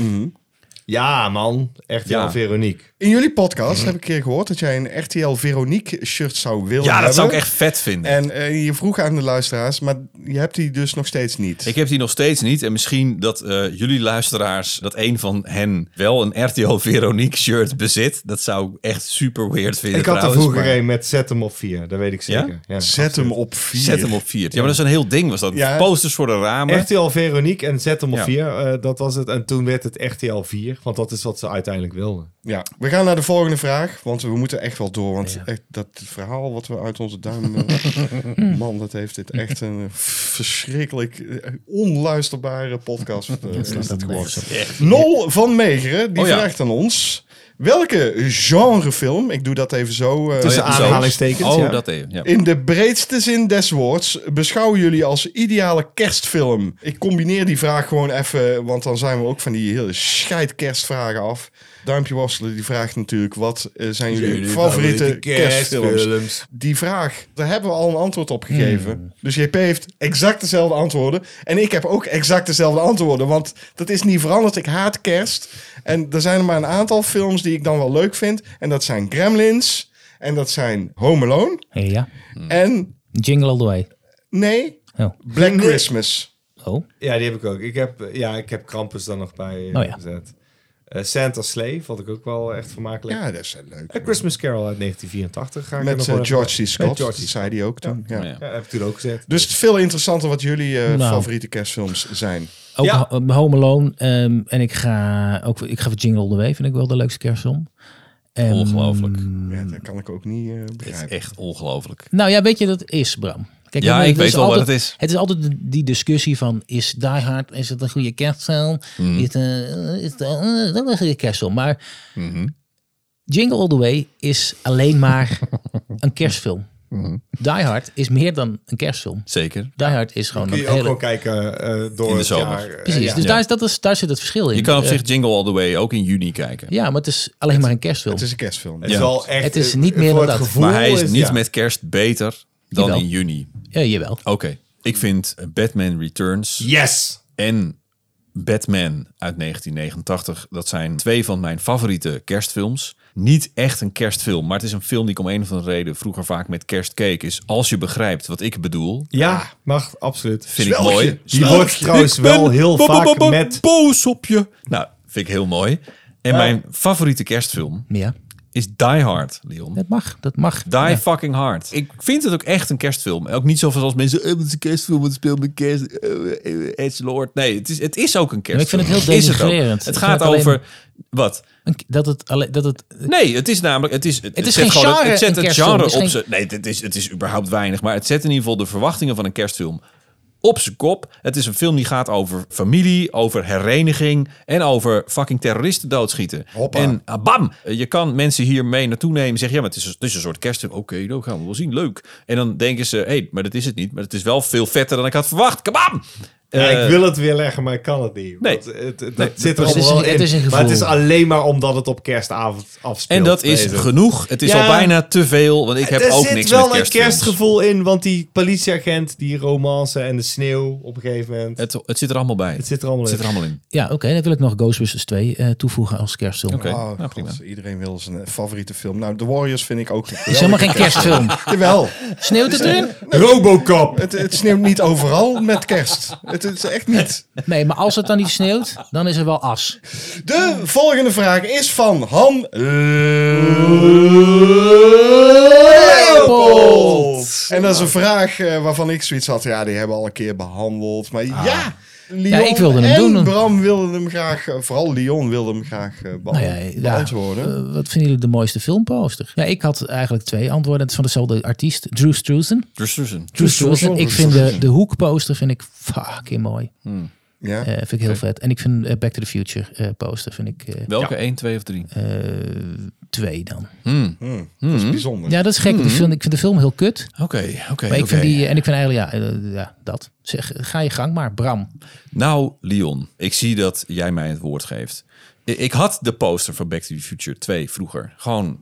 C: Ja, man. Echt wel
A: Ja.
C: Veronique.
D: In jullie podcast heb ik een keer gehoord dat jij een RTL Veronique shirt zou willen
A: Ja, dat zou ik
D: hebben.
A: echt vet vinden.
D: En eh, je vroeg aan de luisteraars, maar je hebt die dus nog steeds niet.
A: Ik heb die nog steeds niet. En misschien dat eh, jullie luisteraars, dat een van hen wel een RTL Veronique shirt bezit. Dat zou ik echt super weird vinden.
C: ik had er
A: trouwens,
C: vroeger
A: maar-
C: een met zet hem op 4. Dat weet ik
A: Ja?
C: zeker. Ja?
D: Zet hem op vier.
A: Zet hem op vier. Ja, maar dat is een heel ding. Was dat
D: Ja.
A: posters voor de ramen? Oh,
C: RTL Veronique en zet hem op
A: Ja.
C: 4. eh, dat was het. En toen werd het RTL 4. plezier, want dat is wat ze uiteindelijk wilden.
D: Ja, we gaan naar de volgende vraag, want we moeten echt wel door. Want echt, dat verhaal wat we uit onze duim... eh, man, dat heeft dit echt een eh, verschrikkelijk eh, onluisterbare podcast eh, is dat geworden. Nol van Megeren, die
A: Oh ja.
D: vraagt aan ons... Welke genrefilm, ik doe dat even zo... eh,
C: Tussen
A: Oh ja, zo.
C: aanhalingstekens,
A: Oh,
C: ja.
A: dat even. Ja.
D: in de breedste zin des woords beschouwen jullie als ideale kerstfilm? Ik combineer die vraag gewoon even, want dan zijn we ook van die hele scheid kerstvragen af. Duimpje worstelen die vraagt natuurlijk, wat eh, zijn jullie, favoriete, kerstfilms? Die vraag, daar hebben we al een antwoord op gegeven. Dus JP heeft exact dezelfde antwoorden. En ik heb ook exact dezelfde antwoorden, want dat is niet veranderd. Ik haat kerst. En er zijn er maar een aantal films die ik dan wel leuk vind. En dat zijn Gremlins. En dat zijn Home Alone.
B: Ja,
D: En
B: jingle all the way.
D: Nee.
B: Oh.
D: Black Christmas.
B: Oh,
C: Ja, die heb ik ook. Ik heb, eh, ja, ik heb Krampus dan nog bij eh,
B: Oh ja.
C: gezet. Eh, Santa Slave, vond ik ook wel echt vermakelijk.
D: Ja, dat is wel leuk.
C: A Christmas Carol uit 1984 ga ik er
D: Met
C: nog
D: eh,
C: wel even-
D: George C. Scott.
C: Met George C.
D: Dat zei die ook toen. Ja.
A: Ja.
C: Ja, heb ik toen ook gezet.
D: Dus het is veel interessanter wat jullie eh,
B: Nou.
D: favoriete kerstfilms zijn.
B: ook
C: Ja.
B: Ho- Home Alone. ehm, en ik ga ook ik ga voor Jingle All The Way, vind ik wel de leukste kerstsom. En,
A: Ongelooflijk.
D: Ja, dat kan ik ook niet eh,
A: Mm. Het is
D: begrijpen.
A: echt ongelooflijk.
B: Nou ja, weet je dat is, Bram? Kijk,
A: Ja,
B: dat-
A: ik
B: dat
A: weet
B: is
A: wel wat
B: altijd-
A: het is.
B: Het is altijd de- die discussie van, is Die Hard, is het een goede kerstfilm?
A: Mhm.
B: Is het, eh, is het, eh, dat is een goede kerstfilm. Maar
A: Mhm.
B: Jingle All The Way is alleen maar een kerstfilm.
A: Mhm.
B: Die Hard is meer dan een kerstfilm.
A: Zeker.
B: Die Hard is gewoon
C: Kun je
B: een
C: ook
B: hele...
C: gewoon kijken eh, door
A: In de
C: het
A: zomer.
C: jaar. eh,
B: Precies,
C: ja.
B: dus daar, is, dat is, daar zit het verschil in.
A: Je kan op
B: Eh,
A: zich Jingle All The Way ook in juni kijken.
B: ja, maar het is alleen maar een kerstfilm.
D: Het is een kerstfilm.
C: Het is
A: Ja.
C: wel echt...
B: Het is
C: eh,
B: niet meer
C: voor
B: dan
C: het
B: dat.
C: gevoel
A: Maar hij is niet
C: ja.
A: met kerst beter dan
B: Jawel.
A: in juni.
B: Ja, jawel.
A: Oké. Ik vind Batman Returns
C: Mm. Yes!
A: en Batman uit 1989. Dat zijn twee van mijn favoriete kerstfilms. Niet echt een kerstfilm, maar het is een film die ik om een of andere reden vroeger vaak met kerst keek. Is als je begrijpt wat ik bedoel,
C: Ja, mag, absoluut.
A: vind ik mooi.
C: Die wordt trouwens
A: Ik ben
C: wel heel
A: bo- bo- bo-
C: vaak
A: bo-
C: met...
A: boos op je. Nou, vind ik heel mooi. En mijn favoriete kerstfilm
B: Ja,
A: is Die Hard, Leon.
B: dat mag. Dat mag.
A: Die fucking hard. Ik vind het ook echt een kerstfilm. Ook niet zoveel als mensen. eh, Het is een kerstfilm, het speelt met kerst. eh, eh, Edge Lord. Nee, het is, het is ook een kerstfilm.
B: vind het heel
A: Is ook.
B: denigrerend.
A: Het
B: Ik
A: gaat
B: vind het alleen-
A: over. Wat?
B: Een- Dat het, alleen- dat het
A: Nee, het is namelijk. Het is, het,
B: is
A: zet
B: geen
A: gewoon, het-
B: genre
A: Het zet
B: een
A: het
B: kerstfilm.
A: genre
B: Het is
A: op
B: geen-
A: zijn. Nee, het is, het is überhaupt weinig. Maar het zet in ieder geval de verwachtingen van een kerstfilm op zijn kop. Het is een film die gaat over familie, over hereniging en over fucking terroristen doodschieten. En ah, bam! Je kan mensen hiermee naartoe nemen. Zeg ja, maar het is, het is een soort kerstfilm. Oké, dat gaan we wel zien. Leuk. En dan denken ze, hé, hey, maar dat is het niet. Maar het is wel veel vetter dan ik had verwacht. Kabam!
C: Ja,
A: Eh,
C: ik wil het weer leggen, maar ik kan het niet.
A: Nee.
C: Want het, het,
A: Nee,
C: dat zit er
B: het is
C: allemaal wel
B: een-
C: in.
B: het is een
C: Maar het is
B: gevoel.
C: alleen maar omdat het op kerstavond afspeelt.
A: en dat is
C: deze.
A: genoeg. Het is
C: Ja.
A: al bijna te veel, want ik heb
C: er
A: ook
C: zit
A: niks
C: wel
A: met
C: een
A: kerstfilms.
C: kerstgevoel in, want die politieagent, die romance en de sneeuw op een gegeven moment. Het,
A: Het, het zit er allemaal bij.
C: zit er allemaal
A: Het
C: in.
A: zit er allemaal in.
B: Ja, oké. dan wil ik nog Ghostbusters 2 eh, toevoegen als kerstfilm.
A: Oké,
D: Oh,
A: nou,
D: God,
A: prima.
D: iedereen wil zijn eh, favoriete film. Nou, The Warriors vind ik ook.
B: Het is helemaal geen kerstfilm.
D: Jawel.
B: Sneeuwt het erin?
C: Robocop!
D: Het, het sneeuwt niet overal met kerst. Het is echt niet.
B: Nee, maar als het dan niet sneeuwt, dan is er wel as.
D: De volgende vraag is van Han Leopold. En dat is een vraag eh, waarvan ik zoiets had. Ja, die hebben we al een keer behandeld. Maar ja, Leon
B: Ah. Ja, ik wilde hem
D: en
B: doen.
D: Bram wilden hem graag, eh, vooral Leon wilde hem graag eh, beant-
B: Nou ja, ja.
D: beantwoorden.
B: Eh, wat vinden jullie de mooiste filmposter? Ja, ik had eigenlijk twee antwoorden. Het is van dezelfde artiest, Drew Struzan.
A: Dus Susan.
B: Drew Struzan. Ik vind de, de hoekposter vind ik fucking mooi.
D: ja.
B: Eh, vind ik heel vet. En ik vind eh, Back to the Future eh, poster vind ik eh,
A: Welke? 1, 2 of 3?
B: eh, twee dan.
D: Dat is bijzonder.
B: Ja, dat is gek. Die film, ik vind de film heel kut.
A: Oké, oké.
B: Maar ik
A: oké.
B: vind die, en ik vind eigenlijk, ja, eh, ja dat. Zeg, ga je gang maar, Bram.
A: Nou, Leon, ik zie dat jij mij het woord geeft. I- Ik had de poster van Back to the Future 2 vroeger. Gewoon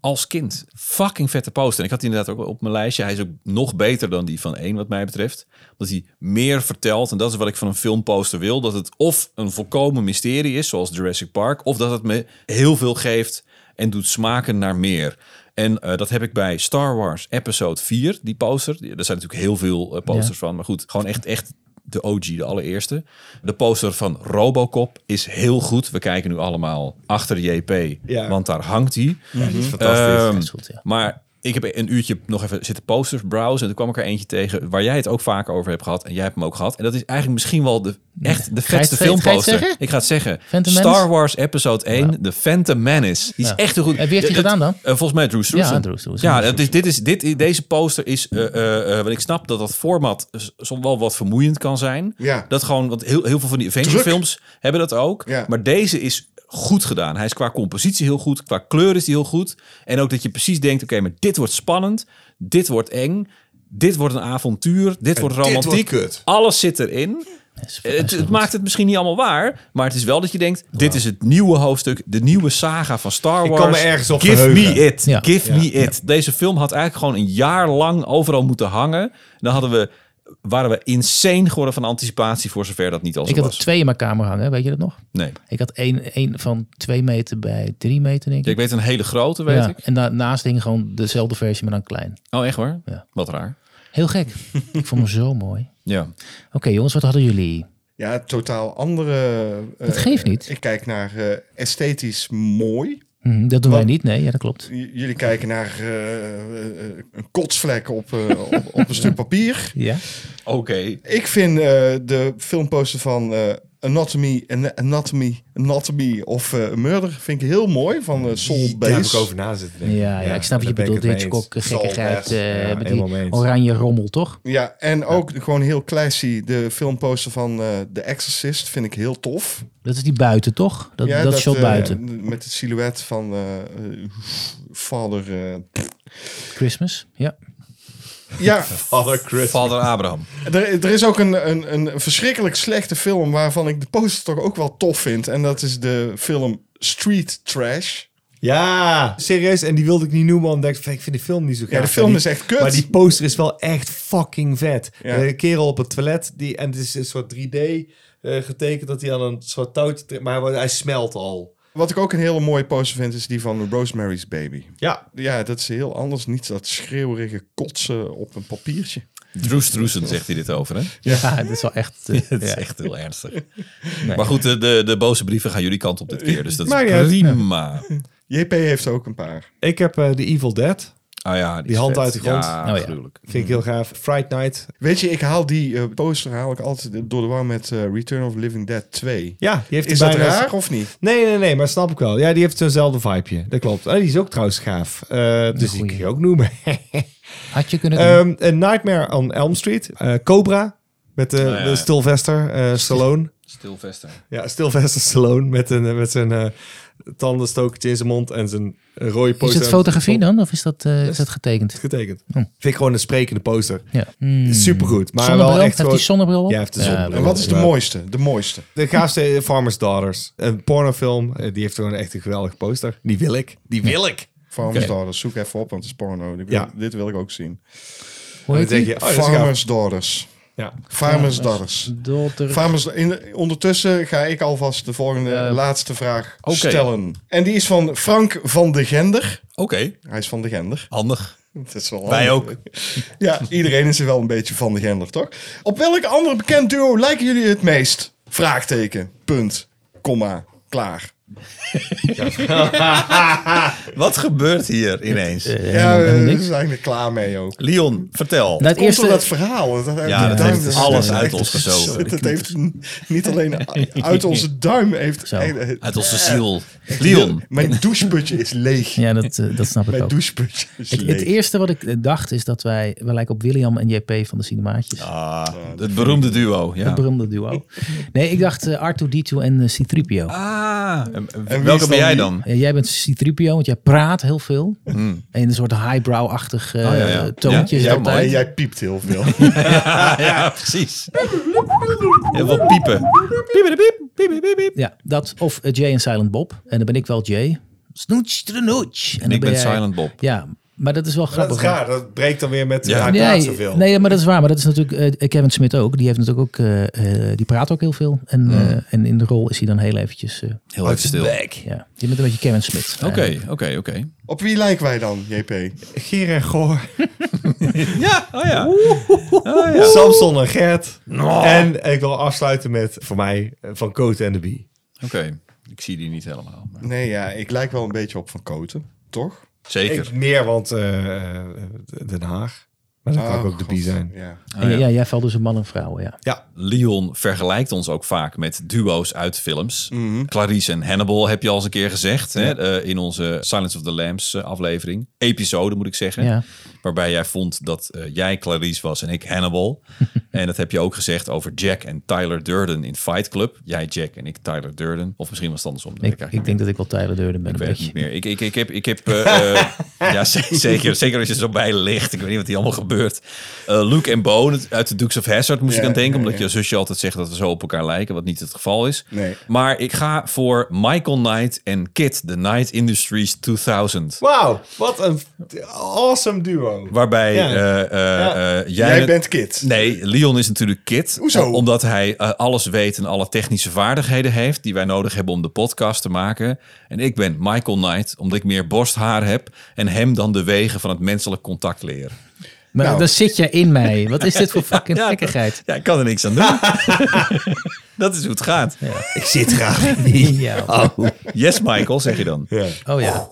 A: als kind. Fucking vette poster. En ik had die inderdaad ook op mijn lijstje. Hij is ook nog beter dan die van 1 wat mij betreft. Omdat hij meer vertelt. En dat is wat ik van een filmposter wil. Dat het of een volkomen mysterie is, zoals Jurassic Park. Of dat het me heel veel geeft en doet smaken naar meer. En eh, dat heb ik bij Star Wars Episode 4, die poster. Die- Er zijn natuurlijk heel veel eh, posters van. Maar goed, gewoon echt, echt de OG, de allereerste. De poster van Robocop is heel goed. We kijken nu allemaal achter JP,
C: Ja.
A: want daar hangt hij.
C: Ja, die is fantastisch.
A: Ehm,
B: Dat is goed, ja.
A: Maar Ik heb een uurtje nog even zitten posters browsen. En toen kwam ik er eentje tegen waar jij het ook vaker over hebt gehad. En jij hebt hem ook gehad. En dat is eigenlijk misschien wel de, echt de
B: Ga je het-
A: vetste
B: ga je het
A: filmposter.
B: zeggen?
A: ik ga het zeggen.
B: Phantom
A: Star
B: Menace?
A: Wars Episode 1, The Phantom Menace. Die is
B: Ja.
A: echt een goed.
B: En wie heeft die
A: Het-
B: gedaan dan?
A: eh, volgens mij Drew Struzan.
B: Ja, Drew Struzan.
A: Ja, dat is, dit is, dit, deze poster is... eh, eh, eh, want ik snap dat dat format s- soms wel wat vermoeiend kan zijn.
D: Ja.
A: Dat gewoon, want heel, heel veel van die Avengers films hebben dat ook.
D: Ja.
A: Maar deze is goed gedaan. Hij is qua compositie heel goed. Qua kleur is die heel goed. En ook dat je precies denkt... Oké, maar dit wordt spannend. Dit wordt eng. Dit wordt een avontuur. Dit wordt
D: dit
A: romantiek.
D: wordt kut.
A: Alles zit erin. Eh,
B: is-
A: Het, het maakt het misschien niet allemaal waar, maar het is wel dat je denkt: dit is het nieuwe hoofdstuk, de nieuwe saga van Star
C: Ik
A: Wars.
C: kan me ergens op
A: Give
C: verheugen.
A: me it,
B: Ja.
A: give me it. Deze film had eigenlijk gewoon een jaar lang overal moeten hangen. Dan hadden we, waren we insane geworden van anticipatie, voor zover dat niet al zo
B: Ik had
A: was.
B: er twee in mijn kamer hangen, weet je dat nog?
A: Nee,
B: Ik had één, één van twee meter bij drie meter, denk
A: ja, ik
B: ik.
A: weet een hele grote, weet ik.
B: En daarnaast hing gewoon dezelfde versie, maar dan klein.
A: Oh, echt waar?
B: Ja.
A: Wat raar.
B: Heel gek. ik vond hem zo mooi.
A: Ja.
B: Oké jongens, wat hadden jullie?
D: Ja, totaal andere... eh,
B: Dat geeft niet.
D: Ik kijk naar eh, esthetisch mooi.
B: Hm, dat doen
D: Wat?
B: wij niet, nee. Ja, dat klopt.
D: J- jullie kijken naar eh, eh, een kotsvlek op, eh, op, op een stuk papier.
B: Ja?
A: Oké.
D: Ik vind eh, de filmposter van eh, Anatomy, An- Anatomy, Anatomy of eh, Murder vind ik heel mooi van eh, Sol
C: Daar heb ik
D: Bass.
C: over na zitten denken.
B: Ja, ja, ik snap wat je
C: daar ben ik
B: bedoelt.
C: het mee
B: Hitchcock, eh,
C: eens.
B: gekkigheid,
C: Zal best.
B: eh
C: Ja,
B: met die
C: helemaal mee eens.
B: oranje rommel, toch?
D: Ja, en ook gewoon heel classy. De filmposter van eh, The Exorcist vind ik heel tof.
B: Dat is die buiten, toch? Dat,
D: ja,
B: dat, shot
D: eh,
B: buiten.
D: Met het silhouet van eh, eh, Vader... eh,
B: Christmas, ja.
D: ja,
C: Father Chris.
A: Vader Abraham.
D: er, er is ook een, een, een verschrikkelijk slechte film... waarvan ik de poster toch ook wel tof vind. En dat is de film Street Trash.
C: Ja, serieus. En die wilde ik niet noemen, omdat ik, ik vind die film niet zo gaaf.
D: Ja, de film
C: Maar die-
D: is echt kut.
C: Maar die poster is wel echt fucking vet.
D: Ja.
C: De kerel op het toilet, die, en het is een soort 3D eh, getekend dat hij aan een soort touwtje trekt, maar hij- hij smelt al.
D: Wat ik ook een hele mooie poster vind, is die van Rosemary's Baby.
C: Ja,
D: Ja, dat is heel anders. Niet dat schreeuwerige kotsen op een papiertje.
A: Drew Struzan zegt hij dit over, hè?
B: Ja, dat is wel echt... eh,
A: Het is
B: ja.
A: echt heel ernstig. Maar goed, de, de, de boze brieven gaan jullie kant op dit keer. Dus dat is
C: Maar ja,
A: prima.
D: JP heeft ook een paar.
C: ik heb eh The Evil Dead.
A: Ah ja, die,
C: Die
A: is
C: hand
A: vet.
C: uit de grond.
A: Ja,
B: Oh ja.
A: gruwelijk.
C: Vind
D: Mhm.
C: ik heel gaaf. Fright Night.
D: Weet je, ik haal die eh, poster haal ik altijd door de war met eh, Return of Living Dead 2.
C: Ja, die heeft
D: Is
C: hij
D: dat
C: bijna-
D: raar of niet?
C: Nee, nee, nee, maar snap ik wel. Ja, die heeft zo'nzelfde vibeje. Dat klopt. En die is ook trouwens gaaf. Eh, dus die
B: goeie.
C: kun je ook noemen.
B: Had je kunnen doen.
C: Ehm, een Nightmare on Elm Street. Eh, Cobra. Met eh,
A: ja.
C: de Stilvester eh, Stallone.
A: Stilvester.
C: Ja, Stilvester Stallone. Met, een, eh, met zijn eh tandenstokertje in zijn mond en zijn rode poster.
B: is dat fotografie dan, of is dat, eh, is dat getekend?
C: Getekend.
B: Hm.
C: Vind ik gewoon een sprekende poster.
B: Ja. Hmm.
C: Supergoed. Maar
B: zonnebril?
C: wel echt
B: heeft
C: gewoon...
B: die zonnebril op?
C: Ja, hij heeft de zonnebril.
D: En wat is de
C: Ja.
D: mooiste? De mooiste.
C: De gaafste eh, Farmer's Daughters. Een pornofilm. eh, Die heeft gewoon echt een geweldige poster. Die wil ik. Die wil ik.
D: Farmer's
A: Oké.
D: Daughters. Zoek even op, want het is porno. Ik wil-
C: Ja.
D: Dit wil ik ook zien.
B: Hm, Hoe
C: Dan
B: heet
C: denk
B: die?
C: je, oh, dat is gaaf.
D: Farmer's Daughters.
C: Ja.
D: Farmer's Daughters.
B: Dotter.
D: Farmers, in, ondertussen ga ik alvast de volgende
C: Eh,
D: laatste vraag
A: oké.
D: stellen. En die is van Frank van de Gender.
A: Oké,
D: Hij is van de Gender.
A: handig.
D: Dat is wel
A: Wij
D: handig.
A: ook.
D: Ja, iedereen is er wel een beetje van de Gender, toch? Op welk andere bekend duo lijken jullie het meest? Vraagteken, punt, komma, klaar.
A: Wat gebeurt hier ineens?
D: ja,
A: eh,
B: helemaal
D: we
B: niks.
D: zijn er klaar mee ook.
A: Leon, vertel.
B: Nou, het
D: Komt door
B: eerste,
D: dat verhaal. Dat,
A: Ja, dat
D: duim-
A: heeft alles uit
D: echt-
A: ons gezogen.
D: Dat heeft niet alleen uit onze duim. Heeft,
B: Zo.
A: Uit onze ziel. Leon.
D: Mijn doucheputje is leeg.
B: ja, dat, eh, dat snap ik
D: Mijn
B: ook.
D: doucheputje is
B: Het,
D: leeg.
B: het eerste wat ik eh, dacht is dat wij, wij lijken op William en JP van de Cinemaatjes.
A: Ah, het beroemde duo. Ja.
B: Het beroemde duo. Nee, ik dacht eh, R2-D2 en eh, C-3PO.
A: Ah, en- en
D: wie
A: welke
D: is
A: ben
D: dan
A: jij
D: die?
A: dan?
B: Eh, jij bent C-3PO, want jij praat heel veel. En een soort highbrow-achtig eh
A: Hmm. Ah, ja, ja.
B: toontje.
A: Ja,
B: is
A: ja,
B: altijd.
D: En jij piept heel veel.
A: Ja, precies. Heel veel piepen. Piepen, piep, piepen, piep, piep.
B: Ja, dat. Of eh, Jay en Silent Bob. En dan ben ik wel Jay. Snoetje de nootje. En
A: Ik
B: dan
A: ben
B: jij-
A: Silent Bob.
B: Ja, maar dat is wel
C: Dat
B: grappig.
C: is raar. Dat breekt dan weer met...
A: Ja.
C: Ja. praat
B: Nee,
C: zoveel.
B: nee, maar dat is waar. Maar dat is natuurlijk eh, Kevin Smith ook. Die heeft natuurlijk ook, eh, eh, die praat ook heel veel. En, eh, en in de rol is hij dan heel eventjes, eh,
A: Heel even stil. Oké,
B: ja. Je bent een beetje Kevin Smith. eigenlijk.
A: oké, oké.
D: Op wie lijken wij dan, JP?
C: Geer en Goor.
A: Ja, oh ja.
C: Samson en Gert. En ik wil afsluiten met, voor mij, eh, van Coat en de Bee.
A: Oké, ik zie die niet helemaal. maar-
D: Nee, ja, ik lijk wel een beetje op Van Koten, toch?
A: Zeker.
C: Ik meer, want eh, eh, Den Haag. Maar dat kan ik
D: Oh,
C: ook de
D: god.
C: bi zijn.
D: Ja.
A: Ah, ja.
B: Eh, ja, jij valt tussen man en vrouw, ja.
A: Leon vergelijkt ons ook vaak met duo's uit films. Clarice en Hannibal heb je al eens een keer gezegd hè, eh, in onze Silence of the Lambs eh, aflevering. Episode moet ik zeggen.
B: Ja.
A: Waarbij jij vond dat eh, jij Clarice was en ik Hannibal. en dat heb je ook gezegd over Jack en Tyler Durden in Fight Club. Jij Jack en ik Tyler Durden. Of misschien was het andersom. dat weet
B: Ik,
A: ik
B: ik
A: eigenlijk
B: denk dat ik wel Tyler Durden ben,
A: Ik
B: een
A: weet het
B: beetje.
A: niet meer. Ik, ik, ik heb, ik heb eh, eh, ja, z- zeker, zeker als je er zo bij ligt. Ik weet niet wat hier allemaal gebeurt. Eh, Luke en Bo uit de Dukes of Hazzard moest
D: Ja,
A: ik aan denken,
D: ja,
A: omdat
D: ja.
A: je zusje altijd zegt dat we zo op elkaar lijken, wat niet het geval is.
D: Nee.
A: Maar ik ga voor Michael Knight en Kit, The Knight Industries 2000.
C: Wauw, wat een Oh. awesome duo.
A: Waarbij
C: Ja.
A: eh, eh, eh,
D: Jij bent Kit.
A: Nee, Leon is natuurlijk Kit.
D: Hoezo?
A: Omdat hij eh, alles weet en alle technische vaardigheden heeft die wij nodig hebben om de podcast te maken. En ik ben Michael Knight, omdat ik meer borsthaar heb en hem dan de wegen van het menselijk contact leren.
B: Maar
D: Nou.
B: dan zit jij in mij. Wat is dit voor fucking
A: Ja,
B: gekkigheid?
A: Ja, ik kan er niks aan doen. dat is hoe het gaat.
C: Ik zit graag in
B: Ja.
A: Yes, Michael, zeg je dan.
B: Oh ja.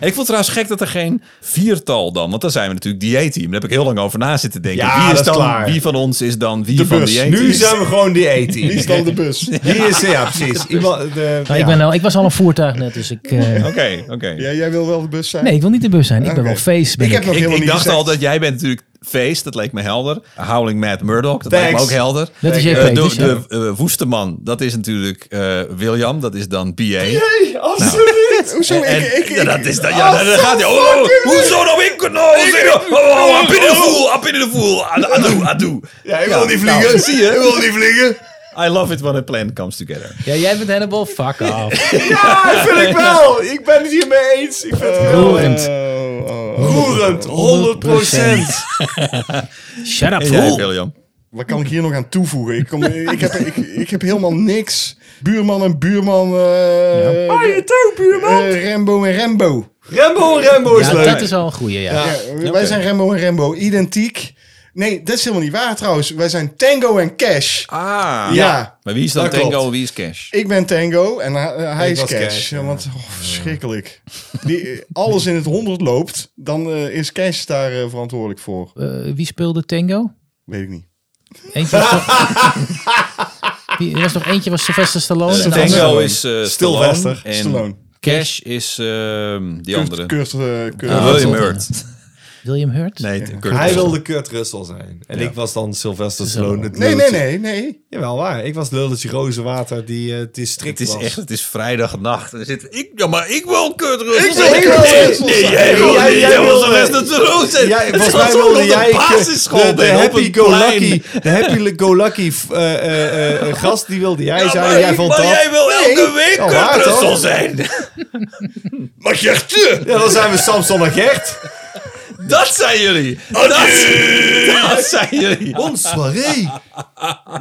A: En ik vond het trouwens gek dat er geen viertal dan, want dan zijn we natuurlijk dieetteam. Daar heb ik heel lang over na zitten denken.
C: Ja,
A: wie, is
C: dat is
A: dan,
C: klaar.
A: wie van ons is dan wie
C: de
A: van
C: bus.
A: dieetteam?
C: Nu zijn we gewoon die 18.
D: Wie is dan de bus?
C: Die is, ja, precies. Iemand, eh, de,
B: Nou, ik, ben al, ik was al een voertuig net, dus ik... eh,
A: Oké, oké.
D: Ja, jij wil wel de bus zijn?
B: nee, ik wil niet de bus zijn. Ik ben wel feest. Ben
D: Ik
B: ik
D: heb nog
A: Ik,
D: helemaal
A: ik
D: niet
A: dacht
D: gezegd.
A: al dat jij bent natuurlijk feest, dat leek me helder. Howling Mad Murdoch, dat lijkt
C: Thanks.
A: me ook helder.
B: Dat is dus jij
A: Eh, de
B: Peters, ja.
A: de eh, Woesteman, dat is natuurlijk eh, William, dat is dan BA.
D: Nee,
C: Nou.
D: absoluut. Hoezo?
A: En
D: ik, ik, ik,
A: ja, dat is dan, ja, dan gaat hij. Oh, hoezo nou ik kan nou zeggen? Oh, oh, up in the fool, up in the fool. Adoe, adoe.
D: Ja, ik wil niet vliegen.
A: nou, zie je.
D: Ik wil niet vliegen.
A: I love it when a plan comes together.
B: Ja, jij bent Hannibal? Fuck off.
C: Ja, dat vind ik wel. Ik ben het hiermee eens. Ik vind het
B: Roerend.
D: Oh, oh, oh.
C: roerend. 100%.
B: Shut up,
A: En jij,
B: fool.
A: William.
D: Wat kan ik hier nog aan toevoegen? Ik, kom, ik, heb, ik, ik heb helemaal niks. Buurman en buurman. eh ja. buurman. Rembo en Rembo.
C: Rembo, Rembo is
B: Ja,
C: leuk.
B: dat is al een goeie, ja.
D: Ja, Wij zijn Rembo en Rembo. Identiek. Nee, dat is helemaal niet waar trouwens. Wij zijn Tango en Cash.
A: Ah.
D: Ja.
A: Maar wie is dan
C: Dat
A: Tango
C: klopt.
A: en wie is Cash?
D: Ik ben Tango en eh, eh, hij
C: Ik
D: is
C: was
D: Cash.
C: Cash, ja.
D: Want oh, verschrikkelijk. Die, eh, alles in het honderd loopt, dan eh, is Cash daar eh, verantwoordelijk voor.
B: Eh, wie speelde tango?
D: Weet ik niet.
B: Eentje was toch... Wie- er was nog eentje was Sylvester Stallone. en de
A: Tango
B: andere-
A: is eh
C: Stilvester.
A: Stallone. En
D: Stallone.
A: Cash is ehm, die andere.
D: Kurt, Kurt, eh, Kurt-
A: Eh,
B: Ah,
A: William
B: dat-
A: Hurt.
B: William Hurt?
A: Nee, Kurt
C: Hij
A: Russell.
C: wilde Kurt Russell zijn. En ik was dan Sylvester Stallone. het
D: Nee, nee,
C: lultje.
D: nee, nee.
C: Jawel, waar. Ik was het lulletje rozenwater die eh, het district
A: Het is
C: was.
A: echt, het is vrijdagnacht. Er zit ik, ja, maar ik wil Kurt Russell.
D: Ik wil Kurt
A: Nee,
D: Russell.
A: Nee, jij wil
C: Jij-
A: niet.
C: jij
A: Jij wil
C: wil,
A: de rest dat ze roos zijn.
C: Ja,
A: Het
C: volgens
A: was
C: mij
A: alsof
C: wilde
A: ik
C: jij
A: op de
C: Kurt-
A: basisschool
C: de, de
A: ben, op
C: happy
A: een
C: go
A: plein.
C: lucky, de happy go lucky eh, eh, eh, eh, gast die wilde jij
A: Ja,
C: zijn.
A: maar
C: jij vond
A: maar
C: dat.
A: jij wil elke week
C: Ja, Oh, waar,
A: Kurt Russell
C: toch?
A: zijn. Maar Gertje,
C: Ja, dan zijn we Samson en Gert.
A: dat zijn jullie. Dat, dat zijn jullie.
C: Ons soirée.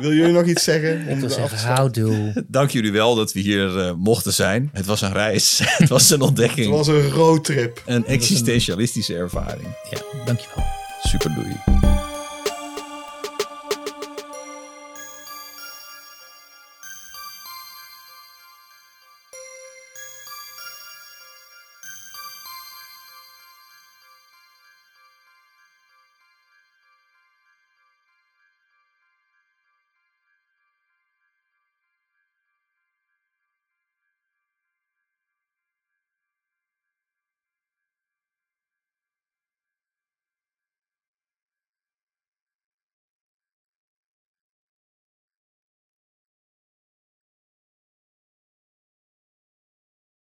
D: Wil jullie nog iets zeggen? Om
B: Ik
D: de
B: wil
D: af te
B: zeggen, houdoe.
A: Dank jullie wel dat we hier eh, mochten zijn. Het was een reis. Het was een
D: Het
A: ontdekking.
D: was een roadtrip.
A: Een existentialistische ervaring.
B: Ja, dankjewel.
A: Super doei.